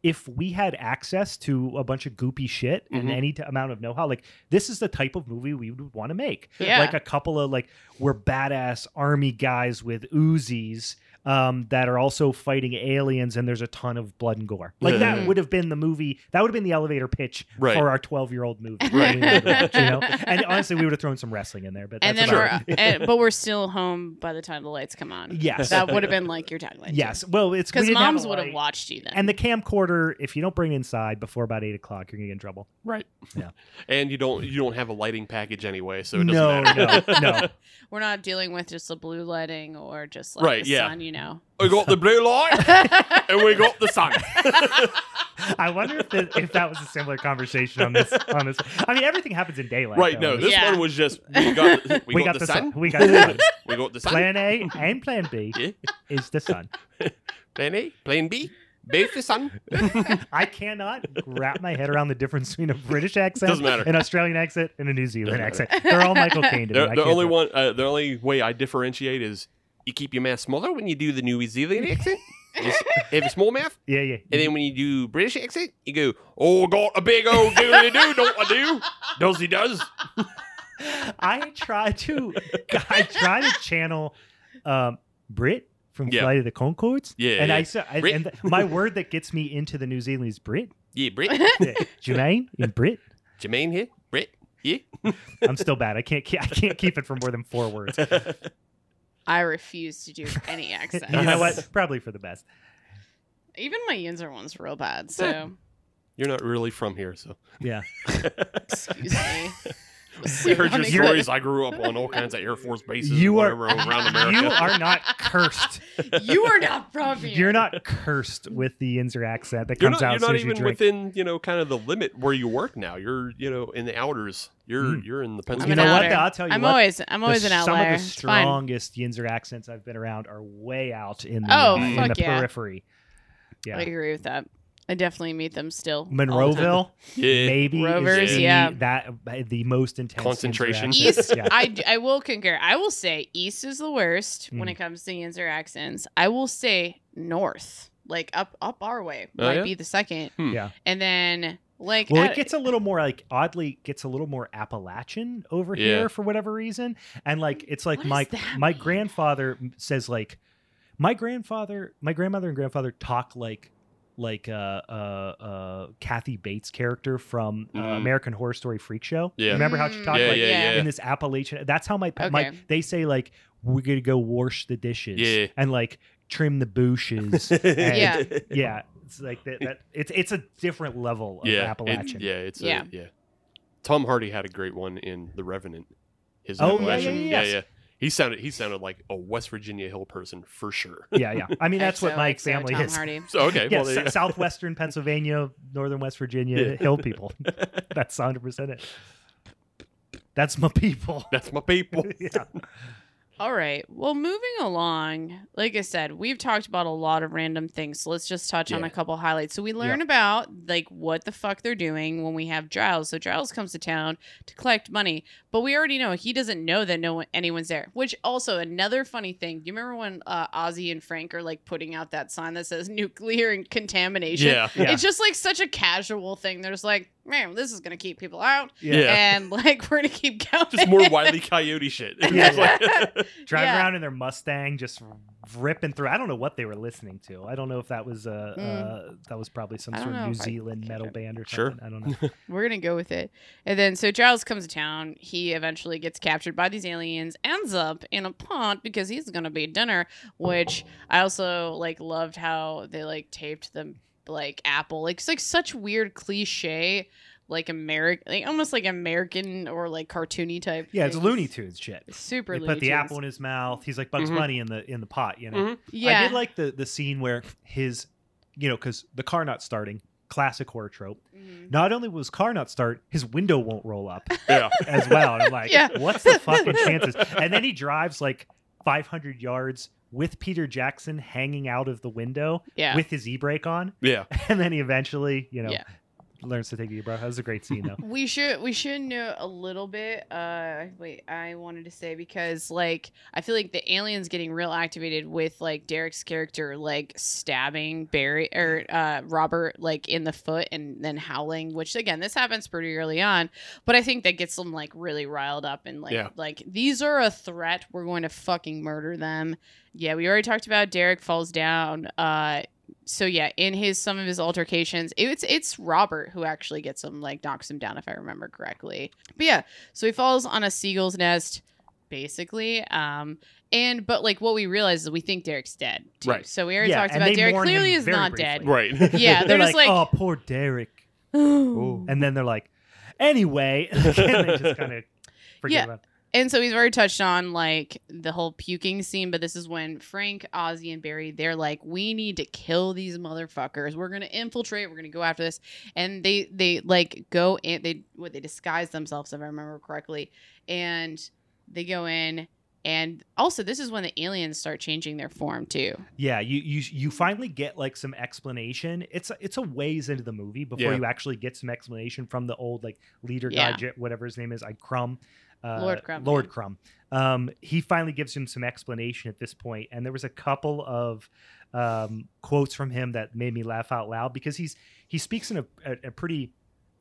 [SPEAKER 2] if we had access to a bunch of goopy shit and
[SPEAKER 3] Mm-hmm.
[SPEAKER 4] Mhm.
[SPEAKER 2] any t- amount of know-how, like this is the type of movie we would want to make.
[SPEAKER 3] Yeah.
[SPEAKER 2] Like a couple of like we're badass army guys with Uzis um, that are also fighting aliens and there's a ton of blood and gore. Like that
[SPEAKER 3] Yeah.
[SPEAKER 2] would have been the movie, that would have been the elevator pitch
[SPEAKER 4] Right.
[SPEAKER 2] for our 12-year-old movie. that
[SPEAKER 4] Right.
[SPEAKER 2] we would have watched, you know? And honestly, we would have thrown some wrestling in there, but
[SPEAKER 3] and
[SPEAKER 2] that's
[SPEAKER 3] then
[SPEAKER 4] Sure.
[SPEAKER 2] about
[SPEAKER 3] we're uh, and, but we're still home by the time the lights come on.
[SPEAKER 2] Yes.
[SPEAKER 3] that would have been like your tagline.
[SPEAKER 2] Yes. Well, it's we
[SPEAKER 3] because
[SPEAKER 2] didn't have
[SPEAKER 3] moms
[SPEAKER 2] a
[SPEAKER 3] would have
[SPEAKER 2] light.
[SPEAKER 3] watched you then.
[SPEAKER 2] And the camcorder, if you don't bring it inside before about eight o'clock, you're gonna get in trouble.
[SPEAKER 4] right.
[SPEAKER 2] Yeah.
[SPEAKER 4] And you don't you don't have a lighting package anyway, so it doesn't
[SPEAKER 2] no,
[SPEAKER 4] matter.
[SPEAKER 2] no, no.
[SPEAKER 3] we're not dealing with just the blue lighting or just like
[SPEAKER 4] Right,
[SPEAKER 3] the
[SPEAKER 4] yeah.
[SPEAKER 3] sun, you know.
[SPEAKER 4] We got the blue light and we got the sun.
[SPEAKER 2] I wonder if, the, if that was a similar conversation on this. On this, I mean, everything happens in daylight.
[SPEAKER 4] right.
[SPEAKER 2] though.
[SPEAKER 4] No, this
[SPEAKER 3] Yeah.
[SPEAKER 4] one was just we got we,
[SPEAKER 2] we,
[SPEAKER 4] got, the sun.
[SPEAKER 2] We got the sun.
[SPEAKER 4] We got the sun.
[SPEAKER 2] plan A and Plan B
[SPEAKER 4] Yeah.
[SPEAKER 2] is the sun.
[SPEAKER 4] Plan A, Plan B, both the sun.
[SPEAKER 2] I cannot wrap my head around the difference between a British accent,
[SPEAKER 4] Doesn't matter.
[SPEAKER 2] an Australian accent, and a New Zealand
[SPEAKER 4] Doesn't
[SPEAKER 2] accent. They're all Michael Caine to me. I
[SPEAKER 4] The, the
[SPEAKER 2] can't
[SPEAKER 4] only
[SPEAKER 2] do it.
[SPEAKER 4] one, uh, the only way I differentiate is you keep your mouth smaller when you do the New Zealand accent. You s- have a small mouth,
[SPEAKER 2] Yeah, yeah.
[SPEAKER 4] and then when you do British accent, you go, "Oh, got a big old doody do, don't I do? Does he does?"
[SPEAKER 2] I try to I try to channel um Brit from
[SPEAKER 4] Yeah.
[SPEAKER 2] Flight of the Concords.
[SPEAKER 4] Yeah,
[SPEAKER 2] And
[SPEAKER 4] yeah.
[SPEAKER 2] I s- I-
[SPEAKER 4] Brit.
[SPEAKER 2] and th- my word that gets me into the New Zealand is Brit.
[SPEAKER 4] Yeah, Brit.
[SPEAKER 2] Yeah, Jermaine and Brit.
[SPEAKER 4] Jermaine here. Brit. Yeah.
[SPEAKER 2] I'm still bad. I can't ke- I can't keep it for more than four words.
[SPEAKER 3] I refuse to do any
[SPEAKER 2] you
[SPEAKER 3] accent.
[SPEAKER 2] know what? Probably for the best.
[SPEAKER 3] Even my Yinzer one's real bad, so
[SPEAKER 4] You're not really from here, so.
[SPEAKER 2] Yeah.
[SPEAKER 3] excuse me.
[SPEAKER 4] We heard your
[SPEAKER 3] Sonic-
[SPEAKER 4] stories. I grew up on all kinds of Air Force bases
[SPEAKER 2] You
[SPEAKER 4] you
[SPEAKER 2] are-
[SPEAKER 4] are, around America.
[SPEAKER 2] You are not cursed.
[SPEAKER 3] You are not from here.
[SPEAKER 2] You're not cursed with the Inzer accent that
[SPEAKER 4] You're
[SPEAKER 2] comes
[SPEAKER 4] not,
[SPEAKER 2] out
[SPEAKER 4] you're
[SPEAKER 2] as soon
[SPEAKER 4] not
[SPEAKER 2] as you
[SPEAKER 4] even
[SPEAKER 2] drink.
[SPEAKER 4] within, you know, kind of the limit where you work now. You're, you know, in the outers. You're, you're in the
[SPEAKER 2] Hmm. you
[SPEAKER 3] an
[SPEAKER 4] Pennsylvania.
[SPEAKER 2] know what?
[SPEAKER 3] outer.
[SPEAKER 2] though? I'll tell you
[SPEAKER 3] I'm
[SPEAKER 2] what.
[SPEAKER 3] always I'm always
[SPEAKER 2] The-
[SPEAKER 3] an outlier.
[SPEAKER 2] Some of the
[SPEAKER 3] It's fine.
[SPEAKER 2] strongest Yinzer accents I've been around are way out in the,
[SPEAKER 3] Oh,
[SPEAKER 2] uh, in
[SPEAKER 3] fuck
[SPEAKER 2] the
[SPEAKER 3] yeah.
[SPEAKER 2] periphery.
[SPEAKER 3] I
[SPEAKER 2] Yeah.
[SPEAKER 3] agree with that. I definitely meet them still. all the time.
[SPEAKER 2] Monroeville,
[SPEAKER 4] Yeah.
[SPEAKER 2] maybe is
[SPEAKER 3] Rovers,
[SPEAKER 2] the-
[SPEAKER 3] yeah.
[SPEAKER 2] that the most intense
[SPEAKER 4] Concentration.
[SPEAKER 2] interaction.
[SPEAKER 3] East,
[SPEAKER 2] yeah.
[SPEAKER 3] I, I will concur. I will say East is the worst when
[SPEAKER 2] Mm.
[SPEAKER 3] it comes to Yinzer accents. I will say North, like up up our way,
[SPEAKER 4] Oh,
[SPEAKER 3] might
[SPEAKER 4] yeah?
[SPEAKER 3] be the second.
[SPEAKER 4] Hmm.
[SPEAKER 2] Yeah.
[SPEAKER 3] And then like
[SPEAKER 2] Well,
[SPEAKER 3] I-
[SPEAKER 2] it gets a little more like oddly gets a little more Appalachian over
[SPEAKER 4] Yeah.
[SPEAKER 2] here for whatever reason, and like it's like
[SPEAKER 3] What does
[SPEAKER 2] my
[SPEAKER 3] that
[SPEAKER 2] my
[SPEAKER 3] mean?
[SPEAKER 2] grandfather m- says like my grandfather, my grandmother and grandfather talk like like uh uh uh Kathy Bates character from uh,
[SPEAKER 4] Mm.
[SPEAKER 2] American Horror Story Freak Show.
[SPEAKER 4] Yeah.
[SPEAKER 2] Remember how she
[SPEAKER 3] Mm.
[SPEAKER 2] talked
[SPEAKER 4] Yeah,
[SPEAKER 2] like
[SPEAKER 4] yeah, yeah.
[SPEAKER 2] in this Appalachian? That's how my pa- my
[SPEAKER 3] Okay.
[SPEAKER 2] they say like we're gonna go wash the dishes
[SPEAKER 4] Yeah.
[SPEAKER 2] and like trim the bushes. and-
[SPEAKER 3] Yeah.
[SPEAKER 2] yeah, it's like that. that it's it's a different level of
[SPEAKER 4] Yeah, it-
[SPEAKER 2] Appalachian.
[SPEAKER 4] yeah, it's
[SPEAKER 3] Yeah.
[SPEAKER 4] yeah. A, yeah. Tom Hardy had a great one in The Revenant. His
[SPEAKER 2] Oh, yeah,
[SPEAKER 4] Appalachian-
[SPEAKER 2] yeah, yeah, yes.
[SPEAKER 4] He sounded he sounded like a West Virginia hill person for sure.
[SPEAKER 2] yeah, yeah. I mean, that's what my
[SPEAKER 3] XOXO
[SPEAKER 2] family
[SPEAKER 3] Tom
[SPEAKER 2] is.
[SPEAKER 3] Hardy.
[SPEAKER 4] So okay,
[SPEAKER 2] Yeah,
[SPEAKER 4] well, there
[SPEAKER 2] sou-
[SPEAKER 4] you go.
[SPEAKER 2] southwestern Pennsylvania, northern West Virginia,
[SPEAKER 4] Yeah.
[SPEAKER 2] hill people. That's hundred percent it. That's my people.
[SPEAKER 4] that's my people.
[SPEAKER 2] yeah.
[SPEAKER 3] All right. Well, moving along, like I said, we've talked about a lot of random things. So let's just touch on
[SPEAKER 4] Yeah.
[SPEAKER 3] a couple highlights. So we learn about like what the fuck they're doing when we have Giles. So Giles comes to town to collect money, but we already know he doesn't know that no one anyone's there. Which also another funny thing. You remember when uh, Ozzy and Frank are like putting out that sign that says nuclear and contamination?
[SPEAKER 4] Yeah.
[SPEAKER 2] Yeah.
[SPEAKER 3] It's just like such a casual thing. They're just like, man, this is gonna keep people out,
[SPEAKER 4] Yeah.
[SPEAKER 3] and like we're gonna keep going.
[SPEAKER 4] Just more wily coyote shit. It's
[SPEAKER 2] Yeah.
[SPEAKER 4] like-
[SPEAKER 2] Driving
[SPEAKER 3] Yeah.
[SPEAKER 2] around in their Mustang, just ripping through. I don't know what they were listening to. I don't know if that was uh, uh that was probably some
[SPEAKER 3] Hmm. I
[SPEAKER 2] sort
[SPEAKER 3] don't
[SPEAKER 2] of
[SPEAKER 3] know
[SPEAKER 2] New
[SPEAKER 3] if I-
[SPEAKER 2] Zealand metal band or
[SPEAKER 4] Sure.
[SPEAKER 2] something. I don't know.
[SPEAKER 3] We're gonna go with it. And then so Giles comes to town. He eventually gets captured by these aliens, ends up in a pond because he's gonna be dinner. Which I also like loved how they like taped the like apple. Like it's like such weird cliche, like American, like almost like American or like cartoony type.
[SPEAKER 2] Yeah, it's
[SPEAKER 3] things.
[SPEAKER 2] Looney Tunes shit.
[SPEAKER 3] Super.
[SPEAKER 2] They
[SPEAKER 3] Looney
[SPEAKER 2] put the
[SPEAKER 3] Tunes. Mm-hmm.
[SPEAKER 2] apple in his mouth. He's like Bugs
[SPEAKER 4] Mhm.
[SPEAKER 2] Bunny in the in the pot. You know.
[SPEAKER 4] Mhm.
[SPEAKER 3] Yeah.
[SPEAKER 2] I did like the the scene where his, you know, because the car not starting, classic horror trope.
[SPEAKER 3] Mhm.
[SPEAKER 2] Not only was car not start, his window won't roll up
[SPEAKER 4] yeah.
[SPEAKER 2] as well. And I'm like,
[SPEAKER 3] Yeah.
[SPEAKER 2] what's the fucking chances? And then he drives like 500 yards with Peter Jackson hanging out of the window
[SPEAKER 3] Yeah.
[SPEAKER 2] with his e brake on,
[SPEAKER 4] Yeah.
[SPEAKER 2] and then he eventually, you know,
[SPEAKER 3] Yeah.
[SPEAKER 2] learns to take the e brake. That was a great scene though.
[SPEAKER 3] we should we should know a little bit uh wait i wanted to say because like i feel like the aliens getting real activated with like derek's character like stabbing barry or uh robert like in the foot and then howling which again this happens pretty early on but i think that gets them like really riled up and like
[SPEAKER 4] Yeah.
[SPEAKER 3] like these are a threat we're going to fucking murder them yeah we already talked about derek falls down uh so yeah, in his some of his altercations, it's it's Robert who actually gets him like knocks him down if I remember correctly. But yeah, so he falls on a seagull's nest, basically. Um, and but like what we realize is we think Derek's dead. Too.
[SPEAKER 4] Right.
[SPEAKER 3] So we already
[SPEAKER 2] Yeah,
[SPEAKER 3] talked
[SPEAKER 2] and
[SPEAKER 3] about
[SPEAKER 2] they
[SPEAKER 3] Derek.
[SPEAKER 2] mourn
[SPEAKER 3] Clearly
[SPEAKER 2] him
[SPEAKER 3] is
[SPEAKER 2] very
[SPEAKER 3] not
[SPEAKER 2] briefly.
[SPEAKER 3] dead.
[SPEAKER 4] Right.
[SPEAKER 3] Yeah, they're just like-
[SPEAKER 2] oh, poor Derek. And then they're like, anyway, and they just kind of forget
[SPEAKER 3] Yeah.
[SPEAKER 2] about.
[SPEAKER 3] And so he's already touched on like the whole puking scene, but this is when Frank, Ozzy, and Barry, they're like, We need to kill these motherfuckers. We're gonna infiltrate, we're gonna go after this. And they they like go in they what they disguise themselves, if I remember correctly. And they go in and also this is when the aliens start changing their form too.
[SPEAKER 2] Yeah, you you you finally get like some explanation. It's a, it's a ways into the movie before
[SPEAKER 4] Yeah.
[SPEAKER 2] you actually get some explanation from the old like leader
[SPEAKER 3] Yeah.
[SPEAKER 2] guy, J- whatever his name is, I Crumb, uh,
[SPEAKER 3] Lord Crumb,
[SPEAKER 2] Lord
[SPEAKER 3] yeah.
[SPEAKER 2] Crumb. Um, he finally gives him some explanation at this point, and there was a couple of um, quotes from him that made me laugh out loud because he's he speaks in a, a, a pretty.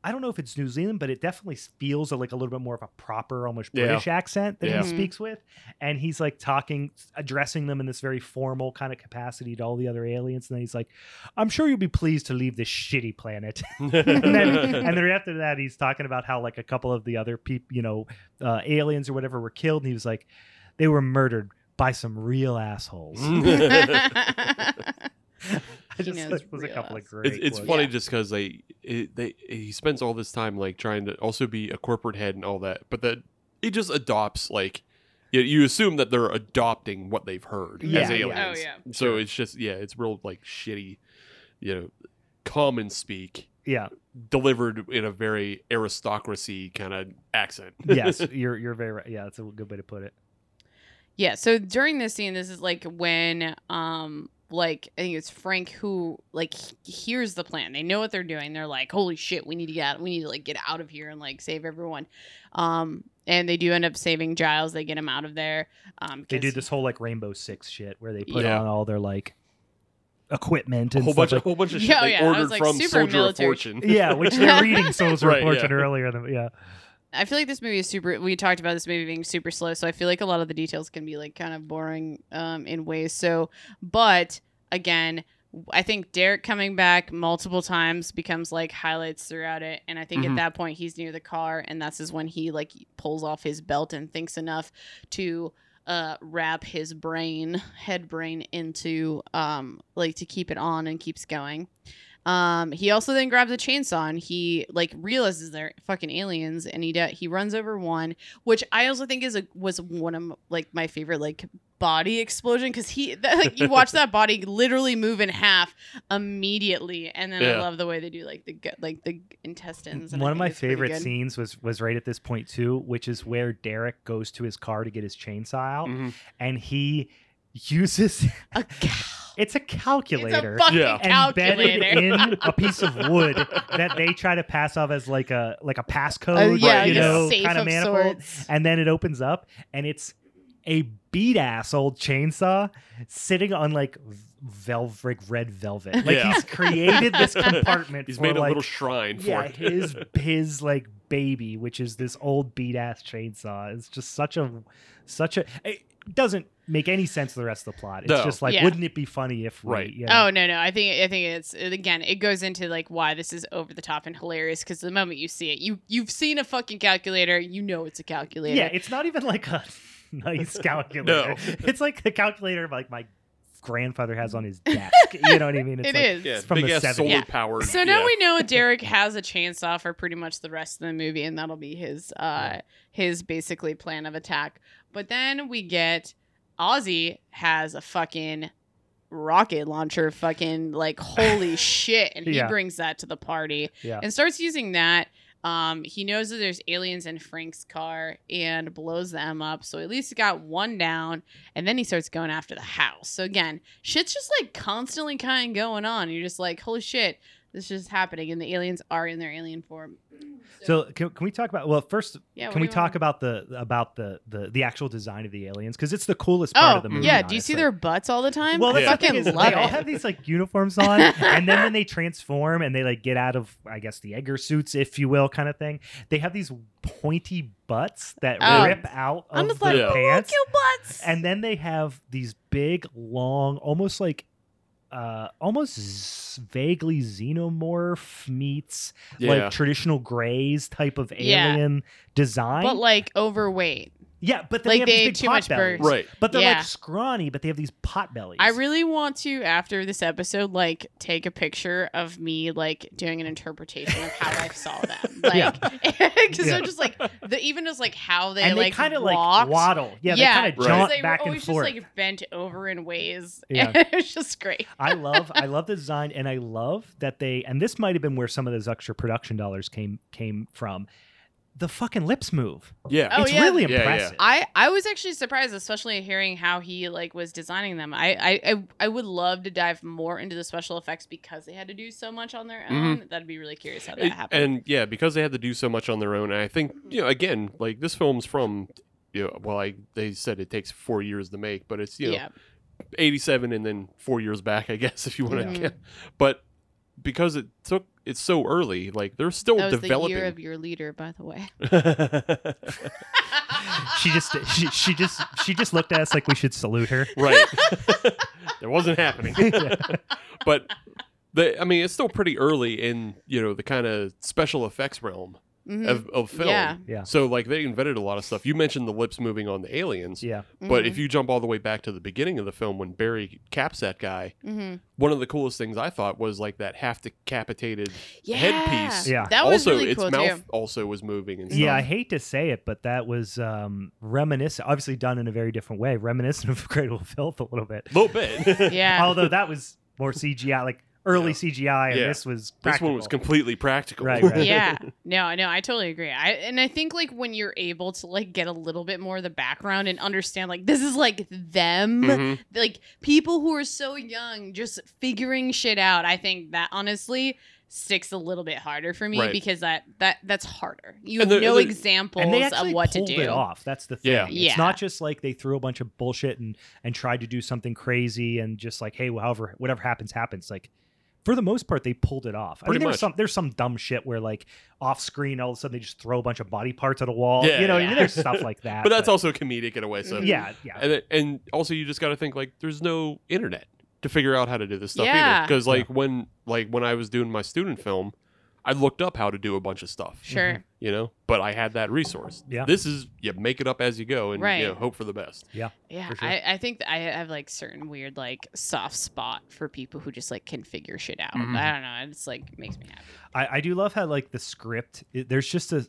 [SPEAKER 2] I don't know if it's New Zealand, but it definitely feels like a little bit more of a proper, almost
[SPEAKER 4] Yeah.
[SPEAKER 2] British accent that
[SPEAKER 4] Yeah.
[SPEAKER 2] he
[SPEAKER 3] Mhm.
[SPEAKER 2] speaks with and he's like talking addressing them in this very formal kind of capacity to all the other aliens and then he's like i'm sure you'll be pleased to leave this shitty planet and then and then after that he's talking about how like a couple of the other people you know uh, aliens or whatever were killed and he was like they were murdered by some real assholes
[SPEAKER 4] Mm.
[SPEAKER 2] i
[SPEAKER 3] He
[SPEAKER 2] just
[SPEAKER 3] knows
[SPEAKER 2] thought it was a
[SPEAKER 3] real
[SPEAKER 2] couple of
[SPEAKER 3] ass-
[SPEAKER 2] great
[SPEAKER 4] it's, it's
[SPEAKER 2] quotes.
[SPEAKER 4] funny
[SPEAKER 3] Yeah.
[SPEAKER 4] just because they it, they he spends all this time like trying to also be a corporate head and all that, but that he just adopts like you, you assume that they're adopting what they've heard
[SPEAKER 2] Yeah.
[SPEAKER 4] as
[SPEAKER 2] Oh,
[SPEAKER 4] aliens.
[SPEAKER 3] yeah.
[SPEAKER 4] So it's just yeah, it's real like shitty, you know, common speak
[SPEAKER 2] yeah
[SPEAKER 4] delivered in a very aristocracy kind of accent.
[SPEAKER 2] yes you're you're very right yeah that's a good way to put it
[SPEAKER 3] Yeah, so during this scene, this is like when um like I think it's Frank who like he- hears the plan. They know what they're doing. They're like, "Holy shit, we need to get out. We need to like get out of here and like save everyone." Um and they do end up saving Giles. They get him out of there. Um
[SPEAKER 2] they do
[SPEAKER 3] 'cause-
[SPEAKER 2] this whole like rainbow six shit where they put
[SPEAKER 4] Yeah.
[SPEAKER 2] on all their like equipment
[SPEAKER 4] a
[SPEAKER 2] and
[SPEAKER 4] whole
[SPEAKER 2] stuff
[SPEAKER 4] bunch of
[SPEAKER 2] like
[SPEAKER 4] whole bunch of shit
[SPEAKER 3] Yeah, oh,
[SPEAKER 4] they
[SPEAKER 3] yeah, I was,
[SPEAKER 4] ordered
[SPEAKER 3] like,
[SPEAKER 4] from
[SPEAKER 3] super
[SPEAKER 4] Soldier
[SPEAKER 3] military.
[SPEAKER 4] of Fortune.
[SPEAKER 2] yeah, which they're reading Soul's
[SPEAKER 4] Right,
[SPEAKER 2] Report
[SPEAKER 4] yeah.
[SPEAKER 2] earlier. Than, yeah,
[SPEAKER 3] I feel like this movie is super. We talked about this movie being super slow, so I feel like a lot of the details can be like kind of boring um, in ways. So, but again, I think Derek coming back multiple times becomes like highlights throughout it. And I think
[SPEAKER 4] Mhm.
[SPEAKER 3] at that point he's near the car, and that's is when he like pulls off his belt and thinks enough to uh, wrap his brain, head brain, into um, like to keep it on and keeps going. Um, he also then grabs a chainsaw and he like realizes they're fucking uh, aliens and he de- he runs over one, which I also think is a was one of m- like my favorite like body explosion because he that, like you watch that body literally move in half immediately, and then I
[SPEAKER 4] Yeah.
[SPEAKER 3] love the way they do like the gut, like the intestines. And I
[SPEAKER 2] One of
[SPEAKER 3] think
[SPEAKER 2] my
[SPEAKER 3] it's pretty
[SPEAKER 2] favorite
[SPEAKER 3] good.
[SPEAKER 2] scenes was was right at this point too, which is where Derek goes to his car to get his chainsaw out,
[SPEAKER 4] Mhm.
[SPEAKER 2] and he uses
[SPEAKER 3] A cal-
[SPEAKER 2] it's a calculator
[SPEAKER 3] It's a fucking
[SPEAKER 4] Yeah.
[SPEAKER 2] embedded
[SPEAKER 3] calculator.
[SPEAKER 2] in a piece of wood that they try to pass off as like a like a
[SPEAKER 3] Uh,
[SPEAKER 2] passcode,
[SPEAKER 3] yeah,
[SPEAKER 2] you
[SPEAKER 3] like a
[SPEAKER 2] know,
[SPEAKER 3] safe
[SPEAKER 2] kind
[SPEAKER 3] of
[SPEAKER 2] manifold. Uh,
[SPEAKER 3] sorts.
[SPEAKER 2] And then it opens up, and it's a beat ass old chainsaw sitting on like velvet, red velvet. Like
[SPEAKER 4] Yeah.
[SPEAKER 2] he's created this compartment.
[SPEAKER 4] He's
[SPEAKER 2] for,
[SPEAKER 4] made a
[SPEAKER 2] like,
[SPEAKER 4] little shrine for
[SPEAKER 2] yeah,
[SPEAKER 4] it.
[SPEAKER 2] his his like baby, which is this old beat ass chainsaw. It's just such a such a it doesn't make any sense to the rest of the plot. It's
[SPEAKER 4] No.
[SPEAKER 2] just like,
[SPEAKER 3] Yeah.
[SPEAKER 2] wouldn't it be funny if we,
[SPEAKER 4] Right.
[SPEAKER 2] You know,
[SPEAKER 3] Oh no no! I think I think it's it- again. It goes into like why this is over the top and hilarious because the moment you see it, you you've seen a fucking calculator. You know it's a calculator.
[SPEAKER 2] yeah, it's not even like a nice calculator.
[SPEAKER 4] No.
[SPEAKER 2] It's like the calculator like my grandfather has on his desk. you know what I mean? It's
[SPEAKER 3] It
[SPEAKER 2] like,
[SPEAKER 3] is.
[SPEAKER 4] Yeah,
[SPEAKER 2] from the
[SPEAKER 4] big ass
[SPEAKER 2] 70s.
[SPEAKER 4] solar
[SPEAKER 3] Yeah.
[SPEAKER 4] powered.
[SPEAKER 3] So now
[SPEAKER 4] yeah.
[SPEAKER 3] we know Derek has a chainsaw for pretty much the rest of the movie, and that'll be his uh
[SPEAKER 2] Yeah.
[SPEAKER 3] his basically plan of attack. But then we get Ozzy has a fucking rocket launcher, fucking like holy shit, and he
[SPEAKER 2] Yeah.
[SPEAKER 3] brings that to the party
[SPEAKER 2] Yeah.
[SPEAKER 3] and starts using that. Um, he knows that there's aliens in Frank's car and blows them up. So at least he got one down. And then he starts going after the house. So again, shit's just like constantly kind of going on. You're just like, holy shit, this is happening. And the aliens are in their alien form.
[SPEAKER 2] So can, can we talk about well first
[SPEAKER 3] yeah, what
[SPEAKER 2] can
[SPEAKER 3] do
[SPEAKER 2] we
[SPEAKER 3] you
[SPEAKER 2] talk
[SPEAKER 3] wanna-
[SPEAKER 2] about the about the the, the actual design of the aliens because it's the coolest part of the
[SPEAKER 3] Oh,
[SPEAKER 2] movie.
[SPEAKER 3] yeah. Do you see
[SPEAKER 2] honestly.
[SPEAKER 3] their butts all the time?
[SPEAKER 2] Well,
[SPEAKER 3] I
[SPEAKER 2] that's the
[SPEAKER 3] fucking
[SPEAKER 2] thing is
[SPEAKER 3] love
[SPEAKER 2] they all
[SPEAKER 3] it.
[SPEAKER 2] have these like uniforms on, and then when they transform and they like get out of, I guess the Egger suits, if you will, kind of thing. They have these pointy butts that
[SPEAKER 3] Oh.
[SPEAKER 2] rip out
[SPEAKER 3] I'm
[SPEAKER 2] of
[SPEAKER 3] just
[SPEAKER 2] their
[SPEAKER 3] like,
[SPEAKER 4] Yeah.
[SPEAKER 3] oh,
[SPEAKER 2] pants,
[SPEAKER 3] look, your butts.
[SPEAKER 2] and then they have these big, long, almost like. Uh, almost z- vaguely xenomorph meets
[SPEAKER 4] yeah.
[SPEAKER 2] like traditional grays type of
[SPEAKER 3] Yeah.
[SPEAKER 2] alien design.
[SPEAKER 3] but like overweight.
[SPEAKER 2] yeah, but then
[SPEAKER 3] like,
[SPEAKER 2] they have
[SPEAKER 3] they
[SPEAKER 2] these
[SPEAKER 3] ate
[SPEAKER 2] big
[SPEAKER 3] too
[SPEAKER 2] pot
[SPEAKER 3] much
[SPEAKER 2] bellies.
[SPEAKER 3] birds.
[SPEAKER 4] right.
[SPEAKER 2] But they're
[SPEAKER 3] Yeah.
[SPEAKER 2] like scrawny, but they have these pot bellies.
[SPEAKER 3] I really want to, after this episode, like take a picture of me like doing an interpretation of how I saw them,
[SPEAKER 2] Yeah.
[SPEAKER 3] like because
[SPEAKER 2] Yeah.
[SPEAKER 3] they're just like the even just like how they
[SPEAKER 2] and
[SPEAKER 3] like
[SPEAKER 2] they kind of like
[SPEAKER 3] walked.
[SPEAKER 2] waddle. Yeah,
[SPEAKER 3] Yeah.
[SPEAKER 2] they kind of
[SPEAKER 4] Right.
[SPEAKER 2] jaunt
[SPEAKER 3] they
[SPEAKER 2] back
[SPEAKER 3] were
[SPEAKER 2] and
[SPEAKER 3] always
[SPEAKER 2] forth.
[SPEAKER 3] just like bent over in ways.
[SPEAKER 2] Yeah.
[SPEAKER 3] and it's just great.
[SPEAKER 2] I love, I love the design, and I love that they. And this might have been where some of those extra production dollars came came from. The fucking lips move.
[SPEAKER 4] Yeah.
[SPEAKER 3] Oh,
[SPEAKER 2] it's
[SPEAKER 3] yeah.
[SPEAKER 2] really
[SPEAKER 4] Yeah, yeah.
[SPEAKER 2] impressive.
[SPEAKER 3] I, I was actually surprised, especially hearing how he like was designing them. I, I I I would love to dive more into the special effects because they had to do so much on their own. That'd be really curious how that
[SPEAKER 4] It-
[SPEAKER 3] happened.
[SPEAKER 4] Mm-hmm. and yeah, because they had to do so much on their own, and I think you know, again, like this film's from, you know, well, I they said it takes four years to make, but it's you know,
[SPEAKER 3] yeah,
[SPEAKER 4] 87 and then four years back, I guess, if you want to
[SPEAKER 3] Mhm.
[SPEAKER 4] count. But because it took, it's so early, like they're still
[SPEAKER 3] that was the
[SPEAKER 4] developing.
[SPEAKER 3] year of your leader, by the way.
[SPEAKER 2] she just, she, she just, she just looked at us like we should salute her.
[SPEAKER 4] right. that wasn't happening. but the, I mean, it's still pretty early in, you know, the kind of special effects realm
[SPEAKER 3] Mhm.
[SPEAKER 4] of, of film.
[SPEAKER 3] Yeah.
[SPEAKER 2] Yeah.
[SPEAKER 4] So like they invented a lot of stuff. You mentioned the lips moving on the aliens.
[SPEAKER 2] Yeah,
[SPEAKER 4] But
[SPEAKER 3] Mm-hmm.
[SPEAKER 4] if you jump all the way back to the beginning of the film when Barry caps that guy,
[SPEAKER 3] Mhm.
[SPEAKER 4] one of the coolest things I thought was like that half decapitated
[SPEAKER 3] yeah.
[SPEAKER 4] headpiece.
[SPEAKER 2] Yeah.
[SPEAKER 3] that was
[SPEAKER 4] also
[SPEAKER 3] really
[SPEAKER 4] its
[SPEAKER 3] cool
[SPEAKER 4] mouth
[SPEAKER 3] too.
[SPEAKER 4] also was moving and stuff.
[SPEAKER 2] yeah. I hate to say it, but that was um, reminiscent, obviously done in a very different way, reminiscent of Cradle of Filth a little bit.
[SPEAKER 4] a little bit.
[SPEAKER 3] Yeah,
[SPEAKER 2] Although that was more CGI, like early
[SPEAKER 4] Yeah.
[SPEAKER 2] CGI, and
[SPEAKER 4] Yeah.
[SPEAKER 2] this was
[SPEAKER 4] this
[SPEAKER 2] practical.
[SPEAKER 4] one was completely practical.
[SPEAKER 2] Right, right.
[SPEAKER 3] yeah. No, no, I totally agree. I and I think like when you're able to like get a little bit more of the background and understand like this is like them,
[SPEAKER 2] Mm-hmm.
[SPEAKER 4] Mhm.
[SPEAKER 3] like people who are so young just figuring shit out. I think that honestly sticks a little bit harder for me
[SPEAKER 4] Right.
[SPEAKER 3] because that that that's harder. You have
[SPEAKER 4] And the-
[SPEAKER 3] no
[SPEAKER 4] the- and they
[SPEAKER 3] examples
[SPEAKER 2] and they
[SPEAKER 3] of
[SPEAKER 2] actually
[SPEAKER 3] what to
[SPEAKER 2] pulled
[SPEAKER 3] do.
[SPEAKER 2] it off. That's the thing.
[SPEAKER 4] Yeah.
[SPEAKER 3] Yeah.
[SPEAKER 2] It's not just like they threw a bunch of bullshit and and tried to do something crazy and just like, hey, well, however, whatever happens, happens. Like. For the most part, they pulled it off. I
[SPEAKER 4] Pretty
[SPEAKER 2] mean, there's
[SPEAKER 4] much.
[SPEAKER 2] some there's some dumb shit where like off screen, all of a sudden they just throw a bunch of body parts at a wall.
[SPEAKER 4] Yeah,
[SPEAKER 2] you know,
[SPEAKER 3] yeah.
[SPEAKER 2] I mean, there's stuff like that.
[SPEAKER 4] But that's also comedic in a way. So
[SPEAKER 2] Yeah, yeah.
[SPEAKER 4] and it- and also you just got to think like there's no internet to figure out how to do this stuff
[SPEAKER 3] Yeah.
[SPEAKER 4] either. Because like when like when I was doing my student film, I looked up how to do a bunch of stuff.
[SPEAKER 3] Sure.
[SPEAKER 2] Mm-hmm.
[SPEAKER 4] You know, but I had that resource.
[SPEAKER 2] Yeah.
[SPEAKER 4] This is you make it up as you go and
[SPEAKER 3] Right.
[SPEAKER 4] you know, hope for the best.
[SPEAKER 3] Yeah,
[SPEAKER 2] for sure.
[SPEAKER 3] I, I think that I have like certain weird like soft spot for people who just like can figure shit out.
[SPEAKER 2] Mm-hmm.
[SPEAKER 4] Mhm.
[SPEAKER 3] I don't know. It's like makes me happy.
[SPEAKER 2] I, I do love how like the script. It, there's just a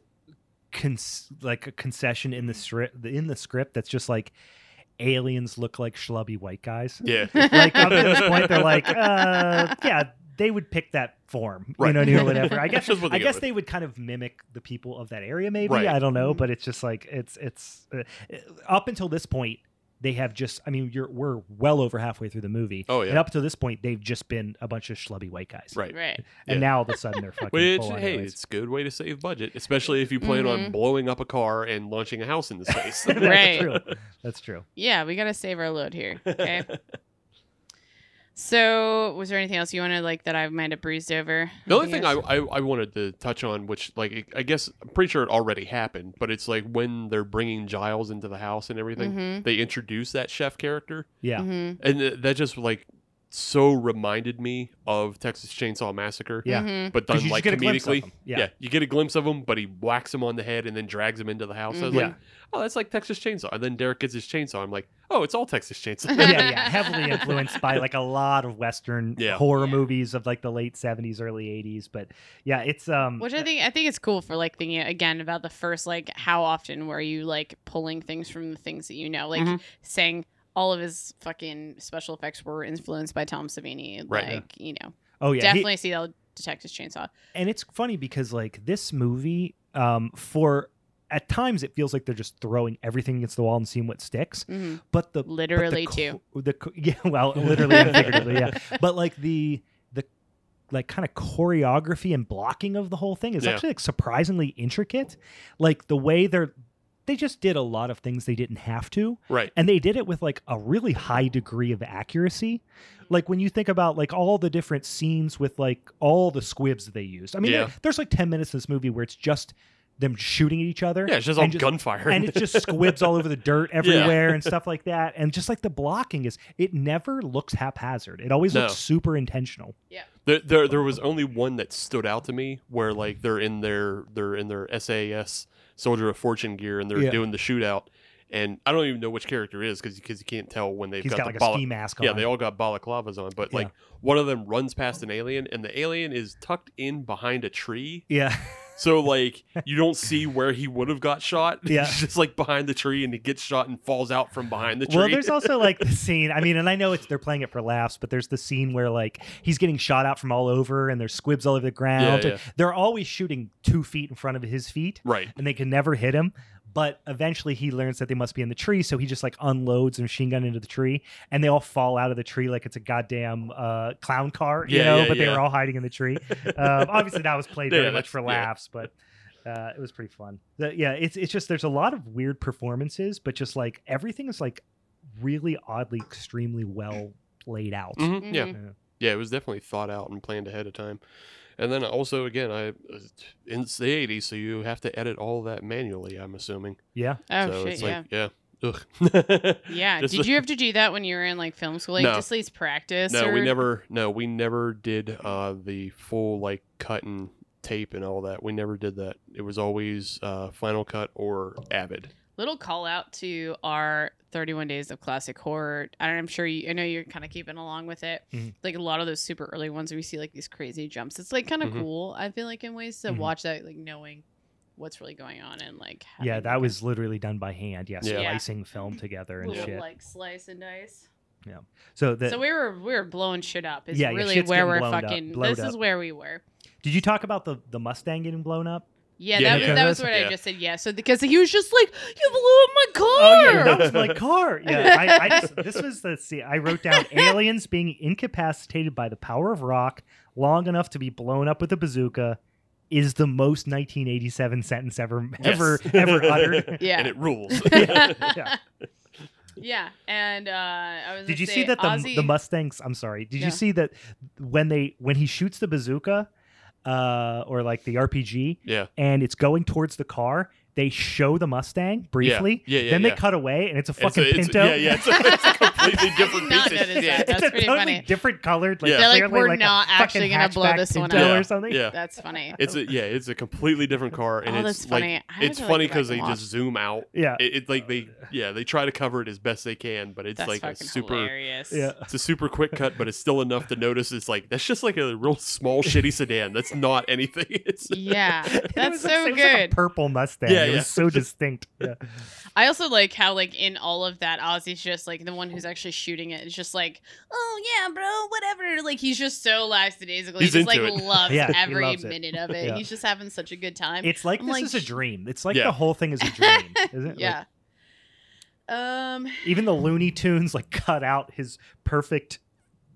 [SPEAKER 2] cons- like a concession in the script in the script that's just like aliens look like schlubby white guys.
[SPEAKER 4] Yeah.
[SPEAKER 2] Like up to this point, they're like, uh, yeah, they would pick that form, you
[SPEAKER 4] Right.
[SPEAKER 2] know, or whatever. I guess.
[SPEAKER 4] That's just what they
[SPEAKER 2] I
[SPEAKER 4] go
[SPEAKER 2] guess
[SPEAKER 4] with.
[SPEAKER 2] they would kind of mimic the people of that area, maybe.
[SPEAKER 4] Right. Mm-hmm.
[SPEAKER 2] I don't know,
[SPEAKER 3] Mhm.
[SPEAKER 2] but it's just like it's it's uh, up until this point they have just. I mean, you're we're well over halfway through the movie,
[SPEAKER 4] Oh
[SPEAKER 2] and
[SPEAKER 4] yeah.
[SPEAKER 2] up to this point they've just been a bunch of schlubby white guys,
[SPEAKER 4] Right.
[SPEAKER 3] Right.
[SPEAKER 2] And
[SPEAKER 4] Yeah.
[SPEAKER 2] now all of a sudden they're fucking.
[SPEAKER 4] Which
[SPEAKER 2] full on
[SPEAKER 4] hey,
[SPEAKER 2] aliens.
[SPEAKER 4] it's a good way to save budget, especially if you plan
[SPEAKER 3] Mhm.
[SPEAKER 4] on blowing up a car and launching a house into space.
[SPEAKER 2] That's
[SPEAKER 3] Right.
[SPEAKER 2] true. That's true.
[SPEAKER 3] Yeah, we gotta save our load here. Okay. so, was there anything else you wanted like that I might have breezed over?
[SPEAKER 4] The only thing I,
[SPEAKER 3] Anything
[SPEAKER 4] I, I wanted to touch on, which like it- I guess I'm pretty sure it already happened, but it's like when they're bringing Giles into the house and everything,
[SPEAKER 2] Mm-hmm.
[SPEAKER 3] Mhm.
[SPEAKER 4] they introduce that chef character,
[SPEAKER 2] Yeah.
[SPEAKER 3] Mhm.
[SPEAKER 4] and th- that just like so reminded me of Texas Chainsaw Massacre.
[SPEAKER 2] Yeah.
[SPEAKER 3] Mhm.
[SPEAKER 4] But
[SPEAKER 2] 'Cause
[SPEAKER 4] done
[SPEAKER 2] you just
[SPEAKER 4] like
[SPEAKER 2] get a glimpse of
[SPEAKER 4] comedically,
[SPEAKER 2] them. Yeah.
[SPEAKER 4] you get a glimpse of him, but he whacks him on the head and then drags him into the house. I was
[SPEAKER 3] Mhm.
[SPEAKER 2] Mm-hmm.
[SPEAKER 4] like, oh, that's like Texas Chainsaw. And then Derek gets his chainsaw. I'm like, oh, it's all Texas Chainsaw.
[SPEAKER 2] yeah, yeah, heavily influenced by like a lot of Western
[SPEAKER 4] Yeah.
[SPEAKER 2] horror
[SPEAKER 3] Yeah.
[SPEAKER 2] movies of like the late seventies, early eighties. But yeah, it's um,
[SPEAKER 3] Which I think I think it's cool for like thinking again about the first like how often were you like pulling things from the things that you know like
[SPEAKER 4] Mhm.
[SPEAKER 3] saying all of his fucking special effects were influenced by Tom Savini
[SPEAKER 4] Right.
[SPEAKER 3] like you know
[SPEAKER 2] oh yeah, he-
[SPEAKER 3] definitely see the Detective Chainsaw
[SPEAKER 2] and it's funny because like this movie, um, for at times it feels like they're just throwing everything against the wall and seeing what sticks.
[SPEAKER 3] Mhm.
[SPEAKER 2] But the but the
[SPEAKER 3] literally too
[SPEAKER 2] co- the co- yeah, well, literally and figuratively, yeah. But like the the like kind of choreography and blocking of the whole thing is
[SPEAKER 4] Yeah.
[SPEAKER 2] actually like surprisingly intricate. Like the way they're they just did a lot of things they didn't have to.
[SPEAKER 4] right.
[SPEAKER 2] and they did it with like a really high degree of accuracy like when you think about like all the different scenes with like all the squibs that they used i mean
[SPEAKER 4] Yeah.
[SPEAKER 2] there- there's like 10 minutes in this movie where it's just them shooting at each other
[SPEAKER 4] Yeah, it's just all
[SPEAKER 2] and
[SPEAKER 4] gunfire.
[SPEAKER 2] and it's just squibs all over the dirt everywhere and stuff like that and just like the blocking is it never looks haphazard it always looks
[SPEAKER 4] No.
[SPEAKER 2] super intentional
[SPEAKER 4] There, there, there was only one that stood out to me where like they're in their they're in their SAS Soldier of Fortune gear and they're
[SPEAKER 2] Yeah.
[SPEAKER 4] doing the shootout, and I don't even know which character it is because because you can't tell when they've
[SPEAKER 2] he's
[SPEAKER 4] got,
[SPEAKER 2] got,
[SPEAKER 4] the
[SPEAKER 2] like a
[SPEAKER 4] bala-
[SPEAKER 2] ski mask on
[SPEAKER 4] yeah they all got balaclavas on, but
[SPEAKER 2] Yeah.
[SPEAKER 4] like one of them runs past an alien and the alien is tucked in behind a tree,
[SPEAKER 2] yeah
[SPEAKER 4] so like you don't see where he would have got shot.
[SPEAKER 2] Yeah.
[SPEAKER 4] He's just like behind the tree and he gets shot and falls out from behind the tree.
[SPEAKER 2] Well, there's also like the scene. I mean, and I know it's they're playing it for laughs, but there's the scene where like he's getting shot out from all over, and there's squibs all over the ground.
[SPEAKER 4] Yeah, yeah.
[SPEAKER 2] They're always shooting two feet in front of his feet,
[SPEAKER 4] right.
[SPEAKER 2] and they can never hit him. But eventually, he learns that they must be in the tree, so he just like unloads a machine gun into the tree, and they all fall out of the tree like it's a goddamn uh, clown car, you
[SPEAKER 4] Yeah,
[SPEAKER 2] know.
[SPEAKER 4] yeah,
[SPEAKER 2] but they
[SPEAKER 4] yeah.
[SPEAKER 2] were all hiding in the tree. Um, obviously, that was played
[SPEAKER 4] Yeah,
[SPEAKER 2] very much
[SPEAKER 4] that's-
[SPEAKER 2] for
[SPEAKER 4] yeah.
[SPEAKER 2] laughs, but uh, it was pretty fun. The- yeah, it's it's just there's a lot of weird performances, but just like everything is like really oddly, extremely well laid out.
[SPEAKER 4] Mhm, Yeah.
[SPEAKER 3] Mhm.
[SPEAKER 2] Yeah.
[SPEAKER 4] Yeah, it was definitely thought out and planned ahead of time. And then also, again, I in the '80s, so you have to edit all that manually. I'm assuming.
[SPEAKER 2] Yeah,
[SPEAKER 3] oh
[SPEAKER 4] so
[SPEAKER 3] shit
[SPEAKER 4] it's
[SPEAKER 3] yeah
[SPEAKER 4] like, yeah. Ugh.
[SPEAKER 3] yeah
[SPEAKER 4] Just
[SPEAKER 3] did
[SPEAKER 4] the-
[SPEAKER 3] you have to do that when you were in like film school like
[SPEAKER 4] No.
[SPEAKER 3] just at least practice
[SPEAKER 4] no, we
[SPEAKER 3] or-
[SPEAKER 4] never. No, we never did uh, the full like cut and tape and all that. We never did that. It was always uh, Final Cut or Avid.
[SPEAKER 3] Little call out to our 31 Days of Classic Horror. I don't- I'm sure you, I know you're kind of keeping along with it.
[SPEAKER 2] Mhm.
[SPEAKER 3] Like a lot of those super early ones, we see like these crazy jumps. It's like kind of
[SPEAKER 2] Mm-hmm.
[SPEAKER 4] Mhm.
[SPEAKER 3] cool. I feel like in ways to
[SPEAKER 2] Mhm.
[SPEAKER 3] watch that, like knowing what's really going on and like
[SPEAKER 2] yeah,
[SPEAKER 3] having,
[SPEAKER 2] that
[SPEAKER 3] like,
[SPEAKER 2] was literally done by hand. Yeah,
[SPEAKER 4] Yeah.
[SPEAKER 3] Yeah.
[SPEAKER 2] slicing film together
[SPEAKER 3] a
[SPEAKER 2] and
[SPEAKER 3] little
[SPEAKER 2] shit.
[SPEAKER 3] like slice and dice.
[SPEAKER 2] So the,
[SPEAKER 3] so we were we were blowing shit up. Is
[SPEAKER 2] Yeah, yeah,
[SPEAKER 3] really
[SPEAKER 2] shit's
[SPEAKER 3] where
[SPEAKER 2] getting
[SPEAKER 3] we're
[SPEAKER 2] blown up,
[SPEAKER 3] fucking.
[SPEAKER 2] blowed
[SPEAKER 3] this
[SPEAKER 2] up.
[SPEAKER 3] is where we were.
[SPEAKER 2] did you talk about the the Mustang getting blown up?
[SPEAKER 3] Yeah,
[SPEAKER 4] Yeah,
[SPEAKER 3] that,
[SPEAKER 2] yeah.
[SPEAKER 3] that was what I
[SPEAKER 4] Yeah.
[SPEAKER 3] just said. Yeah, so because he was just like, "You blew up my car."
[SPEAKER 2] Oh yeah, that was my car. Yeah, I, I just, this was the see. I wrote down aliens being incapacitated by the power of rock long enough to be blown up with a bazooka is the most 1987 sentence ever ever
[SPEAKER 4] Yes.
[SPEAKER 2] ever uttered.
[SPEAKER 3] Yeah.
[SPEAKER 4] and it rules.
[SPEAKER 2] Yeah.
[SPEAKER 3] yeah. and uh, I was.
[SPEAKER 2] Did
[SPEAKER 3] gonna
[SPEAKER 2] you
[SPEAKER 3] say,
[SPEAKER 2] see that the
[SPEAKER 3] Ozzy,
[SPEAKER 2] the Mustangs? I'm sorry. Did
[SPEAKER 3] Yeah.
[SPEAKER 2] you see that when they when he shoots the bazooka uh, or like the RPG
[SPEAKER 4] yeah.
[SPEAKER 2] and it's going towards the car? They show the Mustang briefly.
[SPEAKER 4] Yeah, yeah,
[SPEAKER 2] then
[SPEAKER 4] yeah.
[SPEAKER 2] they cut away and it's a
[SPEAKER 4] It's
[SPEAKER 2] fucking
[SPEAKER 4] a- it's a-
[SPEAKER 2] Pinto.
[SPEAKER 4] yeah, yeah, it's a, it's a completely different
[SPEAKER 3] not
[SPEAKER 4] piece of
[SPEAKER 3] notice
[SPEAKER 4] shit.
[SPEAKER 3] that. That's
[SPEAKER 2] it's a
[SPEAKER 3] pretty
[SPEAKER 2] totally
[SPEAKER 3] funny.
[SPEAKER 2] different colored. Like,
[SPEAKER 4] Yeah.
[SPEAKER 3] They're like,
[SPEAKER 2] clearly,
[SPEAKER 3] "We're
[SPEAKER 2] like, a
[SPEAKER 3] not actually
[SPEAKER 2] fucking
[SPEAKER 3] gonna blow
[SPEAKER 2] hatchback
[SPEAKER 3] this one
[SPEAKER 2] Pinto
[SPEAKER 4] out."
[SPEAKER 2] or something.
[SPEAKER 4] Yeah.
[SPEAKER 3] That's funny.
[SPEAKER 4] It's a, yeah, it's a completely different car, and
[SPEAKER 3] oh,
[SPEAKER 4] it's
[SPEAKER 3] that's
[SPEAKER 4] like
[SPEAKER 3] funny. I had
[SPEAKER 4] it's
[SPEAKER 3] to, like,
[SPEAKER 4] funny
[SPEAKER 3] write
[SPEAKER 4] because
[SPEAKER 3] them
[SPEAKER 4] they
[SPEAKER 3] off.
[SPEAKER 4] just zoom out
[SPEAKER 2] yeah,
[SPEAKER 4] it, it like they yeah they try to cover it as best they can but it's
[SPEAKER 3] That's
[SPEAKER 4] like a
[SPEAKER 3] fucking
[SPEAKER 4] super
[SPEAKER 3] hilarious.
[SPEAKER 2] yeah.
[SPEAKER 4] it's a super quick cut but it's still enough to notice it's like that's just like a real small shitty sedan that's not anything it's
[SPEAKER 3] Yeah,
[SPEAKER 2] It was
[SPEAKER 3] that's so
[SPEAKER 2] like- it was like a
[SPEAKER 3] good.
[SPEAKER 2] purple Mustang.
[SPEAKER 4] yeah
[SPEAKER 2] It
[SPEAKER 4] yeah.
[SPEAKER 2] was so distinct. Yeah.
[SPEAKER 3] I also like how like in all of that, Ozzy's just like the one who's actually shooting it is just like, oh yeah, bro, whatever. Like he's just so lackadaisical.
[SPEAKER 4] He's
[SPEAKER 3] he just like
[SPEAKER 4] into it.
[SPEAKER 3] loves
[SPEAKER 2] Yeah, he
[SPEAKER 3] every
[SPEAKER 2] loves it.
[SPEAKER 3] minute of it.
[SPEAKER 2] Yeah.
[SPEAKER 3] He's just having such a good time.
[SPEAKER 2] It's like
[SPEAKER 3] I'm
[SPEAKER 2] this
[SPEAKER 3] like,
[SPEAKER 2] is a
[SPEAKER 3] sh-
[SPEAKER 2] dream. It's like
[SPEAKER 4] Yeah.
[SPEAKER 2] the whole thing is a dream, isn't it? Like,
[SPEAKER 3] yeah. um.
[SPEAKER 2] even the Looney Tunes like cut out his perfect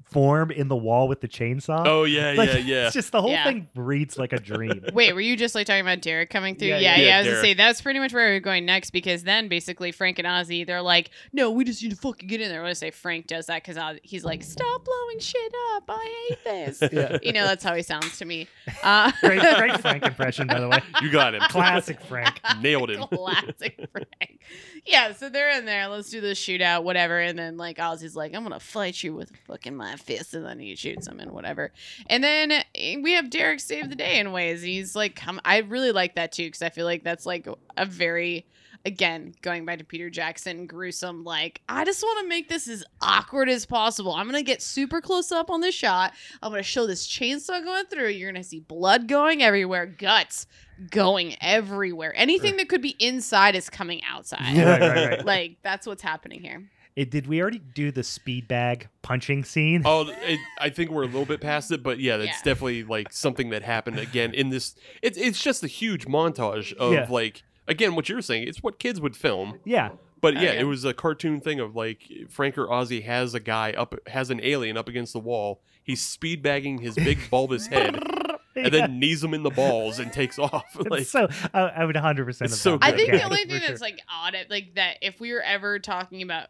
[SPEAKER 2] form in the wall with the chainsaw.
[SPEAKER 4] Oh yeah,
[SPEAKER 2] Like,
[SPEAKER 4] yeah, yeah.
[SPEAKER 2] It's just the whole
[SPEAKER 3] Yeah.
[SPEAKER 2] thing reads like a dream.
[SPEAKER 3] Wait, were you just like talking about Derek coming through?
[SPEAKER 2] Yeah,
[SPEAKER 3] Yeah,
[SPEAKER 2] yeah.
[SPEAKER 3] yeah.
[SPEAKER 4] Yeah,
[SPEAKER 3] I was
[SPEAKER 4] Derek.
[SPEAKER 3] gonna say that's pretty much where we were going next because then basically Frank and Ozzy, they're like, no, we just need to fucking get in there. I want to say Frank does that because he's like, stop blowing shit up. I hate this.
[SPEAKER 2] yeah.
[SPEAKER 3] you know, that's how he sounds to me. Uh,
[SPEAKER 2] Great, great Frank impression, by the way.
[SPEAKER 4] You got him.
[SPEAKER 2] Classic Frank.
[SPEAKER 4] Nailed him.
[SPEAKER 3] Classic Frank. Yeah, so they're in there. Let's do the shootout, whatever. And then like Ozzy's like, I'm gonna fight you with fucking my fist, and then he shoots him and whatever. And then eh, we have Derek save the day in ways. He's like, come. I really like that too because I feel like that's like a very Again, going back to Peter Jackson, gruesome. Like, I just want to make this as awkward as possible. I'm gonna get super close up on this shot. I'm gonna show this chainsaw going through. You're gonna see blood going everywhere, guts going everywhere. Anything that could be inside is coming outside.
[SPEAKER 2] Yeah. Right, right, right.
[SPEAKER 3] Like that's what's happening here.
[SPEAKER 2] It, did we already do the speed bag punching scene?
[SPEAKER 4] Oh, it, I think we're a little bit past it, but yeah, that's
[SPEAKER 3] Yeah.
[SPEAKER 4] definitely like something that happened again in this. It's it's just a huge montage of
[SPEAKER 2] Yeah.
[SPEAKER 4] like again what you're saying. It's what kids would film,
[SPEAKER 2] Uh, Yeah.
[SPEAKER 4] but
[SPEAKER 3] Oh,
[SPEAKER 4] yeah,
[SPEAKER 3] yeah.
[SPEAKER 4] it was a cartoon thing of like Frank or Ozzy has a guy up has an alien up against the wall. He's speed bagging his big bulbous head and
[SPEAKER 2] Yeah.
[SPEAKER 4] then knees him in the balls and takes off.
[SPEAKER 2] It's
[SPEAKER 4] like
[SPEAKER 2] so I, I would 100%
[SPEAKER 4] It's
[SPEAKER 2] about
[SPEAKER 4] so
[SPEAKER 2] that
[SPEAKER 4] good.
[SPEAKER 3] I think
[SPEAKER 2] gag,
[SPEAKER 3] the only
[SPEAKER 2] for
[SPEAKER 3] thing
[SPEAKER 2] sure.
[SPEAKER 3] that's like odd, at- like that, if we were ever talking about,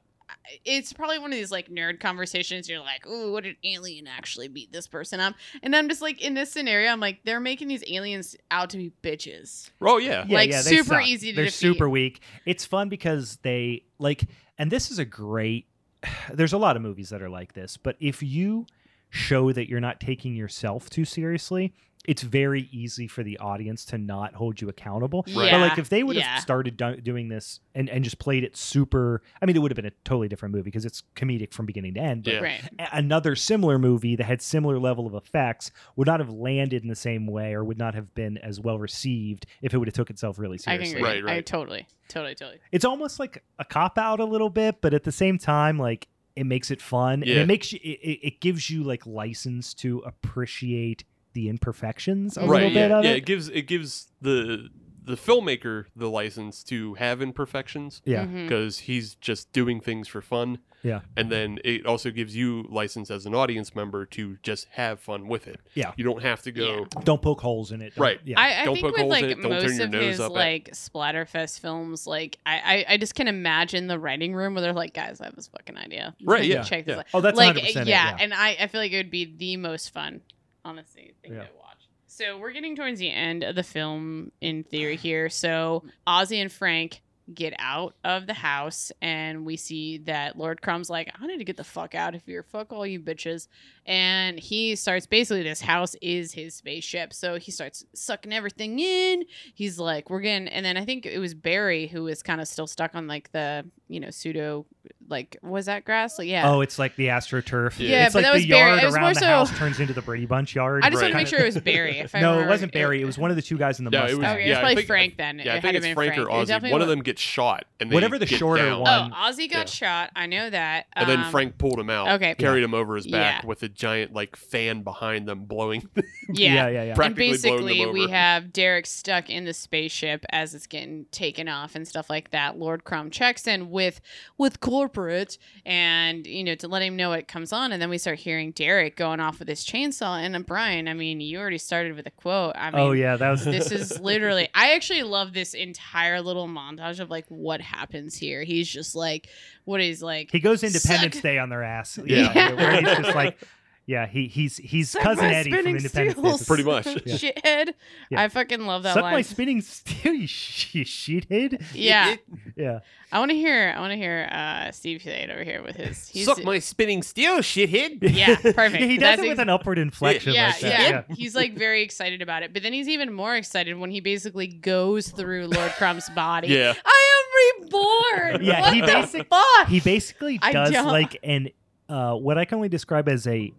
[SPEAKER 3] it's probably one of these like nerd conversations. You're like, "Ooh, what did alien actually beat this person up?" And I'm just like, in this scenario, I'm like, they're making these aliens out to be bitches.
[SPEAKER 4] oh yeah,
[SPEAKER 2] yeah,
[SPEAKER 3] like,
[SPEAKER 2] yeah, they
[SPEAKER 3] super
[SPEAKER 2] suck.
[SPEAKER 3] easy to
[SPEAKER 2] They're
[SPEAKER 3] defeat.
[SPEAKER 2] super weak. It's fun because they like, and this is a great. There's a lot of movies that are like this, but if you show that you're not taking yourself too seriously, it's very easy for the audience to not hold you accountable.
[SPEAKER 4] Right.
[SPEAKER 2] But like if they would have
[SPEAKER 3] yeah.
[SPEAKER 2] started do- doing this and, and just played it super, I mean, it would have been a totally different movie because it's comedic from beginning to end. But
[SPEAKER 4] Yeah.
[SPEAKER 3] right.
[SPEAKER 2] a- another similar movie that had similar level of effects would not have landed in the same way or would not have been as well received if it would have took itself really
[SPEAKER 3] I can
[SPEAKER 2] seriously.
[SPEAKER 3] agree.
[SPEAKER 4] Right,
[SPEAKER 3] Right, I
[SPEAKER 4] right.
[SPEAKER 3] totally, totally, totally.
[SPEAKER 2] It's almost like a cop out a little bit, but at the same time, like it makes it fun and
[SPEAKER 4] Yeah.
[SPEAKER 2] it makes you it, it it gives you like license to appreciate the imperfections a little
[SPEAKER 4] right. Yeah,
[SPEAKER 2] bit of
[SPEAKER 4] yeah.
[SPEAKER 2] it.
[SPEAKER 4] It gives it gives the the filmmaker the license to have imperfections.
[SPEAKER 2] Yeah.
[SPEAKER 3] Mhm.
[SPEAKER 4] because he's just doing things for fun.
[SPEAKER 2] Mm. Yeah.
[SPEAKER 4] And then it also gives you license as an audience member to just have fun with it.
[SPEAKER 2] Yeah.
[SPEAKER 4] You don't have to go.
[SPEAKER 2] Don't poke holes in it. Don't-
[SPEAKER 4] Right.
[SPEAKER 2] Yeah.
[SPEAKER 3] Mm-hmm. I, I
[SPEAKER 4] Don't
[SPEAKER 3] think
[SPEAKER 4] poke
[SPEAKER 3] with
[SPEAKER 4] holes in
[SPEAKER 3] like
[SPEAKER 4] it, don't turn
[SPEAKER 3] most
[SPEAKER 4] your
[SPEAKER 3] of
[SPEAKER 4] nose
[SPEAKER 3] his
[SPEAKER 4] up at-
[SPEAKER 3] like Splatterfest films, like I, I I just can imagine the writing room where they're like, guys, I have this fucking idea.
[SPEAKER 4] Right,
[SPEAKER 3] Like,
[SPEAKER 4] yeah,
[SPEAKER 3] Check this
[SPEAKER 4] yeah.
[SPEAKER 3] out.
[SPEAKER 2] oh, that's
[SPEAKER 3] like
[SPEAKER 2] 100%
[SPEAKER 3] yeah,
[SPEAKER 2] it,
[SPEAKER 3] and I, I feel like it would be the most fun, honestly, thing
[SPEAKER 2] Yeah.
[SPEAKER 3] to watch. So we're getting towards the end of the film in theory here. So Ozzy and Frank get out of the house and we see that Lord Crumb's like, I need to get the fuck out of here. Fuck all you bitches. And he starts basically this house is his spaceship. So he starts sucking everything in. He's like, We're getting and then I think it was Barry who was kind of still stuck on like the, you know, pseudo like was that grass? Like yeah.
[SPEAKER 2] Oh, it's like the astroturf.
[SPEAKER 4] Yeah. Yeah,
[SPEAKER 2] it's
[SPEAKER 3] but
[SPEAKER 2] like
[SPEAKER 3] that
[SPEAKER 2] the
[SPEAKER 3] was Barry.
[SPEAKER 2] yard
[SPEAKER 3] It was
[SPEAKER 2] around
[SPEAKER 3] more
[SPEAKER 2] the
[SPEAKER 3] so-
[SPEAKER 2] house turns into the Brady Bunch yard.
[SPEAKER 3] I just want
[SPEAKER 4] Right.
[SPEAKER 3] to make sure it was Barry. If I
[SPEAKER 2] no, it
[SPEAKER 3] remember-
[SPEAKER 2] wasn't Barry. It was one of the two guys in the
[SPEAKER 4] No, it
[SPEAKER 2] Mustang.
[SPEAKER 4] was-
[SPEAKER 3] Okay,
[SPEAKER 4] yeah,
[SPEAKER 3] it's
[SPEAKER 4] I
[SPEAKER 3] probably
[SPEAKER 4] think-
[SPEAKER 3] Frank then.
[SPEAKER 4] Yeah,
[SPEAKER 3] it
[SPEAKER 4] I
[SPEAKER 3] had
[SPEAKER 4] think
[SPEAKER 3] to
[SPEAKER 4] it's
[SPEAKER 3] been
[SPEAKER 4] Frank, or
[SPEAKER 3] It
[SPEAKER 4] Ozzy.
[SPEAKER 3] definitely
[SPEAKER 4] One of
[SPEAKER 3] was-
[SPEAKER 4] them gets shot, and they
[SPEAKER 2] Whatever the
[SPEAKER 4] get
[SPEAKER 2] shorter
[SPEAKER 4] down,
[SPEAKER 2] one-
[SPEAKER 3] Oh, Ozzy got shot. I know that.
[SPEAKER 4] And then
[SPEAKER 3] Um,
[SPEAKER 4] Frank pulled him out,
[SPEAKER 3] okay.
[SPEAKER 4] carried him over his back
[SPEAKER 3] Yeah.
[SPEAKER 4] with a giant like fan behind them, blowing.
[SPEAKER 3] Yeah.
[SPEAKER 2] yeah, yeah. yeah.
[SPEAKER 4] Pra-
[SPEAKER 3] And
[SPEAKER 4] practically blowing them
[SPEAKER 3] basically, we
[SPEAKER 4] over.
[SPEAKER 3] have Derek stuck in the spaceship as it's getting taken off and stuff like that. Lord Crumb checks in with with corporate and you know to let him know what comes on, and then we start hearing Derek going off with his chainsaw. And uh, Brian, I mean, you already started with a quote. I mean,
[SPEAKER 2] oh yeah, that was
[SPEAKER 3] this is literally i actually love this entire little montage of like what happens here he's just like what he's like
[SPEAKER 2] He goes Independence
[SPEAKER 3] Suck.
[SPEAKER 2] Day on their ass.
[SPEAKER 4] Yeah.
[SPEAKER 2] Yeah. Where he's just like, yeah, he, he's he's
[SPEAKER 3] "Suck
[SPEAKER 2] cousin
[SPEAKER 3] my
[SPEAKER 2] Eddie from
[SPEAKER 3] spinning
[SPEAKER 2] Independence
[SPEAKER 3] steels,
[SPEAKER 2] Day.
[SPEAKER 4] Pretty much.
[SPEAKER 2] Yeah.
[SPEAKER 3] shithead
[SPEAKER 2] Yeah.
[SPEAKER 3] i fucking love that
[SPEAKER 2] Suck
[SPEAKER 3] line
[SPEAKER 2] my spinning steel, you, sh- you shithead.
[SPEAKER 3] yeah
[SPEAKER 2] Yeah.
[SPEAKER 3] i want to hear i want to hear uh steve say it over here with his he's,
[SPEAKER 4] Suck my spinning steel, shithead.
[SPEAKER 3] Yeah, perfect.
[SPEAKER 2] he does
[SPEAKER 3] That's
[SPEAKER 2] it with
[SPEAKER 3] ex-
[SPEAKER 2] an upward inflection
[SPEAKER 3] yeah,
[SPEAKER 2] like that.
[SPEAKER 3] yeah, He's like very excited about it, but then he's even more excited when he basically goes through Lord Crumb's body.
[SPEAKER 4] Yeah.
[SPEAKER 3] I am reborn.
[SPEAKER 2] Yeah,
[SPEAKER 3] what
[SPEAKER 2] he
[SPEAKER 3] the
[SPEAKER 2] basic-
[SPEAKER 3] fuck?
[SPEAKER 2] He basically
[SPEAKER 3] I
[SPEAKER 2] does
[SPEAKER 3] don't-
[SPEAKER 2] like an uh, what I can only describe as a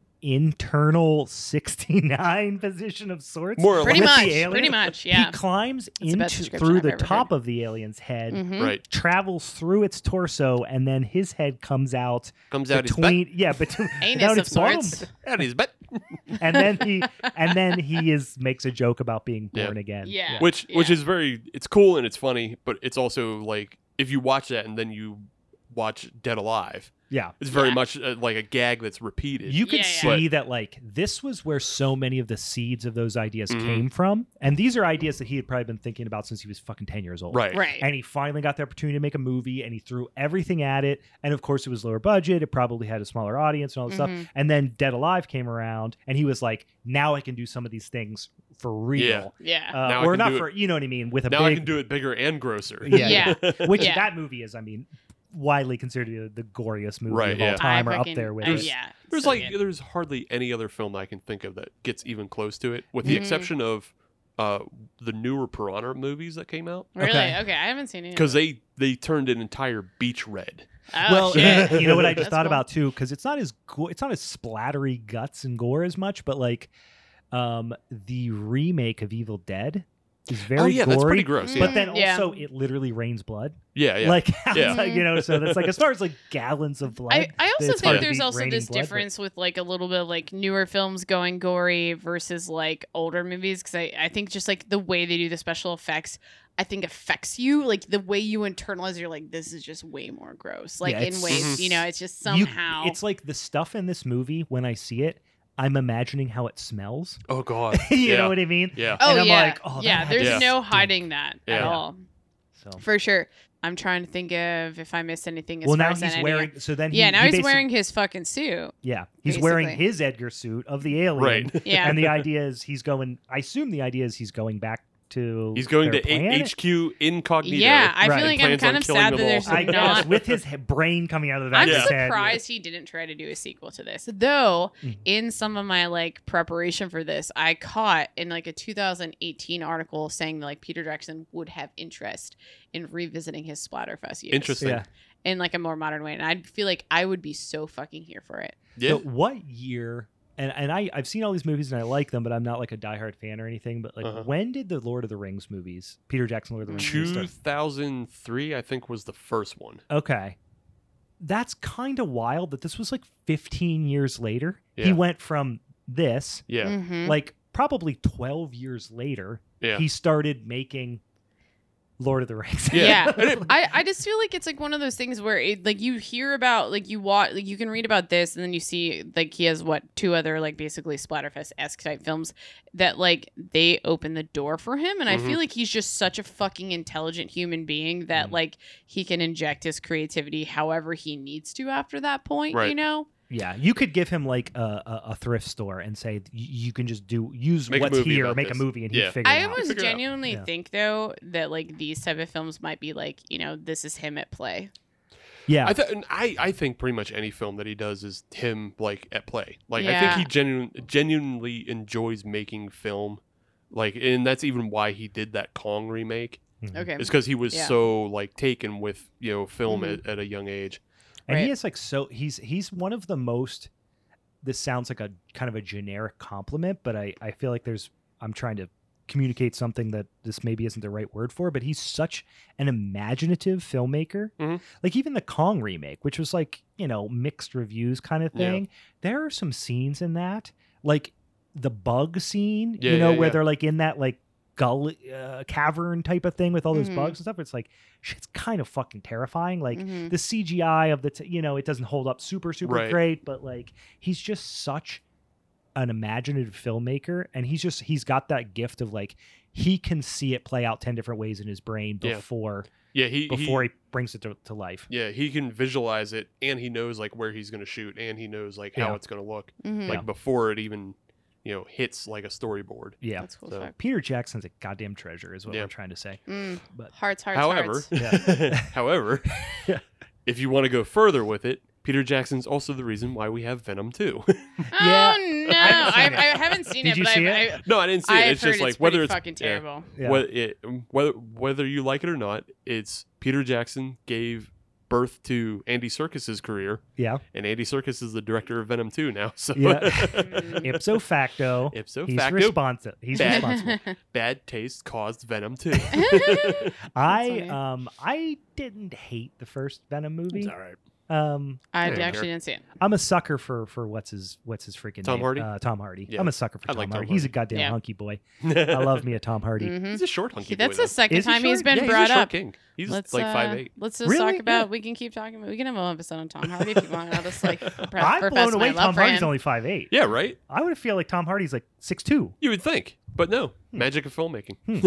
[SPEAKER 2] internal 69 position of sorts.
[SPEAKER 4] More or
[SPEAKER 3] Pretty
[SPEAKER 4] less.
[SPEAKER 2] with the
[SPEAKER 3] much.
[SPEAKER 2] alien.
[SPEAKER 3] Pretty much. Yeah.
[SPEAKER 2] He climbs
[SPEAKER 3] That's the best
[SPEAKER 2] into
[SPEAKER 3] description
[SPEAKER 2] through
[SPEAKER 3] I've
[SPEAKER 2] the
[SPEAKER 3] ever
[SPEAKER 2] top of the alien's head,
[SPEAKER 3] Mhm.
[SPEAKER 4] Right.
[SPEAKER 2] travels through its torso, and then his head comes out
[SPEAKER 4] Comes out
[SPEAKER 2] between yeah between
[SPEAKER 3] Anus
[SPEAKER 2] down
[SPEAKER 3] of
[SPEAKER 2] its bottom.
[SPEAKER 3] sorts.
[SPEAKER 4] his butt. Out his butt.
[SPEAKER 2] and then he and then he is makes a joke about being
[SPEAKER 4] Yeah.
[SPEAKER 2] born again.
[SPEAKER 3] Yeah.
[SPEAKER 4] Which which is very it's cool and it's funny, but it's also like if you watch that and then you watch Dead Alive,
[SPEAKER 2] yeah.
[SPEAKER 4] it's very
[SPEAKER 3] Yeah.
[SPEAKER 4] much uh, like a gag that's repeated.
[SPEAKER 2] You could
[SPEAKER 3] Yeah,
[SPEAKER 2] see
[SPEAKER 3] yeah.
[SPEAKER 2] that like this was where so many of the seeds of those ideas
[SPEAKER 4] Mhm.
[SPEAKER 2] came from, and these are ideas that he had probably been thinking about since he was fucking ten years old.
[SPEAKER 4] right.
[SPEAKER 3] Right.
[SPEAKER 2] And he finally got the opportunity to make a movie, and he threw everything at it. And of course, it was lower budget. It probably had a smaller audience and all this stuff.
[SPEAKER 3] Mhm.
[SPEAKER 2] And then Dead Alive came around, and he was like, "Now I can do some of these things for real,
[SPEAKER 3] Yeah.
[SPEAKER 2] uh,
[SPEAKER 4] Now I
[SPEAKER 2] or
[SPEAKER 4] can
[SPEAKER 2] not
[SPEAKER 4] do it.
[SPEAKER 2] for you know what I mean." With a
[SPEAKER 4] Now
[SPEAKER 2] big,
[SPEAKER 4] I can do it bigger and grosser.
[SPEAKER 2] Yeah.
[SPEAKER 3] Yeah.
[SPEAKER 2] which
[SPEAKER 3] Yeah.
[SPEAKER 2] that movie is, I mean, widely considered the, the goriest movie
[SPEAKER 4] Right,
[SPEAKER 2] of
[SPEAKER 4] yeah.
[SPEAKER 2] all time,
[SPEAKER 3] I
[SPEAKER 2] or up
[SPEAKER 3] fucking-
[SPEAKER 2] there with.
[SPEAKER 3] oh,
[SPEAKER 2] it.
[SPEAKER 3] yeah.
[SPEAKER 4] There's
[SPEAKER 3] So
[SPEAKER 4] like
[SPEAKER 3] good.
[SPEAKER 4] there's hardly any other film I can think of that gets even close to it, with the
[SPEAKER 3] Mhm.
[SPEAKER 4] exception of uh, the newer Piranha movies that came out
[SPEAKER 3] really
[SPEAKER 2] okay.
[SPEAKER 3] okay. I haven't seen it.
[SPEAKER 4] because they they turned an entire beach red.
[SPEAKER 3] oh,
[SPEAKER 2] well,
[SPEAKER 3] shit.
[SPEAKER 2] you know what I
[SPEAKER 3] That's
[SPEAKER 2] just thought
[SPEAKER 3] cool.
[SPEAKER 2] about too, because it's not as go- it's not as splattery guts and gore as much, but like, um, the remake of Evil Dead is very
[SPEAKER 4] oh yeah,
[SPEAKER 2] gory.
[SPEAKER 4] that's pretty gross. Yeah,
[SPEAKER 2] But then
[SPEAKER 3] Mm, yeah.
[SPEAKER 2] also, it literally rains blood.
[SPEAKER 4] yeah, yeah.
[SPEAKER 2] Like,
[SPEAKER 4] Yeah.
[SPEAKER 2] like, you know, so that's like as far as like gallons of blood.
[SPEAKER 3] I, I also
[SPEAKER 2] it's hard
[SPEAKER 3] think
[SPEAKER 2] to
[SPEAKER 3] there's
[SPEAKER 2] beat
[SPEAKER 3] also
[SPEAKER 2] raining
[SPEAKER 3] this
[SPEAKER 2] blood, but-
[SPEAKER 3] difference with like a little bit of like newer films going gory versus like older movies because I, I think just like the way they do the special effects I think affects you like the way you internalize you're like this is just way more gross like
[SPEAKER 2] Yeah,
[SPEAKER 3] in
[SPEAKER 2] it's-
[SPEAKER 3] ways you know it's just
[SPEAKER 2] You-
[SPEAKER 3] somehow
[SPEAKER 2] it's like the stuff in this movie. When I see it, I'm imagining how it smells.
[SPEAKER 4] oh god.
[SPEAKER 2] you
[SPEAKER 4] yeah.
[SPEAKER 2] know what I mean?
[SPEAKER 4] yeah.
[SPEAKER 3] oh
[SPEAKER 2] and I'm
[SPEAKER 3] yeah
[SPEAKER 2] like, oh, that
[SPEAKER 3] yeah
[SPEAKER 2] had
[SPEAKER 3] there's
[SPEAKER 4] to
[SPEAKER 3] no
[SPEAKER 2] stink.
[SPEAKER 3] hiding that at
[SPEAKER 4] Yeah.
[SPEAKER 3] all
[SPEAKER 2] So.
[SPEAKER 3] for sure I'm trying to think of if I missed anything as
[SPEAKER 2] Well,
[SPEAKER 3] far
[SPEAKER 2] now
[SPEAKER 3] as that
[SPEAKER 2] he's
[SPEAKER 3] any-
[SPEAKER 2] wearing. So then, he-
[SPEAKER 3] yeah
[SPEAKER 2] he
[SPEAKER 3] now he's
[SPEAKER 2] basi-
[SPEAKER 3] wearing his fucking suit
[SPEAKER 2] Yeah, he's wearing
[SPEAKER 3] basically.
[SPEAKER 2] his Edgar suit of the alien.
[SPEAKER 4] Right.
[SPEAKER 3] yeah
[SPEAKER 2] And the idea is he's going. I assume the idea is he's going back to.
[SPEAKER 4] He's going
[SPEAKER 2] their
[SPEAKER 4] to A-
[SPEAKER 2] planet?
[SPEAKER 4] HQ incognito.
[SPEAKER 3] Yeah, I
[SPEAKER 2] Right.
[SPEAKER 3] feel like
[SPEAKER 4] And
[SPEAKER 3] I'm
[SPEAKER 4] plans on
[SPEAKER 3] kind of
[SPEAKER 4] killing
[SPEAKER 3] sad that
[SPEAKER 4] them
[SPEAKER 3] there's
[SPEAKER 4] all.
[SPEAKER 2] I
[SPEAKER 3] not.
[SPEAKER 2] guess with his he- brain coming out of the back
[SPEAKER 3] I'm
[SPEAKER 2] of his head.
[SPEAKER 3] surprised he didn't try to do a sequel to this. Though,
[SPEAKER 2] Mhm.
[SPEAKER 3] in some of my like preparation for this, I caught in like a 2018 article saying that like Peter Jackson would have interest in revisiting his Splatterfest years
[SPEAKER 4] Interesting.
[SPEAKER 2] Yeah.
[SPEAKER 3] in like a more modern way, and I feel like I would be so fucking here for it.
[SPEAKER 4] Yeah.
[SPEAKER 2] But what year? And and I I've seen all these movies and I like them, but I'm not like a diehard fan or anything. But like,
[SPEAKER 4] Uh-huh.
[SPEAKER 2] when did the Lord of the Rings movies, Peter Jackson Lord of the Rings, movies start?
[SPEAKER 4] 2003, I think, was the first one.
[SPEAKER 2] Okay. That's kind of wild that this was like 15 years later. He
[SPEAKER 4] Yeah.
[SPEAKER 2] went from this,
[SPEAKER 4] Yeah.
[SPEAKER 3] Mhm.
[SPEAKER 2] like probably 12 years later,
[SPEAKER 4] Yeah.
[SPEAKER 2] he started making Lord of the Rings.
[SPEAKER 3] Yeah.
[SPEAKER 4] And it-
[SPEAKER 3] I, I just feel like it's like one of those things where it, like you hear about like you watch like you can read about this and then you see like he has what two other like basically splatterfest esque type films that like they open the door for him and I
[SPEAKER 4] Mhm.
[SPEAKER 3] feel like he's just such a fucking intelligent human being that
[SPEAKER 4] Mm.
[SPEAKER 2] Mhm.
[SPEAKER 3] like he can inject his creativity however he needs to after that point you
[SPEAKER 4] Right.
[SPEAKER 3] know
[SPEAKER 2] Yeah, you could give him like a, a, a thrift store and say "Y- you can just do use
[SPEAKER 4] Make a
[SPEAKER 2] what's
[SPEAKER 4] movie
[SPEAKER 2] here,
[SPEAKER 4] about
[SPEAKER 2] make
[SPEAKER 4] this."
[SPEAKER 2] a movie, and he'd
[SPEAKER 4] Yeah.
[SPEAKER 2] figure
[SPEAKER 3] I
[SPEAKER 2] it out.
[SPEAKER 3] almost
[SPEAKER 4] Figure it out.
[SPEAKER 3] genuinely
[SPEAKER 2] Yeah.
[SPEAKER 3] think though that like these type of films might be like you know this is him at play
[SPEAKER 2] Yeah,
[SPEAKER 4] I, th- and I I think pretty much any film that he does is him like at play. Like I
[SPEAKER 3] Yeah.
[SPEAKER 4] think he genuine, genuinely enjoys making film. Like and that's even why he did that Kong remake.
[SPEAKER 2] Mhm.
[SPEAKER 3] okay
[SPEAKER 4] Mm. It's because he was
[SPEAKER 3] Yeah.
[SPEAKER 4] so like taken with you know film
[SPEAKER 3] Mhm.
[SPEAKER 4] at, at a young age.
[SPEAKER 2] and
[SPEAKER 3] Right.
[SPEAKER 2] he is like so he's he's one of the most. This sounds like a kind of a generic compliment, but I I feel like there's I'm trying to communicate something that this maybe isn't the right word for, but he's such an imaginative filmmaker.
[SPEAKER 4] Mhm.
[SPEAKER 2] Like even the Kong remake, which was like, you know, mixed reviews kind of
[SPEAKER 4] Yeah.
[SPEAKER 2] thing. There are some scenes in that, like the bug scene,
[SPEAKER 4] Yeah,
[SPEAKER 2] you know,
[SPEAKER 4] yeah,
[SPEAKER 2] where
[SPEAKER 4] yeah.
[SPEAKER 2] they're like in that like gully uh, cavern type of thing with all those
[SPEAKER 4] Mm-hmm.
[SPEAKER 3] Mhm.
[SPEAKER 2] bugs and stuff. It's like shit's kind of fucking terrifying. Like
[SPEAKER 3] Mhm.
[SPEAKER 2] the CGI of the, t- you know, it doesn't hold up super, super
[SPEAKER 4] Mm-hmm. Right.
[SPEAKER 2] great, but like he's just such an imaginative filmmaker. And he's just, he's got that gift of like, he can see it play out 10 different ways in his brain
[SPEAKER 4] Yeah.
[SPEAKER 2] before,
[SPEAKER 4] Yeah, he
[SPEAKER 2] before
[SPEAKER 4] he,
[SPEAKER 2] he brings it to, to life.
[SPEAKER 4] yeah he can visualize it and he knows like where he's gonna shoot and he knows like how
[SPEAKER 2] Yeah.
[SPEAKER 4] it's gonna look
[SPEAKER 3] Mhm.
[SPEAKER 4] like before it even you know hits like a storyboard.
[SPEAKER 2] Yeah.
[SPEAKER 3] that's cool
[SPEAKER 4] So-
[SPEAKER 3] as fuck.
[SPEAKER 2] Peter Jackson's a goddamn treasure is what
[SPEAKER 4] Yeah.
[SPEAKER 2] we're trying to say.
[SPEAKER 3] Mm.
[SPEAKER 2] But
[SPEAKER 3] hearts hearts
[SPEAKER 4] however,
[SPEAKER 3] hearts.
[SPEAKER 4] however,
[SPEAKER 2] Yeah.
[SPEAKER 4] if you want to go further with it, Peter Jackson's also the reason why we have Venom 2.
[SPEAKER 2] Yeah.
[SPEAKER 3] Oh no,
[SPEAKER 2] haven't
[SPEAKER 3] I,
[SPEAKER 2] seen
[SPEAKER 3] I haven't seen
[SPEAKER 2] Did
[SPEAKER 3] it,
[SPEAKER 2] you
[SPEAKER 3] but
[SPEAKER 2] see
[SPEAKER 3] I've,
[SPEAKER 4] no, I didn't see
[SPEAKER 3] I,
[SPEAKER 4] it.
[SPEAKER 3] I've
[SPEAKER 4] It's
[SPEAKER 3] heard
[SPEAKER 4] just like
[SPEAKER 3] it's
[SPEAKER 4] whether
[SPEAKER 3] pretty
[SPEAKER 4] it's
[SPEAKER 3] fucking
[SPEAKER 4] eh, yeah.
[SPEAKER 3] terrible.
[SPEAKER 2] yeah.
[SPEAKER 4] whether, it, whether whether you like it or not, it's Peter Jackson gave birth to Andy Circus's career,
[SPEAKER 2] Yeah.
[SPEAKER 4] and Andy Circus is the director of Venom 2 now. So
[SPEAKER 2] Yeah.
[SPEAKER 3] Mm.
[SPEAKER 2] Ipso facto.
[SPEAKER 4] ipso
[SPEAKER 2] He's
[SPEAKER 4] facto,
[SPEAKER 2] responsible. He's
[SPEAKER 4] Bad.
[SPEAKER 2] responsible.
[SPEAKER 4] bad taste caused Venom 2.
[SPEAKER 2] I
[SPEAKER 3] funny.
[SPEAKER 2] um I didn't hate the first Venom movie.
[SPEAKER 4] It's all right.
[SPEAKER 2] Um,
[SPEAKER 3] I
[SPEAKER 4] don't
[SPEAKER 3] actually
[SPEAKER 4] care.
[SPEAKER 3] didn't see it.
[SPEAKER 2] I'm a sucker for for what's his what's his freaking
[SPEAKER 4] Tom
[SPEAKER 2] name?
[SPEAKER 4] Hardy?
[SPEAKER 2] Uh, Tom Hardy.
[SPEAKER 4] Yeah.
[SPEAKER 2] I'm a sucker for
[SPEAKER 4] I
[SPEAKER 2] Tom,
[SPEAKER 4] like Tom
[SPEAKER 2] Hardy. He's a
[SPEAKER 4] Hardy.
[SPEAKER 2] goddamn
[SPEAKER 3] Yeah.
[SPEAKER 2] hunky boy. I love me a Tom Hardy.
[SPEAKER 3] Mhm.
[SPEAKER 4] He's a short hunky
[SPEAKER 3] He-
[SPEAKER 4] boy.
[SPEAKER 3] That's the
[SPEAKER 4] though.
[SPEAKER 3] second
[SPEAKER 2] Is he
[SPEAKER 3] time he's
[SPEAKER 2] short?
[SPEAKER 4] yeah,
[SPEAKER 3] been
[SPEAKER 4] he's a
[SPEAKER 3] brought
[SPEAKER 4] short
[SPEAKER 3] up.
[SPEAKER 4] king. He's
[SPEAKER 3] Let's
[SPEAKER 4] like
[SPEAKER 3] uh,
[SPEAKER 4] five eight.
[SPEAKER 3] Let's just
[SPEAKER 2] Really?
[SPEAKER 3] talk about. We can keep talking. about We can have an episode on Tom Hardy if you want. I'll just like pre-
[SPEAKER 2] I'm
[SPEAKER 3] profess
[SPEAKER 2] blown
[SPEAKER 3] my
[SPEAKER 2] away. Tom
[SPEAKER 3] love for
[SPEAKER 2] Hardy's
[SPEAKER 3] him.
[SPEAKER 2] only five eight.
[SPEAKER 4] Yeah, right.
[SPEAKER 2] I would feel like Tom Hardy's like six two.
[SPEAKER 4] You would think, but no,
[SPEAKER 2] Hmm.
[SPEAKER 4] magic of filmmaking.
[SPEAKER 2] Hmm.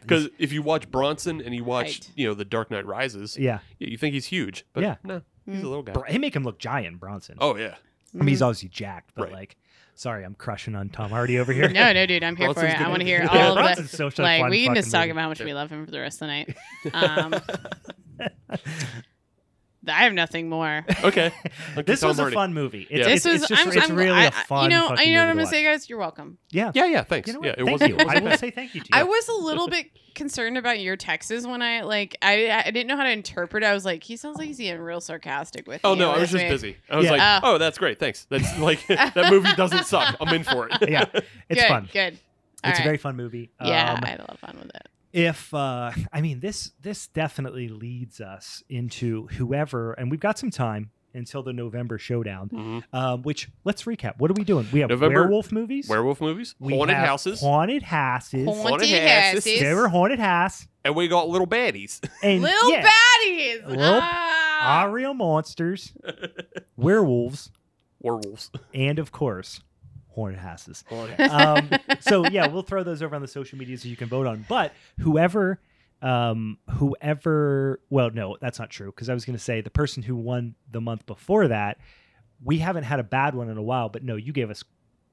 [SPEAKER 4] Because if you watch Bronson and you watch,
[SPEAKER 3] Right.
[SPEAKER 4] you know, The Dark Knight Rises,
[SPEAKER 2] Yeah,
[SPEAKER 4] yeah, you think he's huge, but
[SPEAKER 2] Yeah.
[SPEAKER 4] no, he's
[SPEAKER 3] Hmm.
[SPEAKER 4] a little guy.
[SPEAKER 2] Br- he make him look giant, Bronson.
[SPEAKER 4] Oh yeah,
[SPEAKER 2] I mean, he's obviously jacked, but
[SPEAKER 4] Right.
[SPEAKER 2] like, sorry, I'm crushing on Tom Hardy over here.
[SPEAKER 3] No, no, dude, I'm here
[SPEAKER 4] Bronson's
[SPEAKER 3] for it.
[SPEAKER 4] good
[SPEAKER 3] I want to
[SPEAKER 4] at
[SPEAKER 3] hear
[SPEAKER 4] it.
[SPEAKER 3] all
[SPEAKER 4] Yeah,
[SPEAKER 3] of that.
[SPEAKER 2] Bronson's such a
[SPEAKER 3] Like
[SPEAKER 2] fun
[SPEAKER 3] we can just talk
[SPEAKER 2] fucking
[SPEAKER 3] about how much we
[SPEAKER 4] Yeah.
[SPEAKER 3] love him for the rest of the night. Um, I have nothing more.
[SPEAKER 4] okay.
[SPEAKER 2] movie.
[SPEAKER 4] Look at
[SPEAKER 2] this
[SPEAKER 4] Tom
[SPEAKER 2] was a
[SPEAKER 4] Hardy.
[SPEAKER 2] fun movie. It's,
[SPEAKER 4] Yeah.
[SPEAKER 2] it's,
[SPEAKER 3] This was
[SPEAKER 2] it's just,
[SPEAKER 3] I'm,
[SPEAKER 2] it's
[SPEAKER 3] I'm,
[SPEAKER 2] really
[SPEAKER 3] I,
[SPEAKER 2] a fun.
[SPEAKER 3] You know,
[SPEAKER 2] fucking
[SPEAKER 3] you know what I'm
[SPEAKER 2] movie to
[SPEAKER 3] gonna say,
[SPEAKER 2] watch.
[SPEAKER 3] guys. You're welcome.
[SPEAKER 2] Yeah,
[SPEAKER 4] Yeah, yeah. Thanks.
[SPEAKER 2] You know
[SPEAKER 4] yeah,
[SPEAKER 2] what?
[SPEAKER 4] it
[SPEAKER 2] thank
[SPEAKER 4] wasn't.
[SPEAKER 2] you.
[SPEAKER 4] it wasn't
[SPEAKER 2] I will
[SPEAKER 4] bad.
[SPEAKER 2] say thank you to you.
[SPEAKER 3] I was a little bit concerned about your Texas when I like I I didn't know how to interpret. I was like, he sounds like he's being real sarcastic with
[SPEAKER 4] Oh
[SPEAKER 3] me.
[SPEAKER 4] no, I
[SPEAKER 3] That's
[SPEAKER 4] was just
[SPEAKER 3] weird.
[SPEAKER 4] busy. I was
[SPEAKER 2] Yeah.
[SPEAKER 4] like,
[SPEAKER 3] Uh,
[SPEAKER 4] oh, that's great. Thanks. That's like that movie doesn't suck. I'm in for it.
[SPEAKER 2] yeah, it's
[SPEAKER 3] good,
[SPEAKER 2] fun.
[SPEAKER 3] Good. All
[SPEAKER 2] it's
[SPEAKER 3] right.
[SPEAKER 2] a very fun movie.
[SPEAKER 3] yeah.
[SPEAKER 2] Um,
[SPEAKER 3] I had a lot of fun with it.
[SPEAKER 2] if uh, I mean this, this definitely leads us into whoever, and we've got some time until the November showdown.
[SPEAKER 4] Mhm.
[SPEAKER 2] Um, which let's recap. What are we doing? We have
[SPEAKER 4] November-
[SPEAKER 2] werewolf movies.
[SPEAKER 4] Werewolf movies,
[SPEAKER 2] we
[SPEAKER 4] haunted
[SPEAKER 2] have
[SPEAKER 4] houses,
[SPEAKER 2] Haunted houses.
[SPEAKER 3] Haunted,
[SPEAKER 4] houses.
[SPEAKER 3] houses.
[SPEAKER 2] They were haunted house.
[SPEAKER 4] and we got little baddies.
[SPEAKER 2] And
[SPEAKER 3] Little
[SPEAKER 2] yeah,
[SPEAKER 3] baddies.
[SPEAKER 2] Little-
[SPEAKER 3] ah.
[SPEAKER 2] are real monsters, werewolves,
[SPEAKER 4] Werewolves.
[SPEAKER 2] and of course, haunted houses.
[SPEAKER 4] Haunted
[SPEAKER 2] Um, so yeah, we'll throw those over on the social media so you can vote on. But whoever, um, whoever, well, no, that's not true because I was going to say the person who won the month before that, we haven't had a bad one in a while. But no, you gave us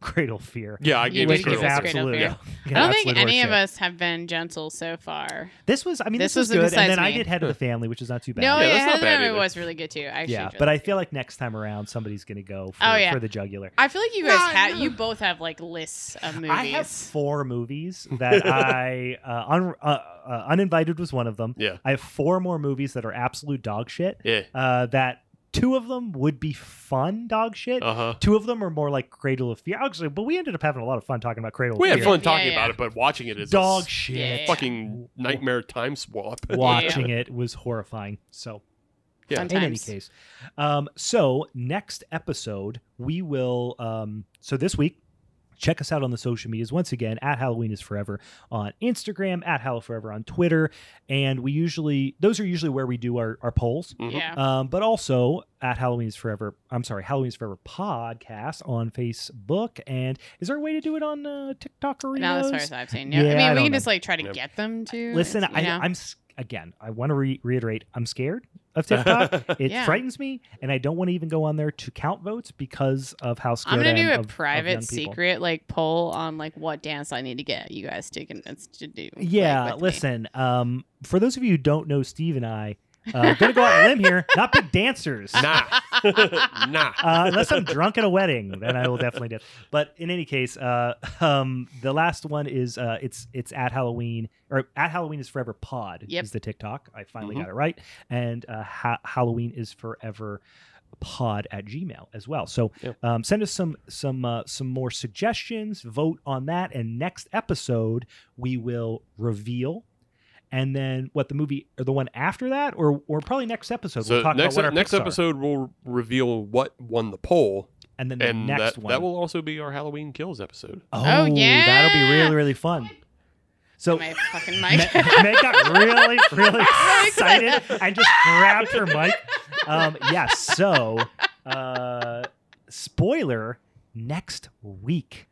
[SPEAKER 2] Cradle of Fear,
[SPEAKER 4] Yeah, I
[SPEAKER 3] You
[SPEAKER 4] gave
[SPEAKER 3] did
[SPEAKER 4] it
[SPEAKER 2] which
[SPEAKER 3] give
[SPEAKER 4] to
[SPEAKER 2] is
[SPEAKER 3] us
[SPEAKER 4] her.
[SPEAKER 3] Cradle of
[SPEAKER 2] absolute.
[SPEAKER 3] Fear.
[SPEAKER 2] yeah,
[SPEAKER 3] I don't think
[SPEAKER 2] absolute
[SPEAKER 3] any
[SPEAKER 2] horseshit.
[SPEAKER 3] of us have been gentle so far.
[SPEAKER 2] This was, I mean, this,
[SPEAKER 3] This was the
[SPEAKER 2] was good. And
[SPEAKER 3] besides
[SPEAKER 2] then I
[SPEAKER 3] me.
[SPEAKER 2] did Head of the Family, which is not too bad.
[SPEAKER 3] No,
[SPEAKER 4] Yeah,
[SPEAKER 3] yeah,
[SPEAKER 4] that's not
[SPEAKER 3] Heather
[SPEAKER 4] bad
[SPEAKER 3] and I
[SPEAKER 4] either.
[SPEAKER 3] was really good too. I actually
[SPEAKER 2] yeah,
[SPEAKER 3] enjoyed
[SPEAKER 2] but
[SPEAKER 3] it.
[SPEAKER 2] I feel like next time around somebody's gonna go for,
[SPEAKER 3] Oh, yeah.
[SPEAKER 2] for the jugular.
[SPEAKER 3] I feel like you guys
[SPEAKER 4] No,
[SPEAKER 3] have
[SPEAKER 4] no.
[SPEAKER 3] you both have like lists of movies.
[SPEAKER 2] I have four movies that I uh, un, uh, uh, uninvited was one of them.
[SPEAKER 4] Yeah.
[SPEAKER 2] I have four more movies that are absolute dog shit.
[SPEAKER 4] Yeah.
[SPEAKER 2] Uh, that two of them would be fun dog shit.
[SPEAKER 4] Uh huh.
[SPEAKER 2] Two of them are more like Cradle of Fear. Actually, but we ended up having a lot of fun talking about Cradle
[SPEAKER 4] We
[SPEAKER 2] of
[SPEAKER 4] had
[SPEAKER 2] Fear.
[SPEAKER 4] fun talking
[SPEAKER 3] yeah.
[SPEAKER 4] about it, but watching it is a
[SPEAKER 2] Dog
[SPEAKER 4] s-
[SPEAKER 2] shit.
[SPEAKER 3] Yeah.
[SPEAKER 4] fucking nightmare time swap.
[SPEAKER 2] Watching it was horrifying. So
[SPEAKER 4] Yeah. Mm-hmm.
[SPEAKER 3] Fun
[SPEAKER 2] in any
[SPEAKER 3] times.
[SPEAKER 2] case um, so next episode we will um, so this week check us out on the social medias once again at halloween is forever on instagram at hallow forever on twitter and we usually those are usually where we do our, our polls
[SPEAKER 4] Mhm.
[SPEAKER 3] Yeah.
[SPEAKER 2] um, but also at halloween is forever i'm sorry halloween is forever podcast on facebook and is there a way to do it on uh, tiktok or
[SPEAKER 3] Not as far
[SPEAKER 2] Reels?
[SPEAKER 3] as I've seen. No,
[SPEAKER 2] Yeah, I
[SPEAKER 3] I mean
[SPEAKER 2] don't
[SPEAKER 3] we can
[SPEAKER 2] know.
[SPEAKER 3] just like try to
[SPEAKER 4] Yeah.
[SPEAKER 3] get them to.
[SPEAKER 2] listen
[SPEAKER 3] it's-
[SPEAKER 2] I,
[SPEAKER 3] you know.
[SPEAKER 2] i'm s- again i want to re- reiterate i'm scared of tiktok It
[SPEAKER 3] Yeah.
[SPEAKER 2] frightens me, and I don't want to even go on there to count votes because of how scared
[SPEAKER 3] I'm gonna
[SPEAKER 2] I am
[SPEAKER 3] do a
[SPEAKER 2] of- of young
[SPEAKER 3] private
[SPEAKER 2] people.
[SPEAKER 3] secret like poll on like what dance I need to get you guys to convince to do. like,
[SPEAKER 2] Yeah,
[SPEAKER 3] with me.
[SPEAKER 2] listen. Um, for those of you who don't know, Steve and I, uh, I'm gonna go out on a limb here. Not big dancers.
[SPEAKER 4] Nah. nah.
[SPEAKER 2] Uh, unless I'm drunk at a wedding, then I will definitely do. it. But in any case, uh, um, the last one is uh, it's it's at Halloween or at Halloween is forever pod
[SPEAKER 3] Yep.
[SPEAKER 2] is the TikTok. I finally
[SPEAKER 4] Mhm.
[SPEAKER 2] got it right, and uh, ha- Halloween is forever pod at gmail as well so
[SPEAKER 4] Yep.
[SPEAKER 2] um, send us some some uh, some more suggestions vote on that and next episode we will reveal and then what the movie or the one after that or or probably next episode
[SPEAKER 4] So
[SPEAKER 2] we'll talk
[SPEAKER 4] next
[SPEAKER 2] about
[SPEAKER 4] e,
[SPEAKER 2] what our
[SPEAKER 4] next
[SPEAKER 2] picks are.
[SPEAKER 4] episode we'll reveal what won the poll,
[SPEAKER 2] and then the
[SPEAKER 4] and
[SPEAKER 2] next
[SPEAKER 4] that,
[SPEAKER 2] one
[SPEAKER 4] that will also be our Halloween kills episode.
[SPEAKER 2] Oh, that'll be
[SPEAKER 3] yeah.
[SPEAKER 2] really really fun. So
[SPEAKER 3] my
[SPEAKER 2] Me-
[SPEAKER 3] fucking
[SPEAKER 2] Meg,
[SPEAKER 3] mic.
[SPEAKER 2] got really really
[SPEAKER 3] Very
[SPEAKER 2] excited and just grabbed her mic. Um, yeah. So, uh, spoiler: next week,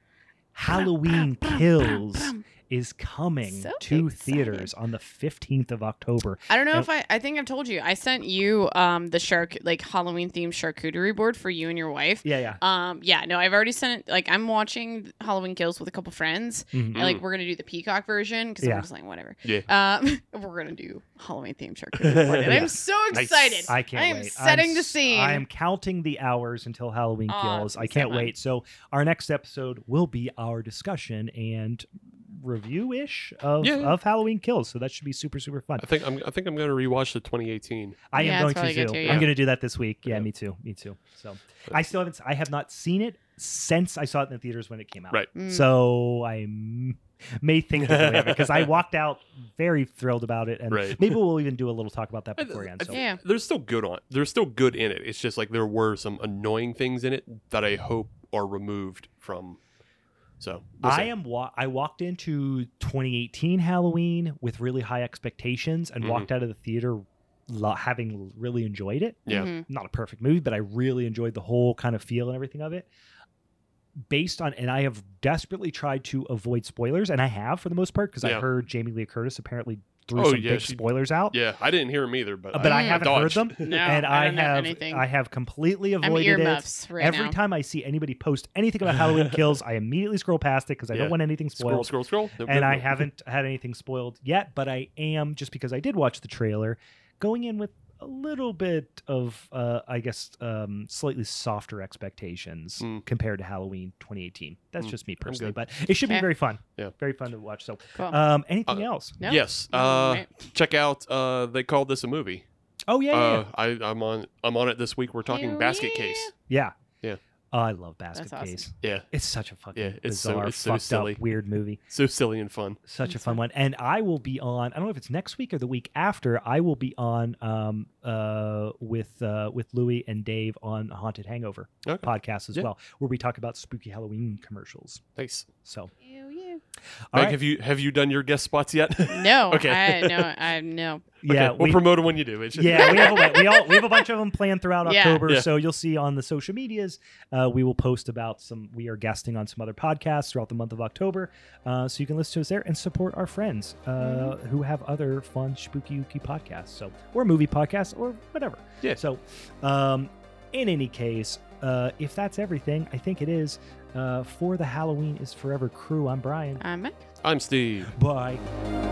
[SPEAKER 2] Halloween Kills is coming
[SPEAKER 3] So
[SPEAKER 2] to
[SPEAKER 3] excited.
[SPEAKER 2] theaters on the fifteenth of October.
[SPEAKER 3] I don't know
[SPEAKER 2] And-
[SPEAKER 3] if I. I think I've told you. I sent you um the shark like Halloween themed charcuterie board for you and your wife.
[SPEAKER 2] Yeah, yeah.
[SPEAKER 3] Um yeah no I've already sent it. Like I'm watching Halloween Kills with a couple friends.
[SPEAKER 2] Mhm.
[SPEAKER 3] And, like we're gonna do the Peacock version because
[SPEAKER 2] Yeah.
[SPEAKER 3] I'm just like whatever.
[SPEAKER 4] Yeah.
[SPEAKER 3] Um we're gonna do Halloween themed charcuterie board and
[SPEAKER 2] Yeah.
[SPEAKER 3] I'm so
[SPEAKER 4] Nice.
[SPEAKER 3] excited.
[SPEAKER 2] I can't
[SPEAKER 3] I am
[SPEAKER 2] wait.
[SPEAKER 3] setting
[SPEAKER 2] I'm
[SPEAKER 3] the
[SPEAKER 2] s-
[SPEAKER 3] scene.
[SPEAKER 2] I am counting the hours until Halloween
[SPEAKER 3] Aw,
[SPEAKER 2] kills.
[SPEAKER 3] it's
[SPEAKER 2] I
[SPEAKER 3] gonna be so
[SPEAKER 2] can't
[SPEAKER 3] fun.
[SPEAKER 2] wait. So our next episode will be our discussion and review ish of
[SPEAKER 4] Yeah, yeah.
[SPEAKER 2] of Halloween Kills. So that should be super super fun.
[SPEAKER 4] I think I'm, I think I'm going to rewatch the 2018.
[SPEAKER 2] I
[SPEAKER 3] Yeah,
[SPEAKER 2] am going
[SPEAKER 3] it's probably
[SPEAKER 2] to
[SPEAKER 3] good
[SPEAKER 2] too.
[SPEAKER 3] too,
[SPEAKER 2] I'm
[SPEAKER 4] yeah.
[SPEAKER 2] going to do that this week. Yeah,
[SPEAKER 4] Yeah.
[SPEAKER 2] me too. Me too. So I still haven't. I have not seen it since I saw it in the theaters when it came out.
[SPEAKER 4] Right.
[SPEAKER 3] Mm.
[SPEAKER 2] So I m- may think because I walked out very thrilled about it, and
[SPEAKER 4] Right.
[SPEAKER 2] maybe we'll even do a little talk about that
[SPEAKER 4] I-
[SPEAKER 2] beforehand.
[SPEAKER 4] I
[SPEAKER 2] So
[SPEAKER 3] yeah.
[SPEAKER 4] There's still good on. There's still good in it. It's just like there were some annoying things in it that I hope are removed from. So we'll
[SPEAKER 2] I
[SPEAKER 4] see.
[SPEAKER 2] am. Wa- I walked into 2018 Halloween with really high expectations, and
[SPEAKER 4] Mhm.
[SPEAKER 2] walked out of the theater lo- having really enjoyed it.
[SPEAKER 4] Yeah.
[SPEAKER 3] Mhm.
[SPEAKER 2] not a perfect movie, but I really enjoyed the whole kind of feel and everything of it. Based on, and I have desperately tried to avoid spoilers, and I have for the most part because I
[SPEAKER 4] Yeah.
[SPEAKER 2] heard Jamie Lee Curtis apparently threw
[SPEAKER 4] Oh,
[SPEAKER 2] some
[SPEAKER 4] yeah,
[SPEAKER 2] big
[SPEAKER 4] she-
[SPEAKER 2] spoilers out,
[SPEAKER 4] Yeah, I didn't hear him either, but
[SPEAKER 2] uh, but I,
[SPEAKER 3] Mm.
[SPEAKER 2] haven't heard
[SPEAKER 4] dodged.
[SPEAKER 2] them,
[SPEAKER 3] No,
[SPEAKER 2] and
[SPEAKER 3] I,
[SPEAKER 2] I,
[SPEAKER 3] don't know
[SPEAKER 2] have
[SPEAKER 3] anything.
[SPEAKER 2] I have completely
[SPEAKER 3] I'm
[SPEAKER 2] avoided it.
[SPEAKER 3] earmuffs right
[SPEAKER 2] Every
[SPEAKER 3] now.
[SPEAKER 2] time I see anybody post anything about Halloween Kills, I immediately scroll past it because I
[SPEAKER 4] Yeah.
[SPEAKER 2] don't want anything spoiled
[SPEAKER 4] Scroll, scroll, scroll. Nope,
[SPEAKER 2] and
[SPEAKER 4] nope,
[SPEAKER 2] I
[SPEAKER 4] nope.
[SPEAKER 2] haven't had anything spoiled yet, but I am just because I did watch the trailer, going in with a little bit of, uh, I guess, um, slightly softer expectations
[SPEAKER 4] Mm.
[SPEAKER 2] compared to Halloween 2018. That's
[SPEAKER 4] Mm.
[SPEAKER 2] just me personally,
[SPEAKER 4] good.
[SPEAKER 2] but it should be
[SPEAKER 3] Okay.
[SPEAKER 2] very fun.
[SPEAKER 4] Yeah.
[SPEAKER 2] very fun to watch. So,
[SPEAKER 3] Cool.
[SPEAKER 2] um, anything else?
[SPEAKER 3] no?
[SPEAKER 4] Yes.
[SPEAKER 3] No,
[SPEAKER 4] uh,
[SPEAKER 3] right.
[SPEAKER 4] Check out. Uh, they called this a movie.
[SPEAKER 2] Oh yeah, yeah,
[SPEAKER 4] Uh, I, I'm on. I'm on it this week. We're talking
[SPEAKER 3] Hell
[SPEAKER 4] basket
[SPEAKER 3] yeah.
[SPEAKER 4] case.
[SPEAKER 2] yeah.
[SPEAKER 4] yeah.
[SPEAKER 2] Oh, I love Basket
[SPEAKER 3] That's awesome.
[SPEAKER 2] Case.
[SPEAKER 4] Yeah,
[SPEAKER 2] It's such a fucking
[SPEAKER 4] Yeah, it's so-
[SPEAKER 2] bizarre,
[SPEAKER 4] it's so
[SPEAKER 2] fucked
[SPEAKER 4] silly.
[SPEAKER 2] up, weird movie.
[SPEAKER 4] so silly and fun.
[SPEAKER 2] such a
[SPEAKER 3] That's
[SPEAKER 2] fun one and i will be on i don't know if it's next week or the week after i will be on um uh with uh with louie and dave on haunted hangover
[SPEAKER 4] Okay.
[SPEAKER 2] podcast as
[SPEAKER 4] Yeah.
[SPEAKER 2] well where we talk about spooky halloween commercials
[SPEAKER 4] Nice.
[SPEAKER 2] so all
[SPEAKER 3] Ew, ew.
[SPEAKER 4] Meg,
[SPEAKER 2] right.
[SPEAKER 4] have you have you done your guest spots yet?
[SPEAKER 3] No.
[SPEAKER 4] Okay.
[SPEAKER 3] I, no. I no.
[SPEAKER 2] yeah
[SPEAKER 4] Okay, we'll
[SPEAKER 2] we,
[SPEAKER 4] promote them when you do. It's just-
[SPEAKER 2] yeah we have a, we all we have a bunch of them planned throughout
[SPEAKER 3] Yeah.
[SPEAKER 2] october
[SPEAKER 4] Yeah.
[SPEAKER 2] so you'll see on the social medias uh we will post about some we are guesting on some other podcasts throughout the month of october uh so you can listen to us there and support our friends uh who have other fun spooky ooky podcasts so or movie podcasts or whatever
[SPEAKER 4] Yeah.
[SPEAKER 2] so um in any case uh if that's everything i think it is uh for the halloween is forever crew i'm brian
[SPEAKER 3] I'm.
[SPEAKER 4] I'm Steve.
[SPEAKER 2] bye